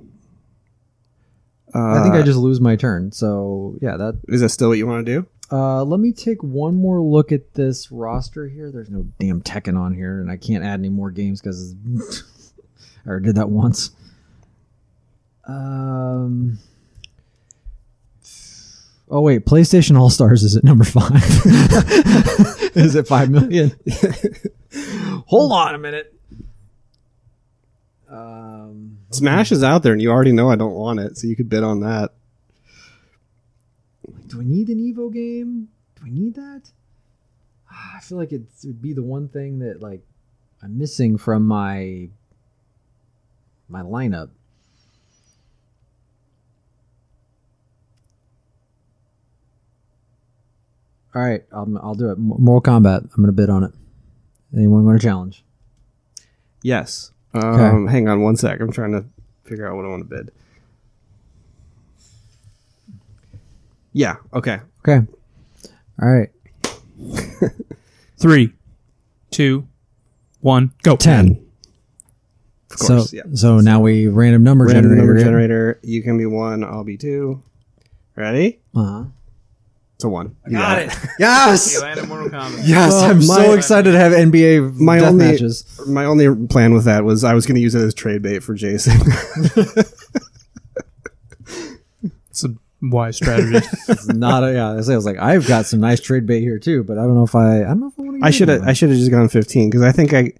Speaker 2: Uh,
Speaker 1: I think I just lose my turn. So yeah, that.
Speaker 2: is that still what you want to do?
Speaker 1: Uh, let me take one more look at this roster here. There's no damn Tekken on here, and I can't add any more games because I already did that once. Um. Oh wait, PlayStation All Stars is at number five. is it five million? Hold on a minute. Um.
Speaker 2: Smash is out there, and you already know I don't want it, so you could bid on that.
Speaker 1: do I need an Evo game? Do I need that? Ah, I feel like it would be the one thing that like I'm missing from my my lineup. All right, I'll, I'll do it. Mo- Mortal Kombat. I'm gonna bid on it. Anyone want to challenge?
Speaker 2: Yes. Um,
Speaker 1: Okay.
Speaker 2: Hang on one sec. I'm trying to figure out what I want to bid. Yeah. Okay.
Speaker 1: Okay. All right.
Speaker 5: Three.
Speaker 3: Two, one.
Speaker 5: Go.
Speaker 1: Ten.
Speaker 2: Of
Speaker 1: So
Speaker 2: course. yeah.
Speaker 1: so now we random number
Speaker 2: Random
Speaker 1: generator.
Speaker 2: number generator. You can be one. I'll be two. Ready?
Speaker 1: Uh-huh.
Speaker 2: It's a one. You
Speaker 5: Got it.
Speaker 1: Yes.
Speaker 3: Atlanta Mortal Kombat.
Speaker 1: Yes, I'm so
Speaker 2: my-
Speaker 1: excited to have NBA
Speaker 2: My
Speaker 1: death
Speaker 2: only-
Speaker 1: matches.
Speaker 2: My only plan with that was I was going to use it as trade bait for Jason.
Speaker 3: It's a wise strategy.
Speaker 1: It's not a, yeah. I was like, I've got some nice trade bait here too, but I don't know if I, I don't know if I want to.
Speaker 2: I should have. I should have just gone 15 because I think I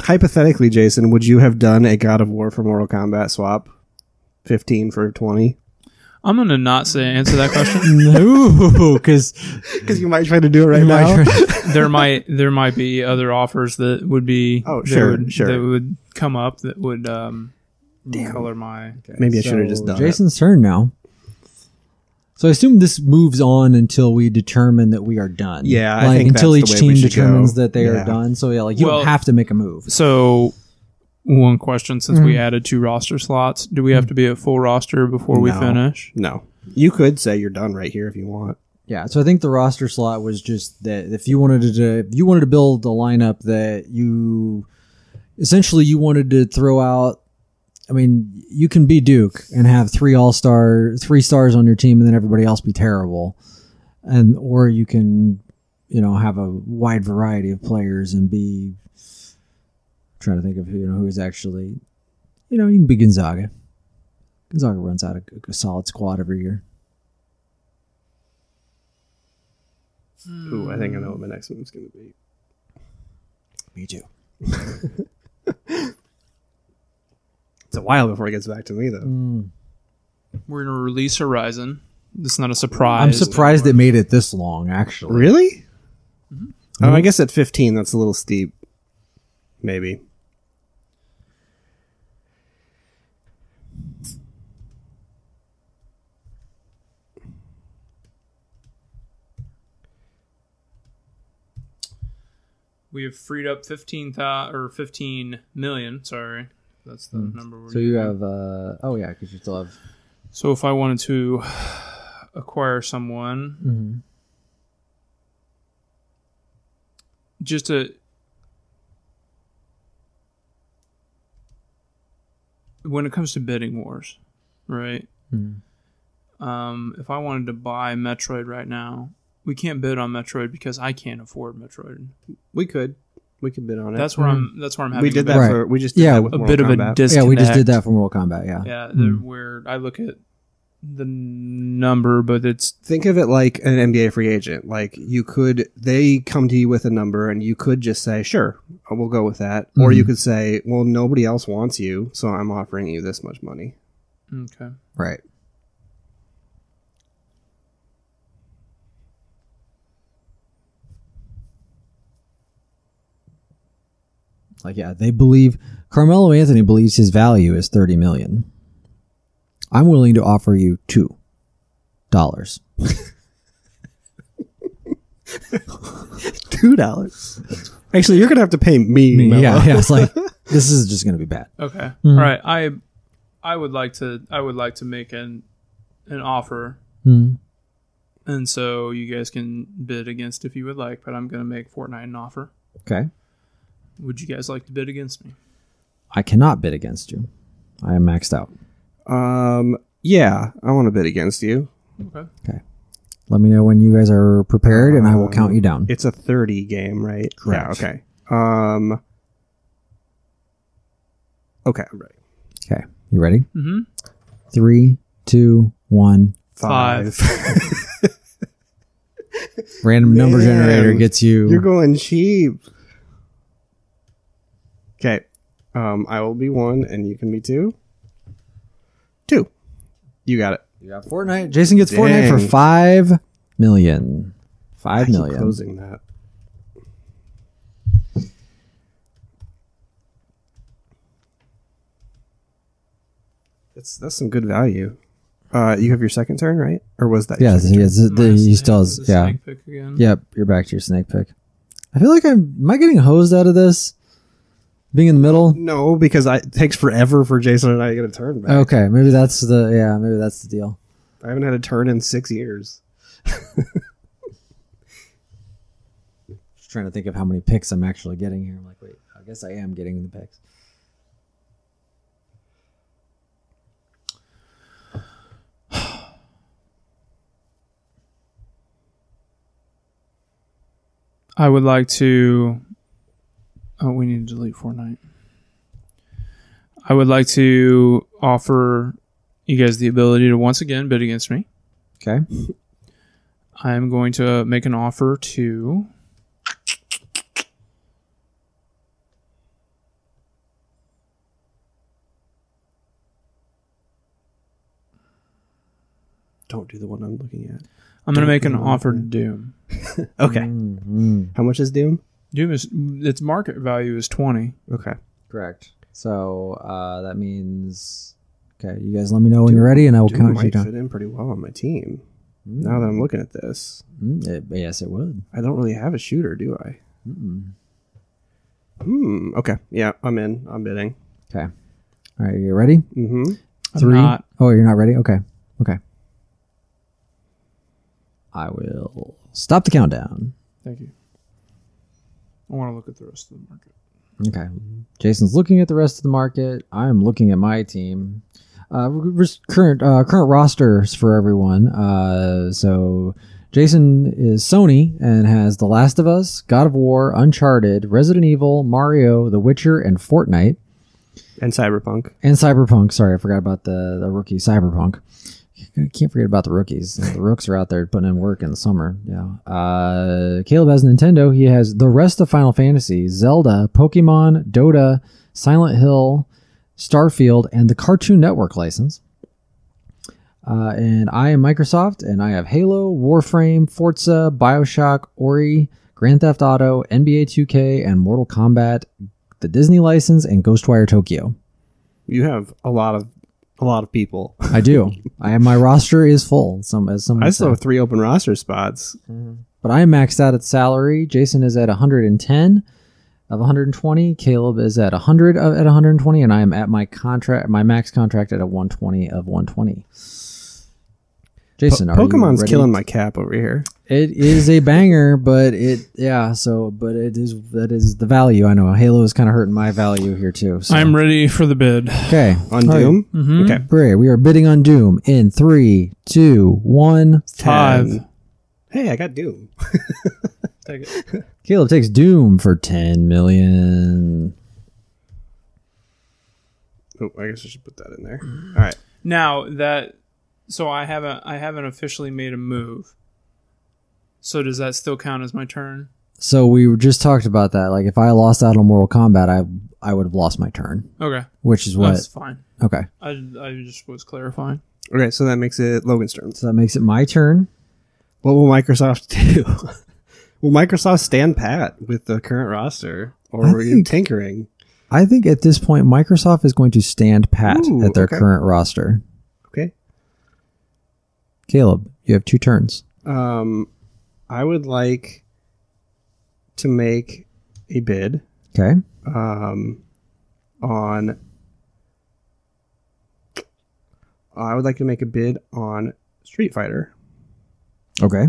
Speaker 2: hypothetically, Jason, would you have done a God of War for Mortal Kombat swap? 15 for 20
Speaker 3: I'm gonna not say answer that question.
Speaker 1: no, because
Speaker 2: because you might try to do it right now.
Speaker 3: there might there might be other offers that would be
Speaker 2: Oh,
Speaker 3: that
Speaker 2: sure,
Speaker 3: would-
Speaker 2: sure.
Speaker 3: that would come up that would um color my
Speaker 2: Maybe I should've just done it.
Speaker 1: Jason's turn now. So I assume this moves on until we determine that we are done.
Speaker 2: Yeah, I
Speaker 1: like
Speaker 2: think
Speaker 1: until
Speaker 2: that's the
Speaker 1: each
Speaker 2: way we
Speaker 1: team
Speaker 2: should
Speaker 1: determines
Speaker 2: go.
Speaker 1: that they
Speaker 2: Yeah.
Speaker 1: are done. So yeah, like you
Speaker 3: Well-
Speaker 1: don't have to make a move.
Speaker 3: so one question since we added two roster slots do we have to be at full roster before we
Speaker 2: No.
Speaker 3: finish
Speaker 2: No. You could say you're done right here if you want.
Speaker 1: Yeah, so I think the roster slot was just that if you wanted to, if you wanted to build a lineup that you essentially you wanted to throw out. I mean, you can be Duke and have three all star, three stars on your team, and then everybody else be terrible, and or you can, you know, have a wide variety of players and be trying to think of who you know who is actually, you know, you can be Gonzaga. Gonzaga runs out a, a solid squad every year.
Speaker 2: Ooh, I think I know what my next one's going to be.
Speaker 1: Me too.
Speaker 2: It's a while before it gets back to me, though.
Speaker 3: we're gonna release horizon it's not a surprise
Speaker 1: I'm surprised it made it this long, actually.
Speaker 2: Really? Oh, I guess at 15, that's a little steep. Maybe.
Speaker 3: we have freed up 15 thou- or 15 million sorry that's the number we're
Speaker 1: So you have, uh, oh yeah, because you still have
Speaker 3: So if I wanted to acquire someone,
Speaker 1: Mm-hmm.
Speaker 3: just a when it comes to bidding wars, right?
Speaker 1: Mm-hmm.
Speaker 3: Um, if I wanted to buy Metroid right now, we can't bid on Metroid because I can't afford Metroid.
Speaker 2: We could. We could bid on it.
Speaker 3: That's where I'm. That's where I'm having.
Speaker 2: we did that
Speaker 3: a bit-
Speaker 1: Right.
Speaker 2: for we just did
Speaker 1: Yeah,
Speaker 2: that with
Speaker 3: A
Speaker 2: Mortal
Speaker 3: bit of a
Speaker 2: Kombat.
Speaker 1: Mm-hmm.
Speaker 3: disconnect.
Speaker 1: Yeah, we just did that for Mortal Kombat. Yeah.
Speaker 3: Yeah, the- where I look at the n- number, but it's
Speaker 2: think of it like an NBA free agent. Like you could, they come to you with a number, and you could just say, "Sure, we'll go with that," or you could say, "Well, nobody else wants you, so I'm offering you this much money."
Speaker 3: okay.
Speaker 1: Right. Like yeah, they believe Carmelo Anthony believes his value is 30 million. I'm willing to offer you 2 dollars.
Speaker 2: Two dollars. Actually, you're gonna have to pay me. Mello.
Speaker 1: Yeah, yeah, it's like this is just going to be bad.
Speaker 3: Okay.
Speaker 1: Hmm.
Speaker 3: All right. I I would like to I would like to make an an offer.
Speaker 1: Hmm.
Speaker 3: And so you guys can bid against if you would like, but I'm going to make Fortnite an offer.
Speaker 1: Okay.
Speaker 3: Would you guys like to bid against me?
Speaker 1: I cannot bid against you. I am maxed out.
Speaker 2: Um. Yeah, I want to bid against you.
Speaker 3: Okay.
Speaker 1: Let me know when you guys are prepared and I will count you down.
Speaker 2: It's a thirty game, right?
Speaker 1: Correct.
Speaker 2: Yeah. Okay. Um. Okay, I'm ready.
Speaker 1: Okay. You ready?
Speaker 2: Mm-hmm.
Speaker 3: Mhm.
Speaker 1: Three, two, one.
Speaker 3: Five.
Speaker 1: Random number
Speaker 2: Man,
Speaker 1: generator gets you.
Speaker 2: You're going cheap. Okay. Um, I will be one and you can be two. Two. You got it.
Speaker 1: You got Fortnite. Jason gets Fortnite for
Speaker 2: Dang.
Speaker 1: five million. Five
Speaker 2: Keep
Speaker 1: million.
Speaker 2: closing that. That's that's some good value. Uh, you have your second turn, right? Or was that? your
Speaker 1: Yeah,
Speaker 2: second
Speaker 1: he, has,
Speaker 3: My
Speaker 1: the, he
Speaker 3: snake-
Speaker 1: still has.
Speaker 3: the
Speaker 1: Yeah.
Speaker 3: snake pick again.
Speaker 1: Yep. You're back to your snake pick. I feel like I'm. Am I getting hosed out of this? Being in the middle.
Speaker 2: turn? No, because I, it takes forever for Jason and I to get a turn back.
Speaker 1: Okay. Maybe that's the. Yeah. Maybe that's the deal.
Speaker 2: I haven't had a turn in six years.
Speaker 1: Just trying to think of how many picks I'm actually getting here. I'm like, wait. I guess I am getting the picks.
Speaker 3: I would like to. Oh, we need to delete Fortnite. I would like to offer you guys the ability to once again bid against me.
Speaker 1: Okay.
Speaker 3: I'm going to make an offer to.
Speaker 2: Don't do the one I'm looking at.
Speaker 3: I'm going to make an offer to Doom.
Speaker 2: Okay.
Speaker 1: Mm-hmm.
Speaker 2: How much is Doom?
Speaker 3: Doom is its market value is 20.
Speaker 2: Okay.
Speaker 1: Correct. So uh, that means. Okay. You guys, let me know when you're ready, and I will
Speaker 2: Doom
Speaker 1: count you Mm.
Speaker 2: might
Speaker 1: down.
Speaker 2: fit in pretty well on my team. Now that I'm looking at this,
Speaker 1: Mm, it- yes, it would.
Speaker 2: I don't really have a shooter, do I? Hmm. Okay. Yeah, I'm in. I'm bidding.
Speaker 1: Okay. All right, you ready?
Speaker 2: Mm-hmm.
Speaker 3: I'm
Speaker 1: Three.
Speaker 3: not-
Speaker 1: Oh, you're not ready? Okay. Okay. I will stop the countdown.
Speaker 3: Thank you. I want to look at the rest of the market.
Speaker 1: Okay. Jason's looking at the rest of the market. I'm looking at my team. Uh, r- r- current uh, current rosters for everyone. Uh, so Jason is Sony and has The Last of Us, God of War, Uncharted, Resident Evil, Mario, The Witcher, and Fortnite.
Speaker 2: And Cyberpunk.
Speaker 1: and Cyberpunk. Sorry, I forgot about the, the rookie Cyberpunk. I can't forget about the rookies. The rooks are out there putting in work in the summer. Yeah. Uh, Caleb has Nintendo. He has the rest of Final Fantasy, Zelda, Pokemon, Dota, Silent Hill, Starfield, and the Cartoon Network license. Uh, and I am Microsoft, and I have Halo, Warframe, Forza, Bioshock, Ori, Grand Theft Auto, NBA 2K, and Mortal Kombat, the Disney license, and Ghostwire Tokyo.
Speaker 2: You have a lot of a lot of people.
Speaker 1: I do. I have my roster is full. Some as someone
Speaker 2: I still
Speaker 1: said.
Speaker 2: have three open roster spots.
Speaker 1: but I am maxed out at salary. Jason is at 110. of 120. Caleb is at 100 of, at 120, and I am at my contract, my max contract at a 120 of 120. Jason, are you
Speaker 2: Pokemon's
Speaker 1: ready?
Speaker 2: killing my cap over here.
Speaker 1: It is a banger, but it yeah. So, but it is that is the value. I know Halo is kind of hurting my value here too. So.
Speaker 3: I'm ready for the bid.
Speaker 1: okay
Speaker 2: On
Speaker 1: All right.
Speaker 2: Doom? Okay.
Speaker 1: Great. We are bidding on Doom in three, two, one.
Speaker 3: Five.
Speaker 2: Ten. Hey, I got Doom.
Speaker 1: Caleb takes Doom for ten million.
Speaker 2: Oh, I guess I should put that in there. All right.
Speaker 3: Now that so I haven't I haven't officially made a move. So does that still count as my turn?
Speaker 1: So we just talked about that. Like, if I lost out on Mortal Kombat, I I would have lost my turn,
Speaker 3: Okay.
Speaker 1: which is what.
Speaker 3: That's fine.
Speaker 1: Okay,
Speaker 3: I, I just was clarifying.
Speaker 2: Okay, so that makes it Logan's turn.
Speaker 1: so that makes it my turn.
Speaker 2: What will Microsoft do? will Microsoft stand pat with the current roster, or
Speaker 1: I
Speaker 2: are you
Speaker 1: think-
Speaker 2: tinkering?
Speaker 1: I think at this point, Microsoft is going to stand pat
Speaker 2: Ooh,
Speaker 1: at their
Speaker 2: okay.
Speaker 1: current roster.
Speaker 2: Okay.
Speaker 1: Caleb, you have two turns.
Speaker 2: Um, I would like to make a bid
Speaker 1: Okay.
Speaker 2: um, on. I would like to make a bid on Street Fighter.
Speaker 1: Okay.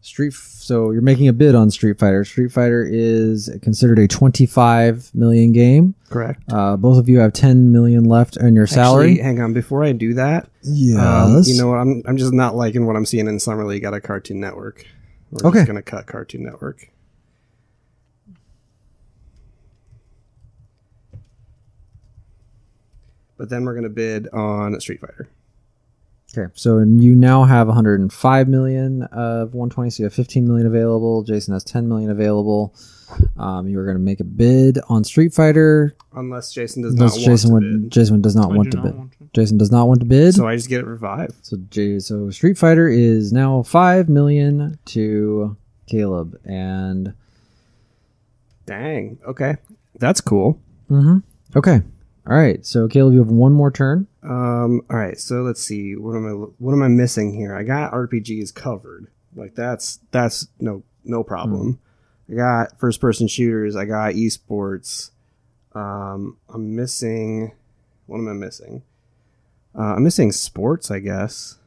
Speaker 1: Street. So you're making a bid on Street Fighter. Street Fighter is considered a 25 million game.
Speaker 2: Correct.
Speaker 1: Uh, both of you have 10 million left in your
Speaker 2: Actually,
Speaker 1: salary.
Speaker 2: hang on. Before I do that,
Speaker 1: Yes.
Speaker 2: um, you know what? I'm, I'm just not liking what I'm seeing in Summer League out of Cartoon Network. We're
Speaker 1: Okay.
Speaker 2: just going to cut Cartoon Network. But then we're going to bid on Street Fighter.
Speaker 1: Okay, so you now have 105 million of 120, so you have 15 million available. Jason has 10 million available. Um, you are going to make a bid on Street Fighter.
Speaker 2: Unless Jason does
Speaker 1: Unless
Speaker 2: not want
Speaker 1: Jason,
Speaker 2: to
Speaker 1: would,
Speaker 2: bid.
Speaker 1: Jason does not
Speaker 3: I
Speaker 1: want to
Speaker 3: do not
Speaker 1: bid.
Speaker 3: want to.
Speaker 1: Jason does not want to bid.
Speaker 2: So I just get it revived.
Speaker 1: So, J- so Street Fighter is now five million to Caleb, and
Speaker 2: Dang. Okay. That's cool.
Speaker 1: Mhm. okay, all right. So Caleb, you have one more turn.
Speaker 2: Um, all right, so let's see. What am I what am I missing here? I got RPGs covered. Like that's that's no no problem. I got first person shooters, I got esports. Um I'm missing what am I missing? Uh, I'm missing sports, I guess.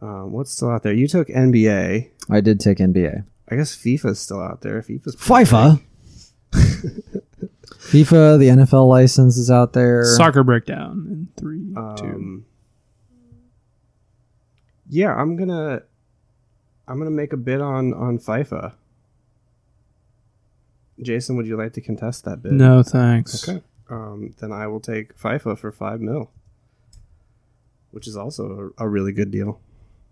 Speaker 2: Um, what's still out there? You took NBA.
Speaker 1: I did take NBA.
Speaker 2: I guess FIFA's still out there. FIFA's
Speaker 1: FIFA. FIFA, the NFL license is out there.
Speaker 3: Soccer breakdown in three, two.
Speaker 2: Um, yeah, I'm gonna I'm gonna make a bid on on FIFA. Jason, would you like to contest that bid?
Speaker 3: No thanks.
Speaker 2: Okay. Um, then I will take FIFA for five mil, which is also a, a really good deal.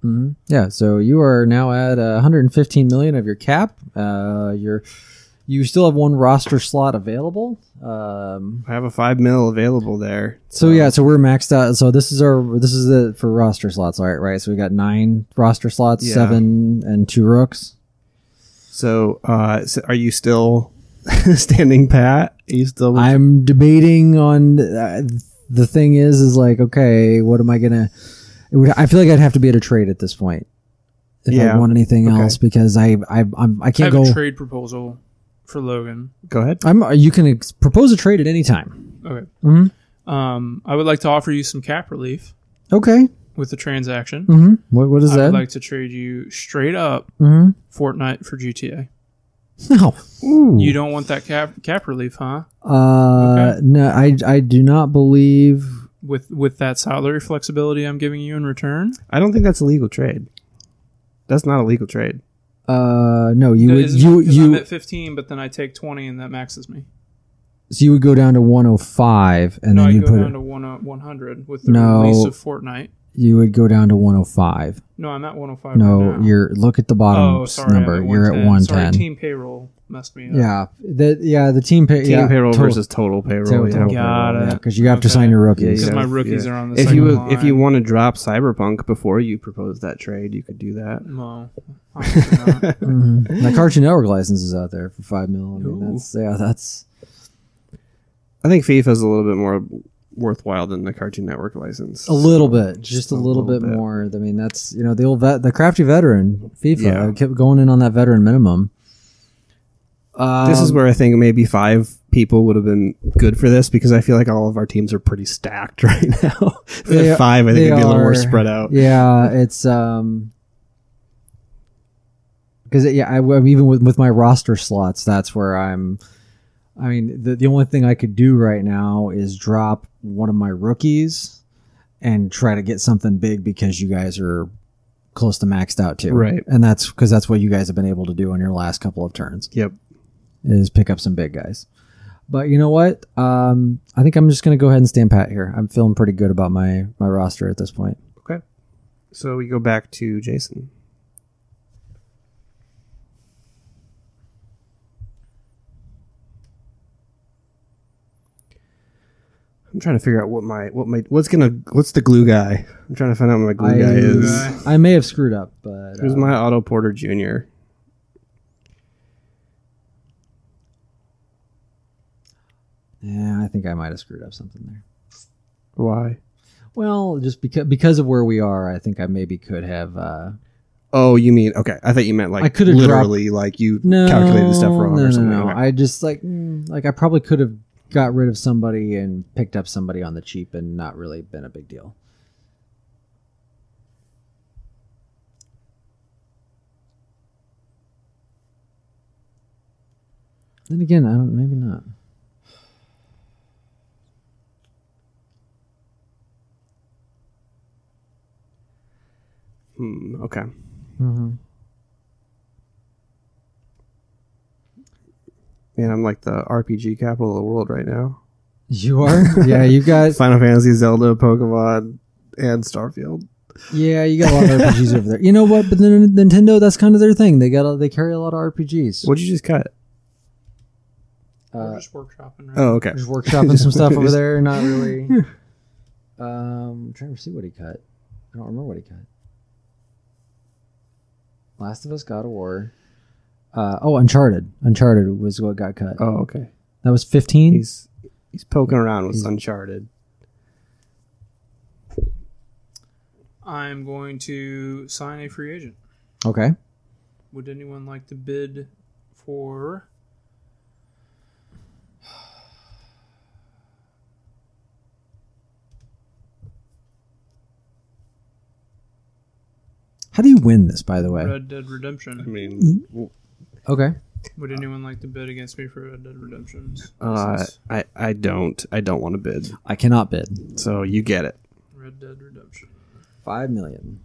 Speaker 1: hmm Yeah, so you are now at uh, 115 million of your cap. Uh, you're you still have one roster slot available. Um,
Speaker 2: I have a five mil available there.
Speaker 1: so yeah, so we're maxed out. So this is our this is it for roster slots. All right, right. So we got nine roster slots,
Speaker 2: Yeah.
Speaker 1: seven and two rooks.
Speaker 2: So, uh, so are you still standing pat? Are you still?
Speaker 1: I'm debating on uh, the thing is is like okay, what am I gonna? It would, I feel like I'd have to be at a trade at this point if
Speaker 2: Yeah.
Speaker 1: I want anything
Speaker 2: Okay.
Speaker 1: else because I I I'm, I
Speaker 3: I
Speaker 1: can't
Speaker 3: have
Speaker 1: go.
Speaker 3: a trade proposal for Logan.
Speaker 2: Go ahead.
Speaker 1: I'm you can ex- propose a trade at any time.
Speaker 3: Okay.
Speaker 1: Mhm.
Speaker 3: Um, I would like to offer you some cap relief
Speaker 1: Okay.
Speaker 3: with the transaction.
Speaker 1: Mm-hmm. What what is
Speaker 3: I
Speaker 1: that?
Speaker 3: would like to trade you straight up
Speaker 1: mm-hmm.
Speaker 3: Fortnite for GTA.
Speaker 1: No.
Speaker 3: You don't want that cap cap relief, huh?
Speaker 1: Uh, no. I I do not believe.
Speaker 3: With with that salary flexibility I'm giving you in return.
Speaker 2: I don't think that's a legal trade. That's not a legal trade.
Speaker 1: Uh, no. You
Speaker 3: No,
Speaker 1: would
Speaker 3: isn't it?
Speaker 1: you
Speaker 3: 'Cause I'm
Speaker 1: you
Speaker 3: at 15, but then I take 20 and that maxes me.
Speaker 1: so you would go down to 105, and
Speaker 3: no,
Speaker 1: then
Speaker 3: I
Speaker 1: you
Speaker 3: go
Speaker 1: put
Speaker 3: down
Speaker 1: it,
Speaker 3: to one, uh, 100 with the
Speaker 1: No.
Speaker 3: release of Fortnite.
Speaker 1: you would go down to 105.
Speaker 3: No, I'm at 105.
Speaker 1: No,
Speaker 3: right now.
Speaker 1: you're look at the bottom
Speaker 3: oh, sorry,
Speaker 1: number.
Speaker 3: I'm at
Speaker 1: you're at 110.
Speaker 3: Sorry, team payroll messed me up.
Speaker 1: yeah, that yeah the team pay
Speaker 2: Team
Speaker 1: yeah,
Speaker 2: payroll
Speaker 1: total-
Speaker 2: versus total payroll.
Speaker 1: total
Speaker 2: yeah.
Speaker 1: payroll,
Speaker 3: Got
Speaker 1: yeah,
Speaker 3: it.
Speaker 1: 'cause you have to
Speaker 3: Okay.
Speaker 1: sign your rookies.
Speaker 3: Because
Speaker 2: Yeah,
Speaker 3: my
Speaker 2: yeah.
Speaker 3: rookies are on the
Speaker 2: if
Speaker 3: second
Speaker 2: you
Speaker 3: line.
Speaker 2: if you want to drop cyberpunk before you propose that trade you could do that
Speaker 3: No, obviously not.
Speaker 1: Mhm. The Cartoon Network license is out there for five mil. I mean,
Speaker 3: Ooh.
Speaker 1: that's yeah, that's
Speaker 2: i think fifa is a little bit more worthwhile than the cartoon network license
Speaker 1: a little bit, just a
Speaker 2: a
Speaker 1: little, bit,
Speaker 2: little bit.
Speaker 1: more. I mean, that's you know the old vet, the crafty veteran FIFA
Speaker 2: Yeah.
Speaker 1: I kept going in on that veteran minimum.
Speaker 2: this
Speaker 1: um,
Speaker 2: is where I think maybe five people would have been good for this because I feel like all of our teams are pretty stacked right now. If we had
Speaker 1: They-
Speaker 2: five, I think
Speaker 1: they
Speaker 2: it'd be a little more
Speaker 1: are-
Speaker 2: spread out.
Speaker 1: Yeah, it's um, because yeah, I, I'm even with with my roster slots. That's where I'm. I mean, the the only thing I could do right now is drop one of my rookies and try to get something big because you guys are close to maxed out too.
Speaker 2: Right.
Speaker 1: and that's because that's what you guys have been able to do on your last couple of turns
Speaker 2: Yep.
Speaker 1: is pick up some big guys. But you know what? Um, I think I'm just gonna go ahead and stand pat here. I'm feeling pretty good about my my roster at this point.
Speaker 2: So we go back to Jason. I'm trying to figure out what my what my what's gonna what's the glue guy. I'm trying to find out what my glue
Speaker 1: I,
Speaker 2: guy is.
Speaker 1: I may have screwed up, but
Speaker 2: Who's
Speaker 1: uh,
Speaker 2: my Otto Porter Jr.
Speaker 1: yeah, I think I might have screwed up something there.
Speaker 2: Why?
Speaker 1: Well, just because because of where we are, I think I maybe could have. Uh,
Speaker 2: Oh, you mean okay? I thought you meant like
Speaker 1: I could've
Speaker 2: literally like you
Speaker 1: no,
Speaker 2: calculated the stuff wrong
Speaker 1: no,
Speaker 2: or
Speaker 1: no,
Speaker 2: something.
Speaker 1: no.
Speaker 2: Okay.
Speaker 1: I just like mm, like I probably could have got rid of somebody and picked up somebody on the cheap and not really been a big deal. Then again, I don't. Maybe not.
Speaker 2: Hmm, okay. Mm-hmm. Man, I'm like the RPG capital of the world right now.
Speaker 1: You are. yeah, you got.
Speaker 2: Final Fantasy, Zelda, Pokemon, and Starfield.
Speaker 1: Yeah, you got a lot of RPGs over there. You know what? But then Nintendo, that's kind of their thing. They got a, they carry a lot of RPGs.
Speaker 2: What'd you just cut?
Speaker 3: We're
Speaker 1: Uh,
Speaker 3: just workshopping. Right?
Speaker 2: Oh, okay.
Speaker 1: just workshopping some stuff over there. Not really. Um, trying to see what he cut. I don't remember what he cut. Last of Us, God of War. Uh, oh, Uncharted. Uncharted was what got cut.
Speaker 2: Oh, okay.
Speaker 1: That was fifteen.
Speaker 2: He's he's poking around with Uncharted.
Speaker 3: I'm going to sign a free agent.
Speaker 1: Okay.
Speaker 3: Would anyone like to bid for?
Speaker 1: How do you win this, by the way?
Speaker 3: Red Dead Redemption.
Speaker 2: mean,
Speaker 1: Okay.
Speaker 3: Would anyone like to bid against me for Red Dead Redemption?
Speaker 2: uh,
Speaker 3: Since
Speaker 2: I I don't I don't want to bid.
Speaker 1: I cannot bid
Speaker 2: So you get it.
Speaker 3: Red Dead Redemption.
Speaker 1: five million.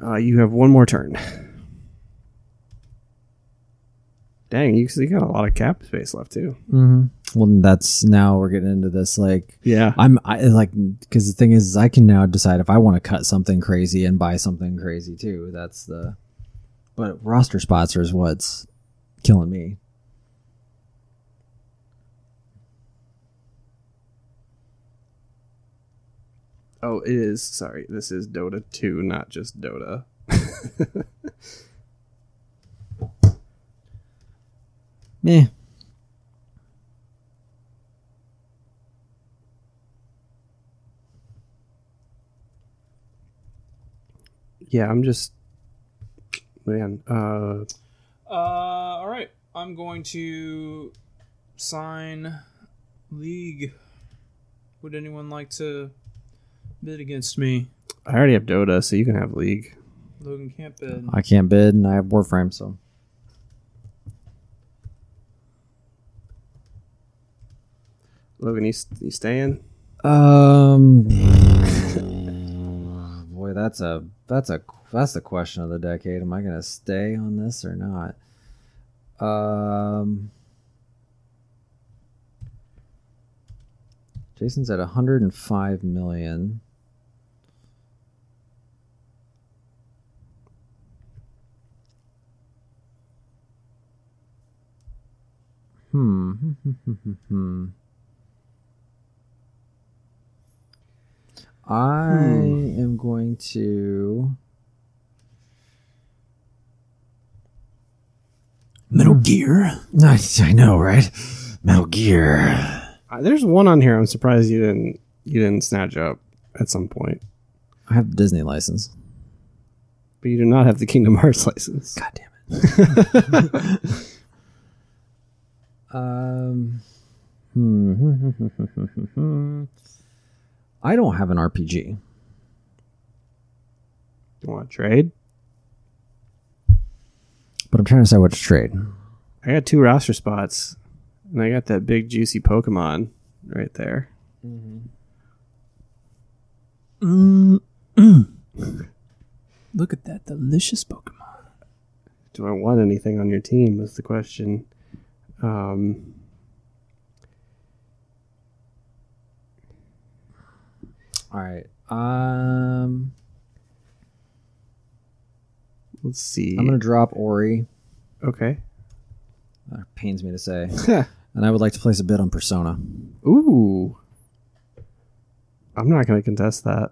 Speaker 2: Uh, you have one more turn. Dang, you, you got a lot of cap space left too.
Speaker 1: Mm-hmm. Well, then that's now we're getting into this like
Speaker 2: Yeah.
Speaker 1: I'm I like because the thing is, is I can now decide if I want to cut something crazy and buy something crazy too. That's the but roster spots is what's killing me.
Speaker 2: Oh, it is. Sorry, this is Dota 2, not just Dota.
Speaker 1: Meh.
Speaker 2: Yeah, I'm just man. Uh,
Speaker 3: Uh, all right. I'm going to sign League. Would anyone like to bid against me?
Speaker 2: I already have Dota, so you can have League.
Speaker 3: Logan can't bid.
Speaker 1: I can't bid, and I have Warframe, so
Speaker 2: Logan, you, st- you staying?
Speaker 1: um. boy, that's a that's a that's the question of the decade. Am I gonna stay on this or not? Um. Jason's at 105 million. Hmm. hmm. I am going to.
Speaker 6: Metal Gear.
Speaker 1: I, I know, right? Metal Gear.
Speaker 2: Uh, there's one on here. I'm surprised you didn't you didn't snatch up at some point,
Speaker 1: I have Disney license.
Speaker 2: but you do not have the Kingdom Hearts license.
Speaker 1: God damn it. Um, hmm. I don't have an RPG.
Speaker 2: You want to trade?
Speaker 1: But I'm trying to decide what to trade.
Speaker 2: I got two roster spots, and I got that big juicy Pokemon right there.
Speaker 7: Look at that delicious Pokemon.
Speaker 2: Do I want anything on your team? Is the question. Um,
Speaker 1: All right. Um,
Speaker 2: let's see.
Speaker 1: I'm gonna drop Ori.
Speaker 2: okay.
Speaker 1: That pains me to say. and I would like to place a bid on Persona.
Speaker 2: Ooh. I'm not going to contest that.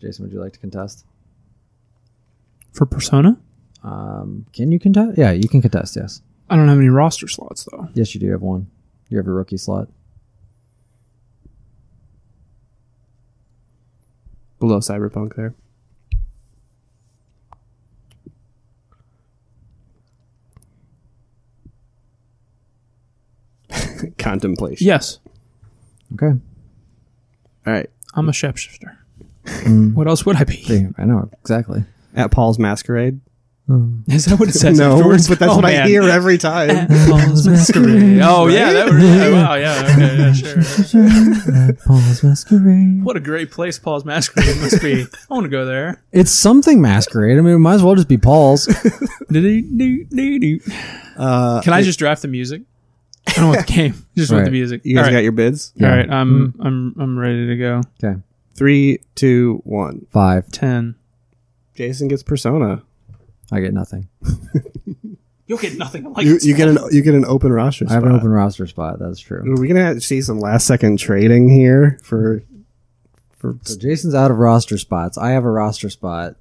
Speaker 1: Jason, would you like to contest?
Speaker 3: for Persona.
Speaker 1: Um, can you contest? Yeah, you can contest. Yes.
Speaker 3: I don't have any roster slots though.
Speaker 1: Yes, you do have one. You have a rookie slot.
Speaker 2: Below Cyberpunk there. Contemplation.
Speaker 3: Yes,
Speaker 1: Okay.
Speaker 2: All right.
Speaker 3: I'm a shapeshifter.
Speaker 2: Mm.
Speaker 3: What else would I be?
Speaker 1: See, I know exactly.
Speaker 2: At Paul's Masquerade.
Speaker 7: Is that what it says afterwards?
Speaker 2: but that's
Speaker 7: Oh,
Speaker 2: what
Speaker 7: man.
Speaker 2: I hear every time.
Speaker 7: Paul's masquerade.
Speaker 3: Oh yeah, that would, yeah, wow, yeah, okay, yeah, sure.
Speaker 1: Paul's masquerade.
Speaker 3: What a great place Paul's Masquerade must be. I want to go there.
Speaker 1: It's something masquerade. I mean, it might as well just be Paul's.
Speaker 3: Do-do-do-do-do.
Speaker 2: Uh,
Speaker 3: Can I just draft the music? I don't want the game. Just want
Speaker 1: Right.
Speaker 3: the music.
Speaker 2: you guys got
Speaker 3: All
Speaker 2: Mm.
Speaker 3: right,
Speaker 2: your bids?
Speaker 1: Yeah.
Speaker 3: all right. I'm I'm I'm ready to go.
Speaker 1: Okay.
Speaker 2: Three, two, one.
Speaker 1: Five.
Speaker 3: Ten.
Speaker 2: Jason gets Persona.
Speaker 1: I get nothing.
Speaker 7: You'll get nothing. I'm like,
Speaker 2: You, you get an you get an open roster.
Speaker 1: I have an
Speaker 2: spot.
Speaker 1: open roster spot. That's true.
Speaker 2: We're gonna have to see some last second trading here for for
Speaker 1: So Jason's out of roster spots. I have a roster spot.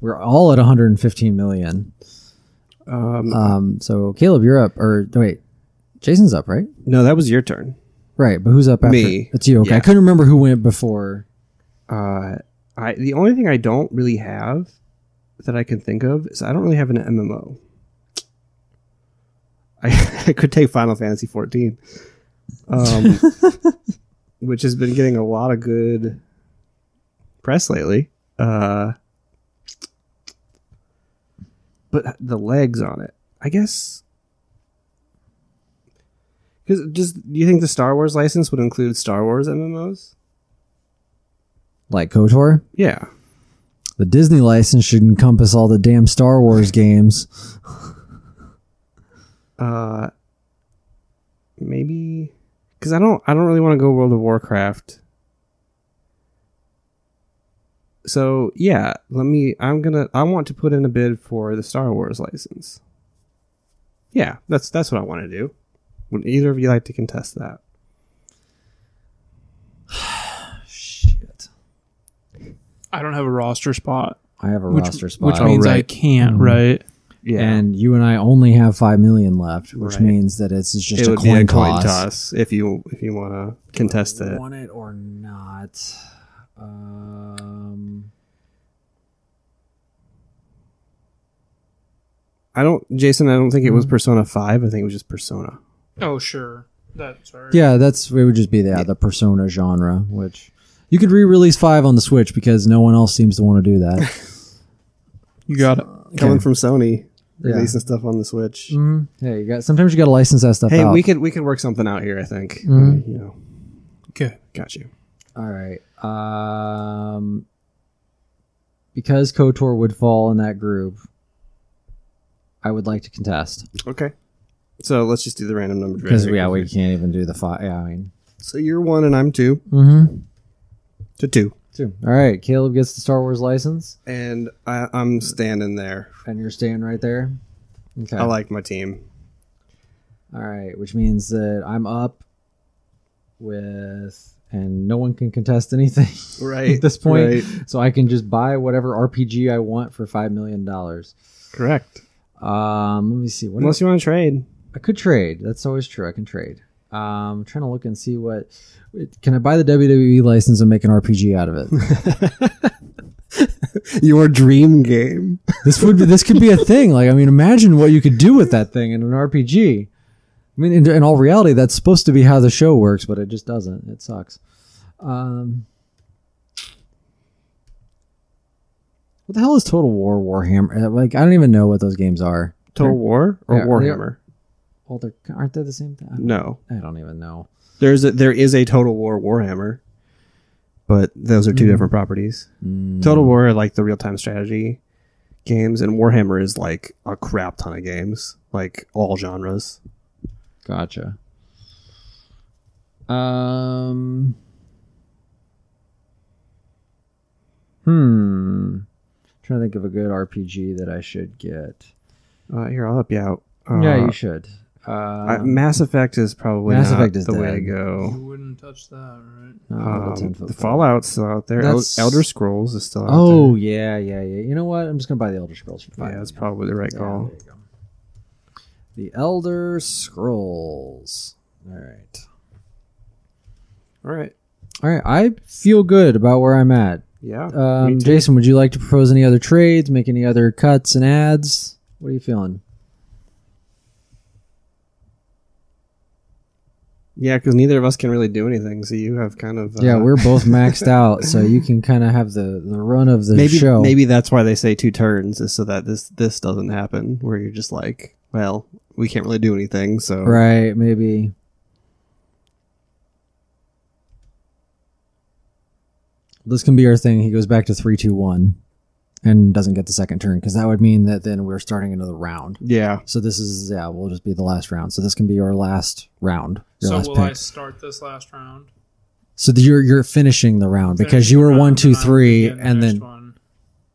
Speaker 1: We're all at 115 million.
Speaker 2: um
Speaker 1: Um, so Caleb, you're up. Or wait, Jason's up, right?
Speaker 2: no that was your turn.
Speaker 1: Right, but who's up after?
Speaker 2: Me.
Speaker 1: It's you. Okay, I
Speaker 2: Yeah.
Speaker 1: couldn't remember who went before.
Speaker 2: Uh I the only thing I don't really have that I can think of is I don't really have an MMO. I, I could take Final Fantasy 14. Um which has been getting a lot of good press lately. Uh but the legs on it. I guess cuz just do you think the Star Wars license would include Star Wars MMOs?
Speaker 1: Like Kotor,
Speaker 2: Yeah.
Speaker 1: the Disney license should encompass all the damn Star Wars games.
Speaker 2: uh maybe because i don't i don't really want to go world of warcraft so yeah let me i'm gonna i want to put in a bid for the star wars license yeah that's that's what i want to do would either of you like to contest that
Speaker 1: Shit,
Speaker 3: I don't have a roster spot,
Speaker 1: I have a
Speaker 3: which,
Speaker 1: roster spot,
Speaker 3: which means
Speaker 2: Oh, right.
Speaker 3: I can't. Right.
Speaker 2: yeah
Speaker 1: and you and I only have five million left, which
Speaker 2: Right.
Speaker 1: means that it's, it's just
Speaker 2: it
Speaker 1: a
Speaker 2: would
Speaker 1: coin,
Speaker 2: be a coin
Speaker 1: toss.
Speaker 2: toss if you if you want to contest it
Speaker 1: Want it or not? Um,
Speaker 2: i don't jason i don't think it
Speaker 1: Hmm.
Speaker 2: was persona 5 i think it was just persona
Speaker 3: Oh sure. That's sorry.
Speaker 1: yeah, that's it. Would just be the the persona genre, which you could re-release five on the Switch because no one else seems to want to do that.
Speaker 3: You got it.
Speaker 2: coming from sony
Speaker 1: Yeah.
Speaker 2: releasing stuff on the switch
Speaker 1: mm Yeah, you got. Sometimes you got to license that stuff
Speaker 2: Hey,
Speaker 1: out.
Speaker 2: we could we could work something out here. I think. You know,
Speaker 3: Okay.
Speaker 2: got you.
Speaker 1: All right. Um, because Kotor would fall in that group, I would like to contest
Speaker 2: Okay. So let's just do the random number.
Speaker 1: because
Speaker 2: generator.
Speaker 1: yeah, we can't even do the five. Yeah, I mean,
Speaker 2: So you're one and I'm two
Speaker 1: mm-hmm.
Speaker 2: to two,
Speaker 1: two. All right, Caleb gets the Star Wars license,
Speaker 2: and I, I'm standing there.
Speaker 1: and you're staying right there. Okay.
Speaker 2: I like my team.
Speaker 1: All right, which means that I'm up with, and no one can contest anything
Speaker 2: Right
Speaker 1: at this point.
Speaker 2: right.
Speaker 1: So I can just buy whatever RPG I want for five million dollars.
Speaker 2: Correct.
Speaker 1: Um, let me see. What
Speaker 2: Unless you want to trade.
Speaker 1: I could trade. That's always true. I can trade. Um, I'm trying to look and see what. E Can I buy the WWE license and make an RPG out of it?
Speaker 2: Your dream game.
Speaker 1: This would be, this could be a thing. Like I mean, imagine what you could do with that thing in an RPG. I mean, in, in all reality, that's supposed to be how the show works, but it just doesn't. It sucks. Um, what the hell is Total War Warhammer? Uh, Like I don't even know what those games are.
Speaker 2: Total War or
Speaker 1: Yeah,
Speaker 2: Warhammer?
Speaker 1: Well, they're, aren't they the same thing? I don't-
Speaker 2: No.
Speaker 1: I don't even know.
Speaker 2: There's a, there is a Total War Warhammer, but those are two different properties. Total War are like the real time strategy games, and Warhammer is like a crap ton of games, like all genres.
Speaker 1: Gotcha. Um. Hmm. Trying to think of a good RPG that I should get.
Speaker 2: Uh, here, I'll help you out. Uh,
Speaker 1: yeah, you should. Uh,
Speaker 2: I- Mass Effect is probably
Speaker 1: Mass
Speaker 2: not
Speaker 1: Effect is
Speaker 2: the way to
Speaker 1: dead.
Speaker 3: You
Speaker 2: go.
Speaker 3: wouldn't touch that, right?
Speaker 1: no,
Speaker 2: Um,
Speaker 1: that's in
Speaker 2: the
Speaker 1: football.
Speaker 2: Fallout's still out there. El-
Speaker 8: That's-
Speaker 2: Elder Scrolls is still out
Speaker 1: Oh yeah, yeah, yeah. You know what? I'm just gonna buy the Elder Scrolls for
Speaker 2: there.
Speaker 1: five.
Speaker 2: Yeah, that's probably the right
Speaker 1: Yeah,
Speaker 2: call.
Speaker 1: there you go. The Elder Scrolls. All right.
Speaker 2: All right.
Speaker 1: All right. I feel good about where I'm at.
Speaker 2: Yeah. me
Speaker 1: Um,
Speaker 2: too.
Speaker 1: Jason, would you like to propose any other trades, make any other cuts and ads? What are you feeling?
Speaker 2: yeah, because neither of us can really do anything, so you have kind of uh,
Speaker 1: yeah, we're both maxed out, so you can kind of have the, the run of the
Speaker 2: maybe
Speaker 1: show.
Speaker 2: maybe that's why they say two turns is so that this this doesn't happen where you're just like well we can't really do anything so
Speaker 1: Right, maybe. This can be our thing. He goes back to three, two, one, and doesn't get the second turn because that would mean that then we're starting another round.
Speaker 2: yeah
Speaker 1: So this is yeah, we'll just be the last round. So this can be our last round. Your
Speaker 3: So
Speaker 1: last
Speaker 3: will
Speaker 1: pick.
Speaker 3: I start this last round?
Speaker 1: So th- you're you're finishing the round because
Speaker 3: Finish
Speaker 1: you
Speaker 3: the
Speaker 1: were
Speaker 3: round,
Speaker 1: one, two,
Speaker 3: then I'll
Speaker 1: three,
Speaker 3: begin the
Speaker 1: and
Speaker 3: next
Speaker 1: then
Speaker 3: one.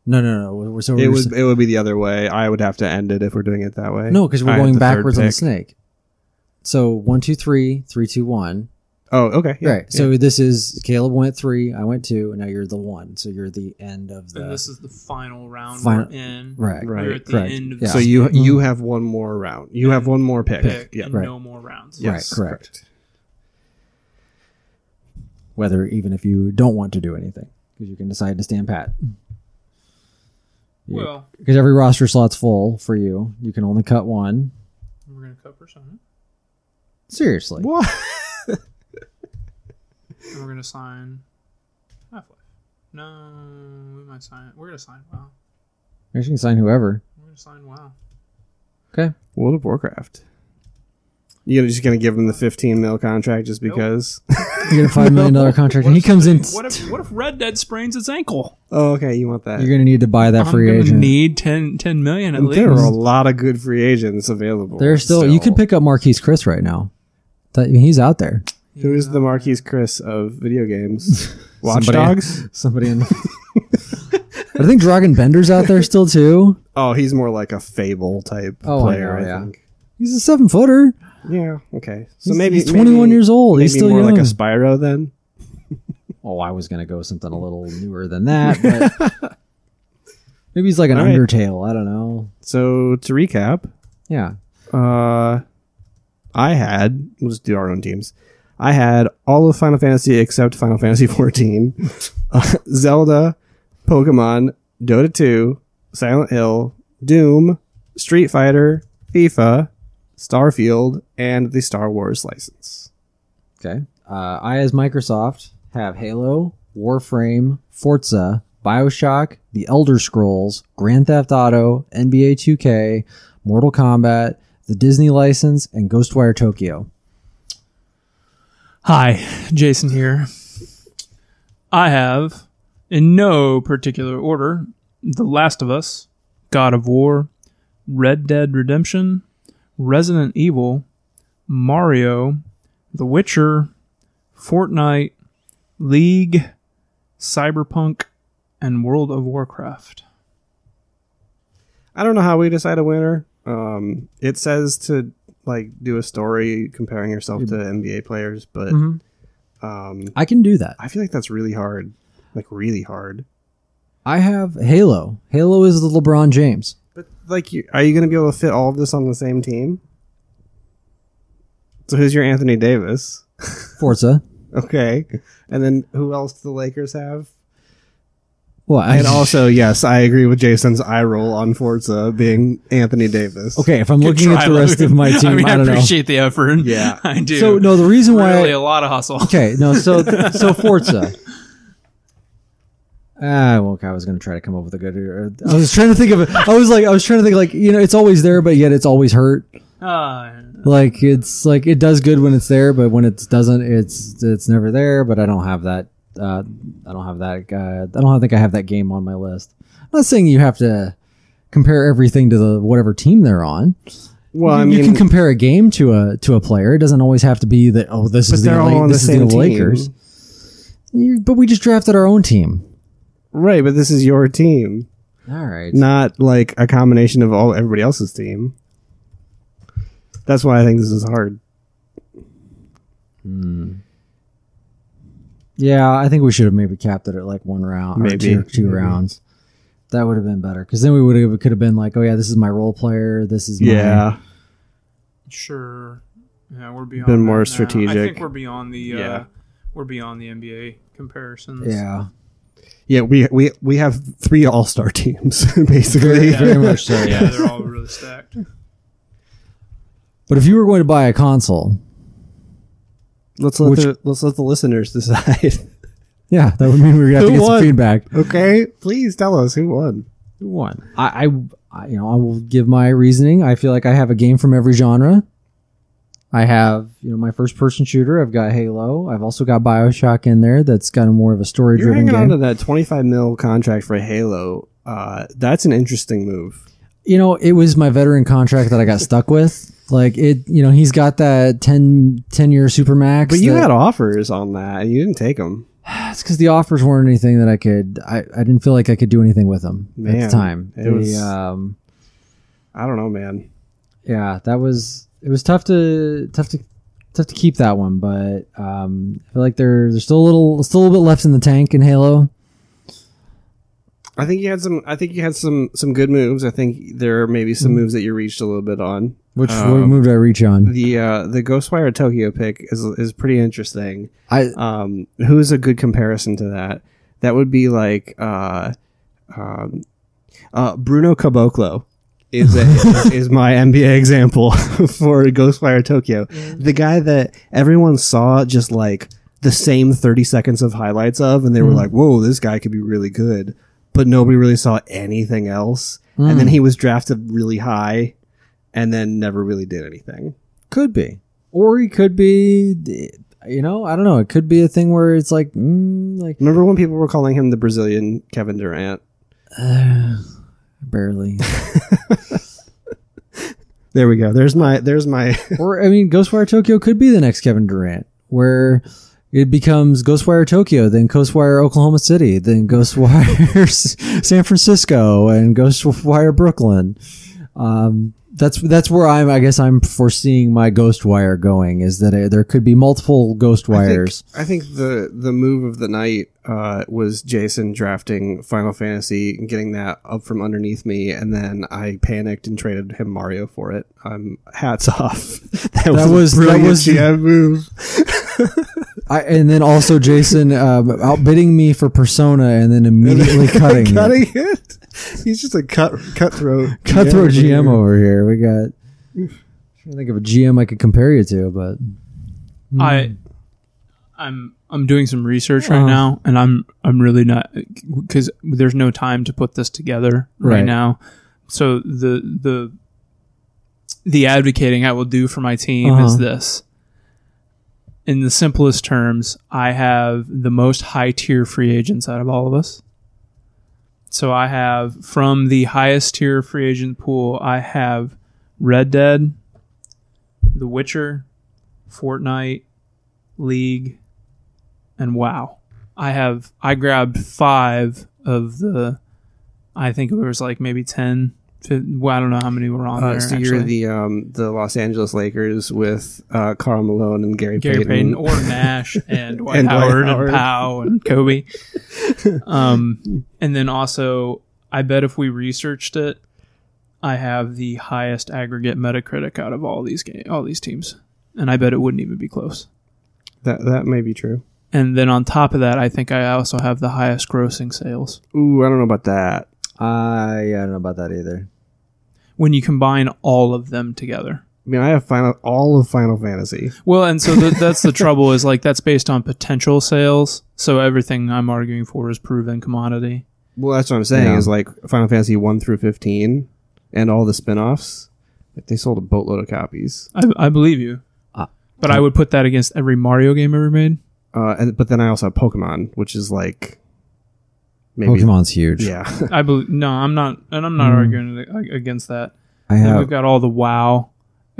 Speaker 1: no, no, no. we're- So
Speaker 2: it
Speaker 1: we're
Speaker 2: was
Speaker 1: s-
Speaker 2: it would be the other way i would have to end it if we're doing it that way
Speaker 1: no because
Speaker 2: I
Speaker 1: we're
Speaker 2: had
Speaker 1: going
Speaker 2: the third
Speaker 1: backwards on the
Speaker 2: pick.
Speaker 1: snake. So one, two, three, three, two, one.
Speaker 2: oh okay yeah,
Speaker 1: right. So this is Caleb went three, I went two, and now you're the one. So you're the end of the
Speaker 3: And this is the final round
Speaker 1: Final-
Speaker 3: we're in.
Speaker 1: right.
Speaker 2: Right.
Speaker 3: We're at the
Speaker 1: correct.
Speaker 3: end of
Speaker 1: Yeah.
Speaker 3: the
Speaker 2: so you you
Speaker 1: Mm.
Speaker 2: have one more round you have one more pick,
Speaker 3: pick
Speaker 2: yeah
Speaker 3: and
Speaker 1: Right.
Speaker 3: no more rounds.
Speaker 2: Yes,
Speaker 1: Right, correct. Whether even if you don't want to do anything, because you can decide to stand pat.
Speaker 3: Well,
Speaker 1: Because every roster slot's full for you. You can only cut one.
Speaker 3: we're gonna cut Persona.
Speaker 1: Seriously.
Speaker 2: what
Speaker 3: And we're gonna sign Half Life. No, we might sign we're gonna sign WoW.
Speaker 1: You can sign whoever.
Speaker 3: We're gonna sign WoW.
Speaker 2: world of warcraft you're just gonna give him the 15 mil contract just because
Speaker 1: You get a five million dollar contract, and he comes in.
Speaker 3: What if what if Red Dead sprains its ankle?
Speaker 2: oh okay you want that
Speaker 1: You're gonna need to buy that
Speaker 3: I'm
Speaker 1: free
Speaker 3: gonna
Speaker 1: agent.
Speaker 3: need 10, 10 million at least.
Speaker 2: there are a lot of good free agents available
Speaker 1: There's still, you
Speaker 2: pick.
Speaker 1: could pick up Marquise Chris right now. That, I mean, he's out there.
Speaker 2: Who is the Marquis Chris of video games? Watch
Speaker 1: Somebody-
Speaker 2: Dogs?
Speaker 1: Somebody in. I think Dragon Bender's out there still too.
Speaker 2: Oh, he's more like a Fable type
Speaker 1: Oh, I
Speaker 2: player, I,
Speaker 1: know, yeah.
Speaker 2: think.
Speaker 1: He's a seven footer.
Speaker 2: Yeah, okay. So
Speaker 1: He's-
Speaker 2: maybe
Speaker 1: he's 21
Speaker 2: maybe-
Speaker 1: years old.
Speaker 2: Maybe
Speaker 1: He's still
Speaker 2: more like
Speaker 1: young.
Speaker 2: a Spyro then.
Speaker 1: Oh, I was gonna go something a little newer than that, but maybe he's like an
Speaker 2: All right.
Speaker 1: Undertale. I don't know.
Speaker 2: So to recap,
Speaker 1: Yeah,
Speaker 2: uh, I had we'll just do our own teams. I had all of Final Fantasy except Final Fantasy 14, uh, Zelda, Pokemon, Dota 2, Silent Hill, Doom, Street Fighter, FIFA, Starfield, and the Star Wars license.
Speaker 1: Okay. Uh, I, as Microsoft, have Halo, Warframe, Forza, Bioshock, The Elder Scrolls, Grand Theft Auto, NBA 2K, Mortal Kombat, the Disney license, and Ghostwire Tokyo.
Speaker 3: Hi, Jason here. I have, in no particular order, The Last of Us, God of War, Red Dead Redemption, Resident Evil, Mario, The Witcher, Fortnite, League, Cyberpunk, and World of Warcraft.
Speaker 2: I don't know how we decide a winner. Um, it says to like do a story comparing yourself to NBA players, but um,
Speaker 1: I can do that.
Speaker 2: I feel like that's really hard. Like really hard.
Speaker 1: I have Halo. Halo is the LeBron James.
Speaker 2: But like, you, are you going to be able to fit all of this on the same team? So who's your Anthony Davis?
Speaker 1: Forza.
Speaker 2: Okay, and then who else do the Lakers have?
Speaker 1: Well, I,
Speaker 2: And also, yes, I agree with Jason's eye roll on Forza being Anthony Davis.
Speaker 1: okay, if I'm looking
Speaker 3: Try,
Speaker 1: at the rest
Speaker 3: Logan.
Speaker 1: of my team,
Speaker 3: I mean, I,
Speaker 1: don't know.
Speaker 3: appreciate the effort.
Speaker 2: Yeah.
Speaker 3: I do.
Speaker 1: So no, the reason why
Speaker 3: really a lot of hustle.
Speaker 1: Okay, no, so so Forza. Ah, well, I was gonna try to come up with a good. I was trying to think of it. I was like, I was trying to think like you know, it's always there, but yet it's always hurt.
Speaker 3: Uh,
Speaker 1: Like it's like it does good when it's there, but when it doesn't, it's it's never there. But I don't have that. Uh, I don't have that. Uh, I don't think I have that game on my list. I'm not saying you have to compare everything to the whatever team they're on.
Speaker 2: Well, I
Speaker 1: You-
Speaker 2: mean,
Speaker 1: you can compare a game to a to a player. It doesn't always have to be that. Oh, this
Speaker 2: but
Speaker 1: is the,
Speaker 2: they're all
Speaker 1: LA,
Speaker 2: on the
Speaker 1: this is the
Speaker 2: same team.
Speaker 1: Lakers. You- But we just drafted our own team.
Speaker 2: Right, but this is your team,
Speaker 1: All right.
Speaker 2: not like a combination of all everybody else's team. That's why I think this is hard.
Speaker 1: Yeah, I think we should have maybe capped it at like one round, or
Speaker 2: Maybe.
Speaker 1: two, two
Speaker 2: Maybe.
Speaker 1: rounds. That would have been better because then we would have could have been like, oh yeah, this is my role player. This is my,
Speaker 2: Yeah.
Speaker 3: sure. Yeah, we're beyond.
Speaker 2: Been
Speaker 3: that
Speaker 2: more
Speaker 3: now. I
Speaker 2: strategic.
Speaker 3: think we're beyond the. Uh,
Speaker 2: Yeah.
Speaker 3: We're beyond the NBA comparisons.
Speaker 1: yeah,
Speaker 2: Yeah, we we we have three all-star teams basically.
Speaker 3: Yeah.
Speaker 1: very much so.
Speaker 3: yeah, they're all really stacked.
Speaker 1: But if you were going to buy a console,
Speaker 2: Let's let
Speaker 1: Which-
Speaker 2: the let's let the listeners decide.
Speaker 1: yeah, that would mean we would have to
Speaker 2: Who
Speaker 1: get
Speaker 2: won?
Speaker 1: some feedback.
Speaker 2: okay, please tell us who won.
Speaker 1: Who won? I, I, I, you know, I will give my reasoning. I feel like I have a game from every genre. I have, you know, my first-person shooter. I've got Halo. I've also got Bioshock in there. That's got more of a
Speaker 2: You're
Speaker 1: story-driven
Speaker 2: hanging on
Speaker 1: game.
Speaker 2: to that 25 mil contract for Halo. Uh, that's an interesting move.
Speaker 1: you know, it was my veteran contract that I got stuck with. Like it, you know, he's got that 10, 10 year super max.
Speaker 2: But you
Speaker 1: that-
Speaker 2: had offers on that, and you didn't take them.
Speaker 1: that's because the offers weren't anything that I could. I, I didn't feel like I could do anything with them at
Speaker 2: Man,
Speaker 1: the time.
Speaker 2: it
Speaker 1: The,
Speaker 2: was-
Speaker 1: um,
Speaker 2: I don't know, man.
Speaker 1: yeah, that was it was tough to tough to tough to keep that one, but um, I feel like there there's still a little still a little bit left in the tank in Halo.
Speaker 2: I think you had some. I think you had some some good moves. I think there are maybe some moves that you reached a little bit on.
Speaker 1: Which what
Speaker 2: Um,
Speaker 1: move did I reach on?
Speaker 2: The uh, the Ghostwire Tokyo pick is is pretty interesting.
Speaker 1: I
Speaker 2: Um, who's a good comparison to that? That would be like uh, um, uh, Bruno Caboclo is a, is my NBA example for Ghostwire Tokyo. The guy that everyone saw just like the same 30 seconds of highlights of, and they were like, "Whoa, this guy could be really good," but nobody really saw anything else. And then he was drafted really high, and then never really did anything.
Speaker 1: Could be, or he could be. You know, I don't know. It could be a thing where it's like, mm, like
Speaker 2: Remember when people were calling him the Brazilian Kevin Durant?
Speaker 1: barely.
Speaker 2: There we go. There's my there's my
Speaker 1: or I mean, Ghostwire Tokyo could be the next Kevin Durant, where it becomes Ghostwire Tokyo, then Ghostwire Oklahoma City, then Ghostwire San Francisco, and Ghostwire Brooklyn. Um, that's that's where I'm. I guess I'm foreseeing my Ghostwire going is that uh there could be multiple Ghostwires.
Speaker 2: I think, I think the the move of the night uh, was Jason drafting Final Fantasy and getting that up from underneath me, and then I panicked and traded him Mario for it. Um, hats off. That,
Speaker 1: was-
Speaker 2: a
Speaker 1: that
Speaker 2: brilliant
Speaker 1: was-
Speaker 2: GM move.
Speaker 1: I, and then also Jason um, outbidding me for Persona, and then immediately cutting, it.
Speaker 2: Cutting it. He's just a cut cutthroat
Speaker 1: cutthroat
Speaker 2: over
Speaker 1: GM
Speaker 2: here.
Speaker 1: over here. We got. I think of a GM I could compare you to, but
Speaker 3: I I'm I'm doing some research right
Speaker 1: Oh.
Speaker 3: now and I'm I'm really not cuz there's no time to put this together right,
Speaker 1: Right.
Speaker 3: now. So the the the advocating I will do for my team
Speaker 1: Uh-huh.
Speaker 3: is this. In the simplest terms, I have the most high tier free agents out of all of us. So I have from the highest tier free agent pool, I have Red Dead, The Witcher, Fortnite, League, and WoW. I have I grabbed five of the. I think it was like maybe 10. fif- well, I don't know how many were on
Speaker 2: Uh,
Speaker 3: there.
Speaker 2: so
Speaker 3: actually.
Speaker 2: you're the um, the Los Angeles Lakers with uh, Carl Malone and Gary,
Speaker 3: Gary Payton,
Speaker 2: Payton.
Speaker 3: or Nash and Dwight
Speaker 2: And Dwight
Speaker 3: Howard,
Speaker 2: Howard.
Speaker 3: and Powell and Kobe. um, and then also, I bet if we researched it, I have the highest aggregate Metacritic out of all these game, all these teams, and I bet it wouldn't even be close.
Speaker 2: that that may be true.
Speaker 3: And then on top of that, I think I also have the highest grossing sales.
Speaker 2: Ooh, I don't know about that.
Speaker 1: I I don't know about that either.
Speaker 3: When you combine all of them together.
Speaker 2: I mean, I have final all of Final Fantasy.
Speaker 3: Well, and so th- that's the trouble is like that's based on potential sales. So everything I'm arguing for is proven commodity.
Speaker 2: Well, that's what I'm saying
Speaker 1: Yeah.
Speaker 2: is like Final Fantasy one through fifteen, and all the spin-offs. Like they sold a boatload of copies.
Speaker 3: I, I believe you.
Speaker 1: Ah.
Speaker 3: But I would put that against every Mario game ever made.
Speaker 2: Uh, and but then I also have Pokemon, which is like maybe
Speaker 1: Pokemon's huge.
Speaker 2: Yeah,
Speaker 3: I believe no, I'm not, and I'm not arguing ag- against that.
Speaker 1: I
Speaker 3: And
Speaker 1: have.
Speaker 3: we've got all the WoW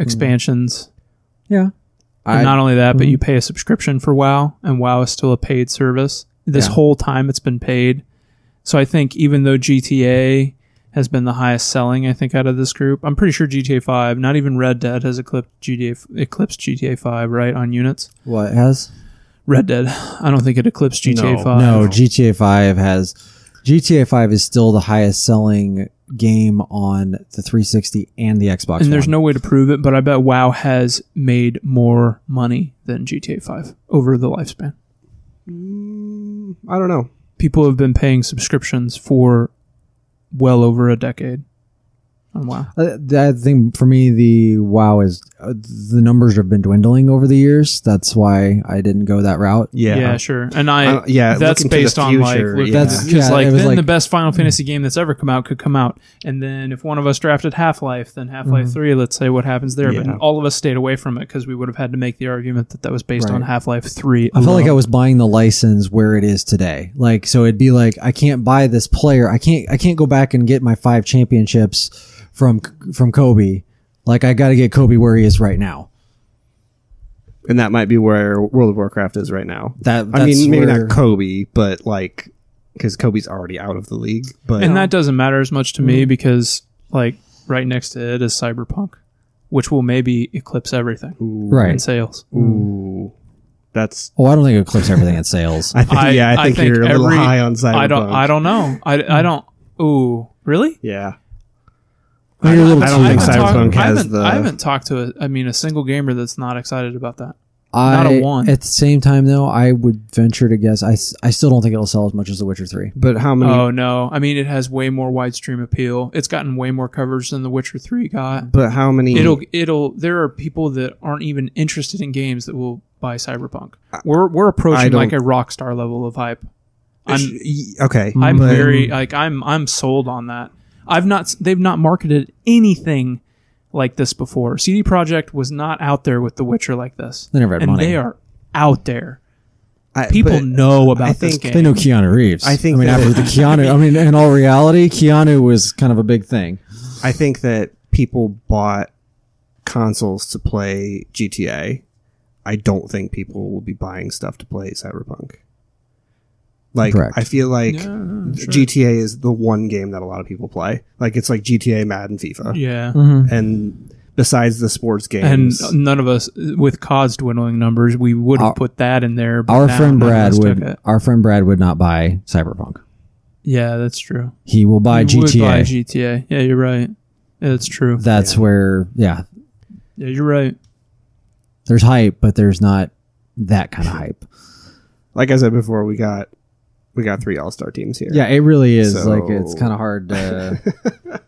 Speaker 3: expansions.
Speaker 1: Yeah.
Speaker 3: And
Speaker 1: I-
Speaker 3: not only that, but
Speaker 1: Mhm.
Speaker 3: you pay a subscription for WoW, and WoW is still a paid service. This
Speaker 1: Yeah.
Speaker 3: whole time it's been paid. So I think even though GTA has been the highest selling, I think out of this group, I'm pretty sure GTA Five, not even Red Dead has eclipsed GTA f- eclipsed GTA Five right on units.
Speaker 1: What has?
Speaker 3: Red Dead, I don't think it eclipsed GTA
Speaker 2: No.
Speaker 3: Five.
Speaker 1: no, GTA 5 has. GTA 5 is still the highest selling game on the 360 and the Xbox.
Speaker 3: and there's
Speaker 1: One.
Speaker 3: no way to prove it, but I bet WoW has made more money than GTA Five over the lifespan.
Speaker 2: I don't know.
Speaker 3: people have been paying subscriptions for well over a decade. And wow.
Speaker 1: Uh, that thing for me, the WoW is uh, the numbers have been dwindling over the years. That's why I didn't go that route.
Speaker 3: Yeah, sure. And I
Speaker 2: Uh, yeah,
Speaker 3: that's
Speaker 2: looking to the
Speaker 3: based on like
Speaker 2: future, yeah.
Speaker 1: That's-
Speaker 3: because
Speaker 1: yeah,
Speaker 3: like
Speaker 1: it was
Speaker 3: then the
Speaker 1: like- Hmm.
Speaker 3: best Final Fantasy game that's ever come out could come out, and then if one of us drafted Half Life, then Half
Speaker 1: Hmm.
Speaker 3: Life Three, let's say what happens there.
Speaker 2: Yeah.
Speaker 3: But all of us stayed away from it because we would have had to make the argument that that was based on
Speaker 1: Right.
Speaker 3: Half Life Three.
Speaker 1: I felt like I
Speaker 3: alone.
Speaker 1: was buying the license where it is today. Like so it'd be like I can't buy this player. I can't I can't go back and get my five championships from from Kobe. Like I got to get Kobe where he is right now.
Speaker 2: and that might be where World of Warcraft is right now.
Speaker 1: That
Speaker 2: I mean,
Speaker 1: that's
Speaker 2: maybe
Speaker 1: where-
Speaker 2: not Kobe, but like because Kobe's already out of the league. But
Speaker 3: and that doesn't matter as much to
Speaker 1: Hmm.
Speaker 3: me because like right next to it is Cyberpunk, which will maybe eclipse everything in
Speaker 1: right.
Speaker 3: sales.
Speaker 2: ooh, that's
Speaker 1: Oh, I don't think it clips everything in sales.
Speaker 2: I think yeah, I think, you're a little
Speaker 3: every-
Speaker 2: high on Cyberpunk. Hmm.
Speaker 3: I don't. I don't know. I, I don't. Ooh, really?
Speaker 2: Yeah,
Speaker 1: Maybe a little
Speaker 2: I don't
Speaker 1: too
Speaker 2: think
Speaker 1: high.
Speaker 2: Cyberpunk
Speaker 3: I
Speaker 2: has
Speaker 3: haven't,
Speaker 2: the-
Speaker 3: I haven't talked to. A, I mean, a single gamer that's not excited about that.
Speaker 1: I,
Speaker 3: Not a one.
Speaker 1: At the same time, though, I would venture to guess. I, s- I still don't think it'll sell as much as The Witcher Three.
Speaker 2: but how many?
Speaker 3: Oh no! I mean, it has way more wide stream appeal. It's gotten way more coverage than The Witcher Three got.
Speaker 2: but how many?
Speaker 3: It'll. It'll. There are people that aren't even interested in games that will buy Cyberpunk. We're we're
Speaker 2: I
Speaker 3: approaching
Speaker 2: don't-
Speaker 3: like a rock star level of hype. I'm
Speaker 2: Y- okay.
Speaker 3: I'm
Speaker 2: but-
Speaker 3: very like I'm I'm sold on that. I've not s- they've not marketed anything like this before. CD Projekt was not out there with The Witcher like this.
Speaker 1: They never had
Speaker 3: and
Speaker 1: money.
Speaker 3: they are out there.
Speaker 2: I-
Speaker 3: People
Speaker 2: but
Speaker 3: know about
Speaker 2: I
Speaker 3: this
Speaker 2: think-
Speaker 3: game.
Speaker 1: They know Keanu Reeves.
Speaker 2: I think
Speaker 1: I mean,
Speaker 2: that-
Speaker 1: after the Keanu. I mean, in all reality, Keanu was kind of a big thing.
Speaker 2: I think that people bought consoles to play GTA. I don't think people will be buying stuff to play Cyberpunk. Like
Speaker 1: Correct.
Speaker 2: I feel like
Speaker 3: Yeah, yeah, sure.
Speaker 2: GTA is the one game that a lot of people play. Like it's like GTA, Madden, FIFA,
Speaker 3: yeah.
Speaker 1: Mm-hmm.
Speaker 2: and besides the sports
Speaker 3: And um,
Speaker 2: games,
Speaker 3: none of us with COD's dwindling numbers, we would
Speaker 1: Our-
Speaker 3: have put that in there. but
Speaker 1: Our
Speaker 3: now
Speaker 1: friend
Speaker 3: none of
Speaker 1: Brad
Speaker 3: us took
Speaker 1: would.
Speaker 3: it.
Speaker 1: Our friend Brad would not buy Cyberpunk.
Speaker 3: Yeah, that's true.
Speaker 1: He will buy
Speaker 3: You would
Speaker 1: GTA.
Speaker 3: buy GTA. Yeah, you're right. Yeah, that's true.
Speaker 1: That's where yeah.
Speaker 3: Yeah, you're right.
Speaker 1: There's hype, but there's not that kind of hype.
Speaker 2: like I said before, we got we got three All Star teams here.
Speaker 1: Yeah, it really is.
Speaker 2: So-
Speaker 1: like it's kind of hard. to...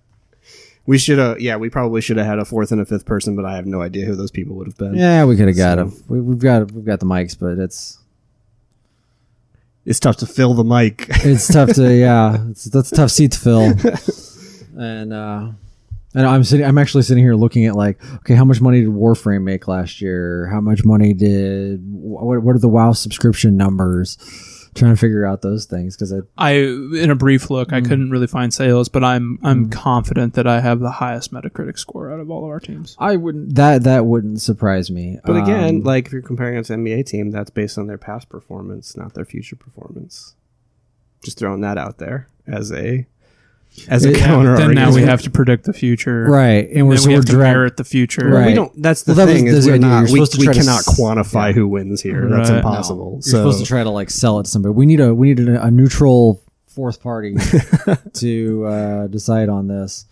Speaker 2: we should have. Yeah, we probably should have had a fourth and a fifth person, but I have no idea who those people would have been.
Speaker 1: yeah, we could have got him. We, we've got we've got the mics, but it's
Speaker 2: It's tough to fill the mic.
Speaker 1: it's tough to yeah it's, that's a tough seat to fill and uh and i'm sitting i'm actually sitting here looking at like okay how much money did warframe make last year how much money did what, what are the wow subscription numbers trying to figure out those things because i
Speaker 3: I in a brief look,
Speaker 1: Hmm.
Speaker 3: I couldn't really find sales, but I'm I'm confident that I have the highest Metacritic score out of all of our teams.
Speaker 1: i wouldn't that that wouldn't surprise me
Speaker 2: But again,
Speaker 1: Um,
Speaker 2: like if you're comparing it to NBA team, that's based on their past performance, not their future performance. Just throwing that out there as a as a
Speaker 1: It-
Speaker 2: counter.
Speaker 3: Then now we
Speaker 2: argument.
Speaker 3: have to predict the future,
Speaker 1: right and we're
Speaker 3: Then
Speaker 1: so
Speaker 3: we
Speaker 1: we're
Speaker 3: have to
Speaker 1: dra-
Speaker 3: merit the future.
Speaker 1: Right.
Speaker 2: We don't. That's the
Speaker 1: Well, that was-
Speaker 2: thing
Speaker 1: that's
Speaker 2: is
Speaker 1: the
Speaker 2: we're
Speaker 1: idea. You're
Speaker 2: not. We,
Speaker 1: supposed to
Speaker 2: we
Speaker 1: try to
Speaker 2: cannot
Speaker 1: s-
Speaker 2: quantify who wins here. That's
Speaker 3: Right.
Speaker 2: impossible.
Speaker 1: You're
Speaker 2: so
Speaker 1: supposed to try to like sell it to somebody. We need a we need a, a neutral fourth party to uh, decide on this.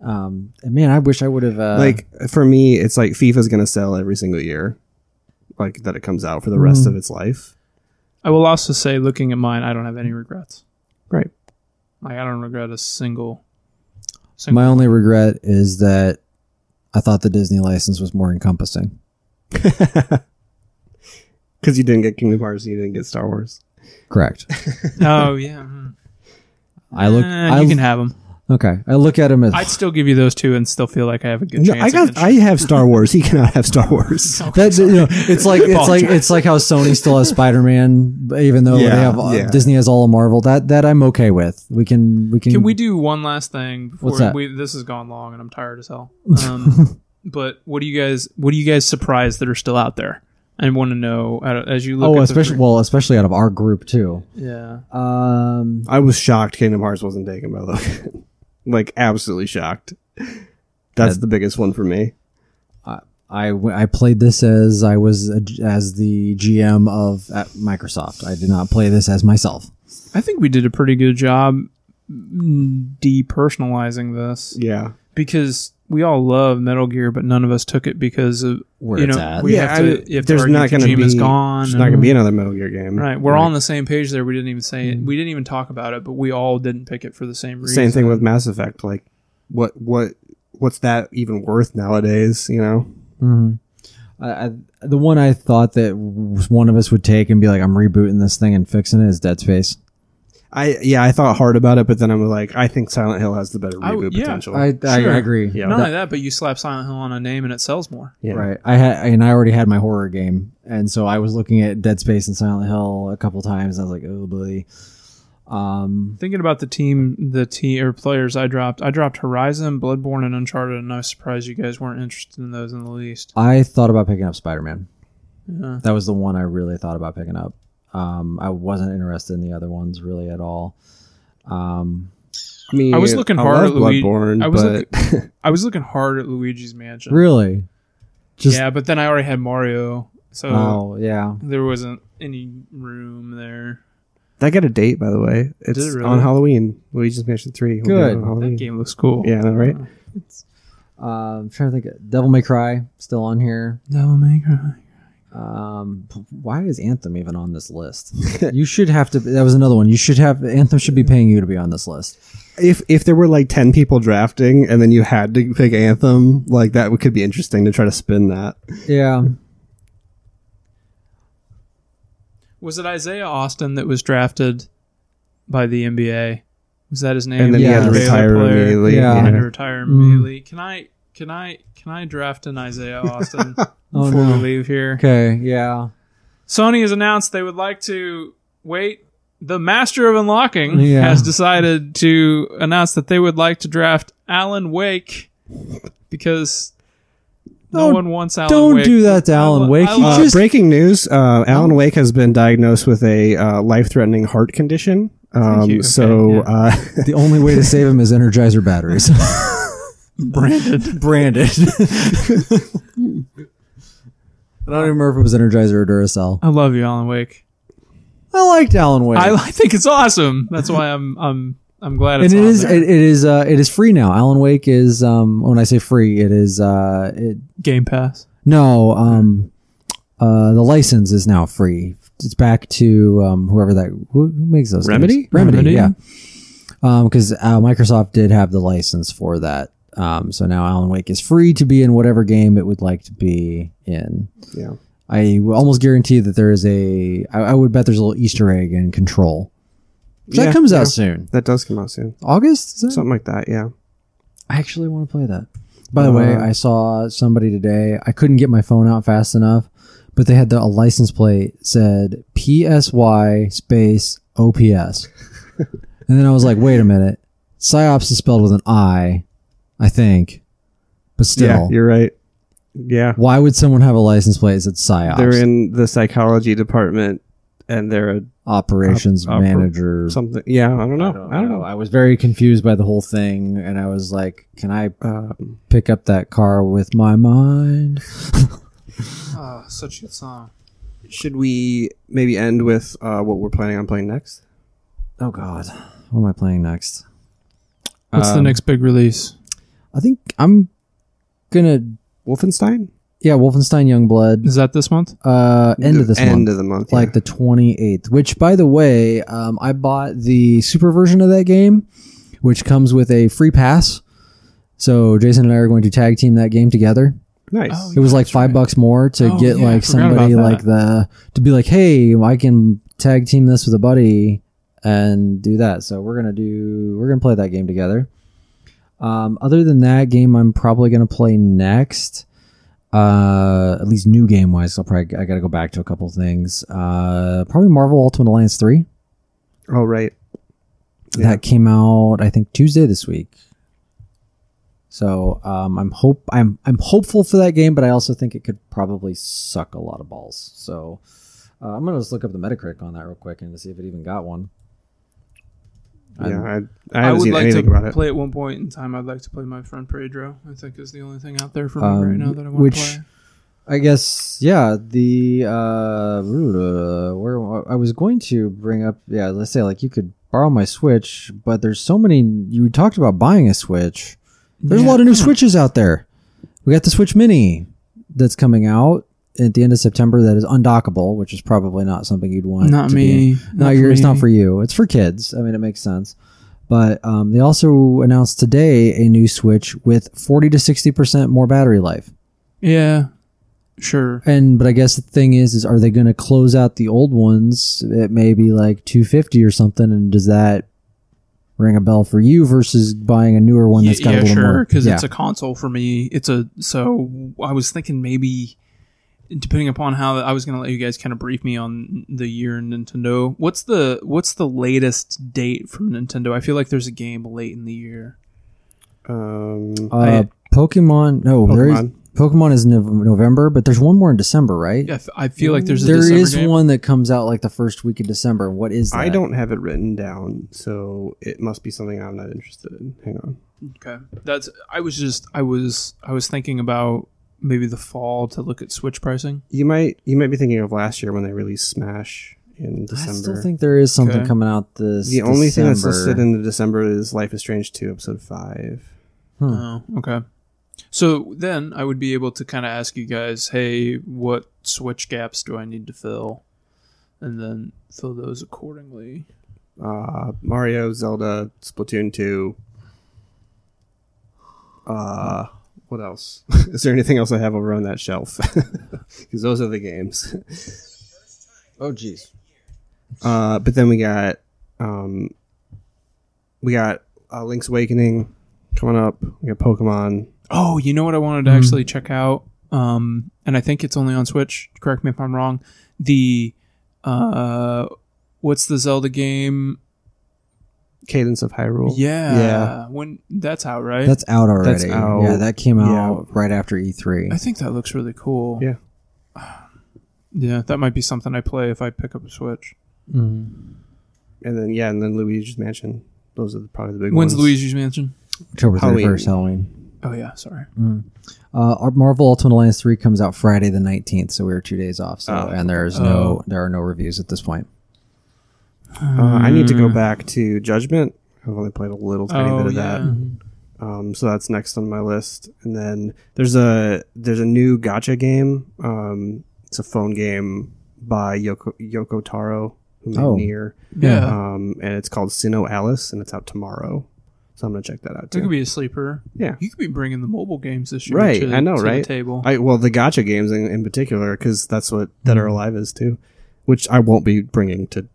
Speaker 1: Um, and man, I wish I would have uh,
Speaker 2: like for me, it's
Speaker 1: Mm.
Speaker 2: like FIFA's going to sell every single year, like that it comes out for the rest of its life.
Speaker 3: I will also say, looking at mine, I don't have any regrets.
Speaker 2: Right.
Speaker 3: Like I don't regret a single. single
Speaker 1: My only regret is that I thought the Disney license was more encompassing.
Speaker 2: Because you didn't get Kingdom Hearts, and you didn't get Star Wars.
Speaker 1: Correct.
Speaker 3: oh yeah. mhm.
Speaker 1: I look.
Speaker 3: Eh,
Speaker 1: I
Speaker 3: you can have them.
Speaker 1: okay. I look at him as
Speaker 3: I'd still give you those two and still feel like I have a good
Speaker 2: No,
Speaker 3: chance.
Speaker 2: I got.
Speaker 3: against
Speaker 2: I have Star Wars. He cannot have Star Wars.
Speaker 1: That's you know, it's like it's like it's like how Sony still has Spider Man, even though they
Speaker 2: Yeah,
Speaker 1: have uh,
Speaker 2: yeah.
Speaker 1: Disney has all of Marvel. That that I'm okay with. We can we can.
Speaker 3: Can we do one last thing before
Speaker 1: Mm. What's that?
Speaker 3: we this has gone long and I'm tired as hell. Um, but what do you guys what do you guys surprised that are still out there? I want to know uh, as you look
Speaker 1: Oh,
Speaker 3: at
Speaker 1: especially
Speaker 3: the,
Speaker 1: well, especially out of our group too.
Speaker 3: yeah.
Speaker 1: Um,
Speaker 2: I was shocked Kingdom Hearts wasn't taken by Logan. like absolutely shocked. That's the biggest one for me.
Speaker 1: I, w- I played this as I was a g as the GM of at Microsoft. I did not play this as myself.
Speaker 3: I think we did a pretty good job mm, depersonalizing this
Speaker 2: Yeah.
Speaker 3: because we all love Metal Gear, but none of us took it because of
Speaker 1: Where
Speaker 3: you
Speaker 1: it's
Speaker 3: know
Speaker 1: at.
Speaker 3: we
Speaker 2: yeah,
Speaker 3: have to. you have to
Speaker 2: there's
Speaker 3: argue
Speaker 2: not going to
Speaker 3: Kojima's
Speaker 2: be
Speaker 3: gone.
Speaker 2: There's
Speaker 3: and-
Speaker 2: not going to be another Metal Gear game.
Speaker 3: Right, we're all on the same page there. We didn't even say
Speaker 1: Mm.
Speaker 3: it. We didn't even talk about it, but we all didn't pick it for the same reason.
Speaker 2: Same thing with Mass Effect. Like, what what what's that even worth nowadays? You know.
Speaker 1: I, I, the one I thought that w- one of us would take and be like, I'm rebooting this thing and fixing it is Dead Space.
Speaker 2: I yeah, I thought hard about it, but then I'm like, I think Silent Hill has the better
Speaker 3: I w-
Speaker 2: reboot
Speaker 3: yeah,
Speaker 2: potential.
Speaker 1: I, I
Speaker 3: Sure.
Speaker 1: agree.
Speaker 2: Yeah.
Speaker 3: Not only that, but you slap Silent Hill on a name and it sells more.
Speaker 2: yeah.
Speaker 1: Right. I had and I already had my horror game, and so I was looking at Dead Space and Silent Hill a couple times. And I was like, oh boy. Um,
Speaker 3: Thinking about the team, the team or players I dropped, I dropped Horizon, Bloodborne, and Uncharted, and I was surprised you guys weren't interested in those in the least.
Speaker 1: I thought about picking up Spider Man.
Speaker 3: Yeah.
Speaker 1: That was the one I really thought about picking up. Um, I wasn't interested in the other ones really at all. Um,
Speaker 2: I mean,
Speaker 3: I was looking
Speaker 2: I
Speaker 3: hard
Speaker 2: love
Speaker 3: at Luigi-
Speaker 2: Bloodborne,
Speaker 3: I was
Speaker 2: but
Speaker 3: I was looking hard at Luigi's Mansion.
Speaker 1: really? Just
Speaker 3: yeah, but then I already had Mario, so
Speaker 1: oh yeah.
Speaker 3: there wasn't any room there.
Speaker 2: that got a date, by the way. It's
Speaker 3: Did it really?
Speaker 2: on Halloween. Luigi's Mansion Three. will be
Speaker 1: Good.
Speaker 2: On
Speaker 3: That
Speaker 2: Halloween.
Speaker 3: game looks cool.
Speaker 2: Yeah, I know, right.
Speaker 1: Uh, I'm trying to think. Devil May Cry still on here.
Speaker 3: Devil May Cry.
Speaker 1: Um, p- why is Anthem even on this list? you should have to. That was another one. You should have Anthem should be paying you to be on this list.
Speaker 2: If if there were like ten people drafting, and then you had to pick Anthem, like that would- could be interesting to try to spin that.
Speaker 1: Yeah.
Speaker 3: Was it Isaiah Austin that was drafted by the NBA? Was that his name?
Speaker 2: And then
Speaker 1: Yeah.
Speaker 2: he had to
Speaker 3: Baylor
Speaker 2: retire
Speaker 3: player?
Speaker 2: immediately.
Speaker 1: Yeah. Mm.
Speaker 3: Had to
Speaker 2: yeah.
Speaker 3: retire immediately. Can I? Can I? Can I draft an Isaiah Austin
Speaker 1: Oh,
Speaker 3: before
Speaker 1: no.
Speaker 3: we leave here?
Speaker 1: Okay. Yeah.
Speaker 3: Sony has announced they would like to wait. The master of unlocking
Speaker 1: Yeah.
Speaker 3: has decided to announce that they would like to draft Alan Wake because no
Speaker 1: Oh,
Speaker 3: one wants Alan
Speaker 1: don't
Speaker 3: Wake.
Speaker 1: do that to
Speaker 3: I
Speaker 1: Alan
Speaker 3: lo-
Speaker 1: Wake.
Speaker 3: I
Speaker 1: He
Speaker 3: lo-
Speaker 2: Uh,
Speaker 1: just-
Speaker 2: breaking news: uh, Alan Wake has been diagnosed with a uh, life-threatening heart condition. Um,
Speaker 3: you.
Speaker 2: So
Speaker 3: Okay,
Speaker 2: uh,
Speaker 1: The only way to save him is Energizer batteries. Branded. Branded. I don't even remember if it was Energizer or Duracell.
Speaker 3: I love you, Alan Wake.
Speaker 1: I liked Alan Wake.
Speaker 3: I, I think it's awesome. That's why I'm I'm I'm glad
Speaker 1: and
Speaker 3: it's
Speaker 1: it
Speaker 3: on
Speaker 1: is
Speaker 3: there.
Speaker 1: it, it is uh it is free now. Alan Wake is um when I say free, it is uh it
Speaker 3: Game Pass.
Speaker 1: no um uh the license is now free. It's back to um whoever that who, who makes those games?
Speaker 2: Remedy?
Speaker 1: Remedy,
Speaker 3: Remedy?
Speaker 1: yeah. Um cuz uh, Microsoft did have the license for that. Um so now Alan Wake is free to be in whatever game it would like to be in.
Speaker 2: yeah.
Speaker 1: I will almost guarantee that there is a I, I would bet there's a little Easter egg in Control. That
Speaker 2: Yeah,
Speaker 1: comes out
Speaker 2: yeah.
Speaker 1: soon.
Speaker 2: That does come out soon.
Speaker 1: August? Is that?
Speaker 2: Something like that, yeah.
Speaker 1: I actually want to play that. By the way,
Speaker 2: Uh,
Speaker 1: I saw somebody today. I couldn't get my phone out fast enough, but they had the, a license plate said PSY space OPS. and then I was like, wait a minute. PsyOps is spelled with an I, I think. But
Speaker 2: Yeah,
Speaker 1: still,
Speaker 2: you're right. Yeah.
Speaker 1: why would someone have a license plate that said PsyOps?
Speaker 2: They're in the psychology department and they're a
Speaker 1: Operations
Speaker 2: Op- oper-
Speaker 1: manager.
Speaker 2: something. Yeah, I don't know. I don't, know.
Speaker 1: I was very confused by the whole thing, and I was like, can I
Speaker 2: Um,
Speaker 1: pick up that car with my mind?
Speaker 3: Oh, such a good song.
Speaker 2: should we maybe end with uh, what we're planning on playing next?
Speaker 1: Oh God, what am I playing next?
Speaker 3: What's the
Speaker 2: Um,
Speaker 3: next big release?
Speaker 1: I think I'm gonna.
Speaker 2: Wolfenstein?
Speaker 1: yeah, Wolfenstein Youngblood.
Speaker 3: Is that this month?
Speaker 1: Uh, end of this
Speaker 2: end
Speaker 1: month,
Speaker 2: of the month.
Speaker 1: like the twenty eighth. Which, by the way, um, I bought the super version of that game, which comes with a free pass. So Jason and I are going to tag team that game together.
Speaker 2: yeah. nice.
Speaker 3: Oh,
Speaker 1: It was like five bucks more to
Speaker 3: Oh,
Speaker 1: get
Speaker 3: yeah, I
Speaker 1: like
Speaker 3: forgot about
Speaker 1: somebody
Speaker 3: that.
Speaker 1: like the to be like, hey, I can tag team this with a buddy and do that. So we're gonna do we're gonna play that game together. Um, other than that game, I'm probably gonna play next. Uh, at least new game wise, I'll probably I gotta go back to a couple things. Uh, probably Marvel Ultimate Alliance three
Speaker 2: oh right.
Speaker 1: that came out I think Tuesday this week. So um, I'm hope I'm I'm hopeful for that game, but I also think it could probably suck a lot of balls. So uh, I'm gonna just look up the Metacritic on that real quick and see if it even got one.
Speaker 2: Yeah, I, I
Speaker 3: I
Speaker 2: haven't
Speaker 3: would
Speaker 2: seen
Speaker 3: like to
Speaker 2: anything about it.
Speaker 3: play at one point in time. I'd like to play my friend Pedro. I think is the only thing out there for me
Speaker 1: Um,
Speaker 3: right now that I want
Speaker 1: which-
Speaker 3: to play.
Speaker 1: I guess yeah. The uh, where I was going to bring up yeah, let's say like you could borrow my Switch, but there's so many. You talked about buying a Switch. There's a lot of
Speaker 3: Hmm.
Speaker 1: new Switches out there. We got the Switch Mini that's coming out at the end of September. That is undockable, which is probably not something you'd want.
Speaker 3: Not
Speaker 1: to be-
Speaker 3: me.
Speaker 1: no,
Speaker 3: Not
Speaker 1: you're, it's not
Speaker 3: me.
Speaker 1: for you. It's for kids. I mean, it makes sense. But um, they also announced today a new Switch with 40 to 60 percent more battery life.
Speaker 3: Yeah, sure.
Speaker 1: And but I guess the thing is, is are they going to close out the old ones at maybe like 250 or something? And does that ring a bell for you versus buying a newer one that's got a
Speaker 3: yeah,
Speaker 1: little
Speaker 3: sure.
Speaker 1: more?
Speaker 3: Because it's a console for me. It's a so I was thinking maybe depending upon how I was going to let you guys kind of brief me on the year in Nintendo. What's the what's the latest date from Nintendo? I feel like there's a game late in the year.
Speaker 2: Um,
Speaker 1: uh, Pokemon. No, there is
Speaker 2: Pokemon.
Speaker 1: Pokemon is Nov November, but there's one more in December, right?
Speaker 3: Yeah, I f- I feel like there's a
Speaker 1: There
Speaker 3: December
Speaker 1: is
Speaker 3: game.
Speaker 1: one that comes out like the first week of December. What is that?
Speaker 2: I don't have it written down, so it must be something I'm not interested in. Hang on.
Speaker 3: Okay, that's. I was just. I was. I was thinking about maybe the fall to look at Switch pricing.
Speaker 2: You might you might be thinking of last year when they released Smash in
Speaker 1: I
Speaker 2: December.
Speaker 1: still think there is something
Speaker 3: Okay.
Speaker 1: coming out this.
Speaker 2: the only thing that's
Speaker 1: December.
Speaker 2: listed in the December is Life is Strange 2 episode 5.
Speaker 1: Hmm.
Speaker 3: Oh, okay. So then I would be able to kind of ask you guys, hey, what Switch gaps do I need to fill, and then fill those accordingly.
Speaker 2: Uh, Mario, Zelda, Splatoon 2. Uh, what else? is there anything else I have over on that shelf? Cuz those are the games.
Speaker 1: oh, jeez.
Speaker 2: Uh, but then we got um, we got uh, Link's Awakening coming up. We got Pokemon.
Speaker 3: Oh, you know what I wanted to actually check out, um, and I think it's only on Switch. Correct me if I'm wrong. The, uh, what's the Zelda game?
Speaker 2: Cadence of Hyrule.
Speaker 3: Yeah,
Speaker 2: Yeah.
Speaker 3: When that's out, right?
Speaker 1: That's out already.
Speaker 2: That's out.
Speaker 1: Yeah, that came
Speaker 2: Yeah.
Speaker 1: out right after E E3.
Speaker 3: I think that looks really cool.
Speaker 2: Yeah.
Speaker 3: Yeah, that might be something I play if I pick up a Switch.
Speaker 2: And then yeah, and then Luigi's Mansion. Those are probably the big
Speaker 3: When's
Speaker 2: ones.
Speaker 3: Luigi's Mansion?
Speaker 1: October
Speaker 2: Halloween.
Speaker 1: 31st, Halloween.
Speaker 3: Oh yeah, sorry.
Speaker 1: Uh, our Marvel Ultimate Alliance three comes out Friday the nineteenth, so we are two days off. So
Speaker 2: Oh.
Speaker 1: and there is no there are no reviews at this point.
Speaker 2: Uh, I need to go back to Judgment. I've only played a little tiny
Speaker 3: Mm. Oh,
Speaker 2: bit of
Speaker 3: yeah.
Speaker 2: that. Um, so that's next on my list. And then there's a there's a new gotcha game. Um, it's a phone game by Yoko Yoko Taro, who made
Speaker 1: Oh.
Speaker 2: Nier.
Speaker 3: Yeah.
Speaker 2: um, and it's called Sino Alice, and it's out tomorrow. So I'm gonna check that out
Speaker 3: That
Speaker 2: too.
Speaker 3: could be a sleeper.
Speaker 2: yeah,
Speaker 3: You could be bringing the mobile games this year.
Speaker 2: Right,
Speaker 3: to-
Speaker 2: I know,
Speaker 3: to
Speaker 2: right?
Speaker 3: The table.
Speaker 2: I well the gotcha games in, in particular because that's what Dead
Speaker 1: Hmm.
Speaker 2: or Alive is too, which I won't be bringing to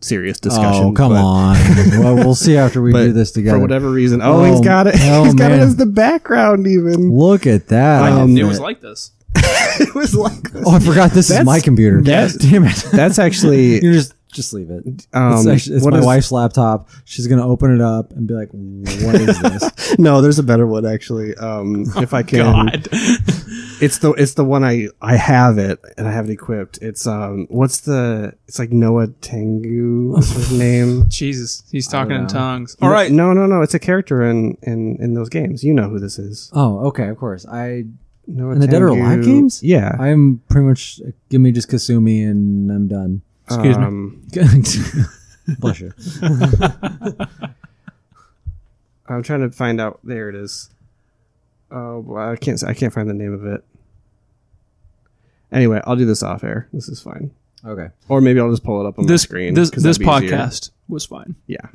Speaker 2: serious discussion.
Speaker 1: oh come
Speaker 2: but-
Speaker 1: on! well, we'll see after we
Speaker 2: but
Speaker 1: do this together.
Speaker 2: for whatever reason. Oh,
Speaker 1: Oh,
Speaker 2: he's got it.
Speaker 1: oh,
Speaker 2: he's got it
Speaker 1: man.
Speaker 2: as the background. Even
Speaker 1: Look at that!
Speaker 2: Um,
Speaker 3: it was like this.
Speaker 2: it was like this.
Speaker 1: oh, I forgot this is
Speaker 2: That's-
Speaker 1: my computer.
Speaker 2: that's-
Speaker 1: damn it!
Speaker 2: that's actually
Speaker 1: you just just leave it. It's,
Speaker 2: um,
Speaker 1: actually, it's
Speaker 2: what
Speaker 1: my
Speaker 2: is-
Speaker 1: wife's laptop. She's gonna open it up and be like, "What is this?"
Speaker 2: No, there's a better one actually. Um, if I can,
Speaker 3: God.
Speaker 2: It's the it's the one I I have it and I have it equipped. It's um what's the it's like Noah Tengu is his name.
Speaker 3: Jesus, he's talking in
Speaker 1: know.
Speaker 3: tongues. All right.
Speaker 2: No, no, no. It's a character in in in those games. You know who this is.
Speaker 1: oh, okay, of course. I
Speaker 2: Noah
Speaker 1: In the Dead or
Speaker 2: Tengu-
Speaker 1: Alive games?
Speaker 2: Yeah.
Speaker 1: I'm pretty much give me just Kasumi and I'm done.
Speaker 2: Excuse me.
Speaker 1: Bless you.
Speaker 2: I'm trying to find out. There it is. Oh, well, I can't s- I can't find the name of it. Anyway, I'll do this off air. This is fine.
Speaker 8: Okay.
Speaker 2: Or maybe I'll just pull it up on
Speaker 3: This
Speaker 2: the screen.
Speaker 3: this
Speaker 2: 'cause
Speaker 3: this
Speaker 2: that'd be easier.
Speaker 3: podcast was fine.
Speaker 2: Yeah.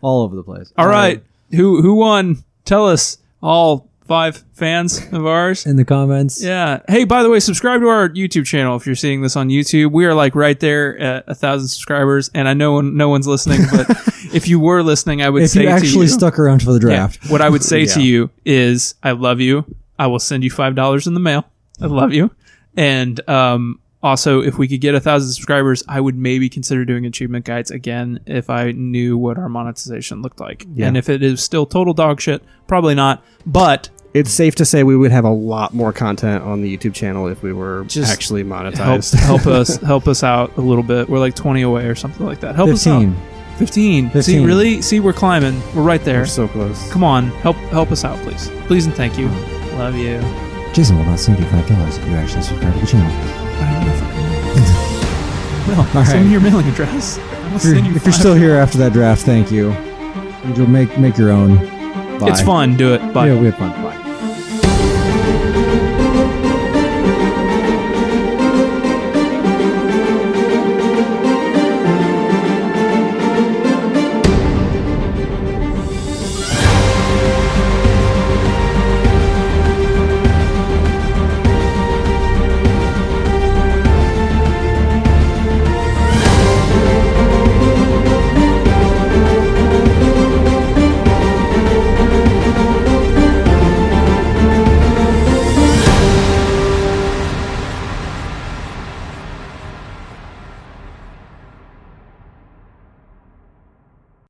Speaker 8: All over the place.
Speaker 2: Um,
Speaker 3: All right, who who won? Tell us all five fans of ours.
Speaker 8: In the comments.
Speaker 3: Yeah. Hey, by the way, subscribe to our YouTube channel if you're seeing this on YouTube. We are like right there at a thousand subscribers, and I know no one's listening, but if you were listening, I would
Speaker 8: If
Speaker 3: say
Speaker 8: you
Speaker 3: to you,
Speaker 8: actually stuck around for the
Speaker 3: Yeah.
Speaker 8: draft,
Speaker 3: What I would say to you is, I love you. I will send you five dollars in the mail. I love you. And um, also, if we could get a thousand subscribers, I would maybe consider doing achievement guides again if I knew what our monetization looked like. And if it is still total dog shit, probably not. But
Speaker 2: It's safe to say we would have a lot more content on the YouTube channel if we were
Speaker 3: Just
Speaker 2: actually
Speaker 3: help,
Speaker 2: monetized.
Speaker 3: help us help us out a little bit. We're like twenty away or something like that. Help us
Speaker 8: 15.
Speaker 3: out. Fifteen. See,
Speaker 8: 15.
Speaker 3: really, see, we're climbing. We're right there.
Speaker 2: We're so close.
Speaker 3: Come on, help help us out, please, please, and thank you. Love you.
Speaker 8: Jason will not send you $5 if you actually subscribe to the channel.
Speaker 3: No, send me your mailing address. I will
Speaker 8: If you're,
Speaker 3: send you
Speaker 8: if you're
Speaker 3: five.
Speaker 8: still here after that draft, thank you. You'll make, make your own. Bye.
Speaker 3: it's fun. Do it. Bye.
Speaker 8: Yeah, we had fun.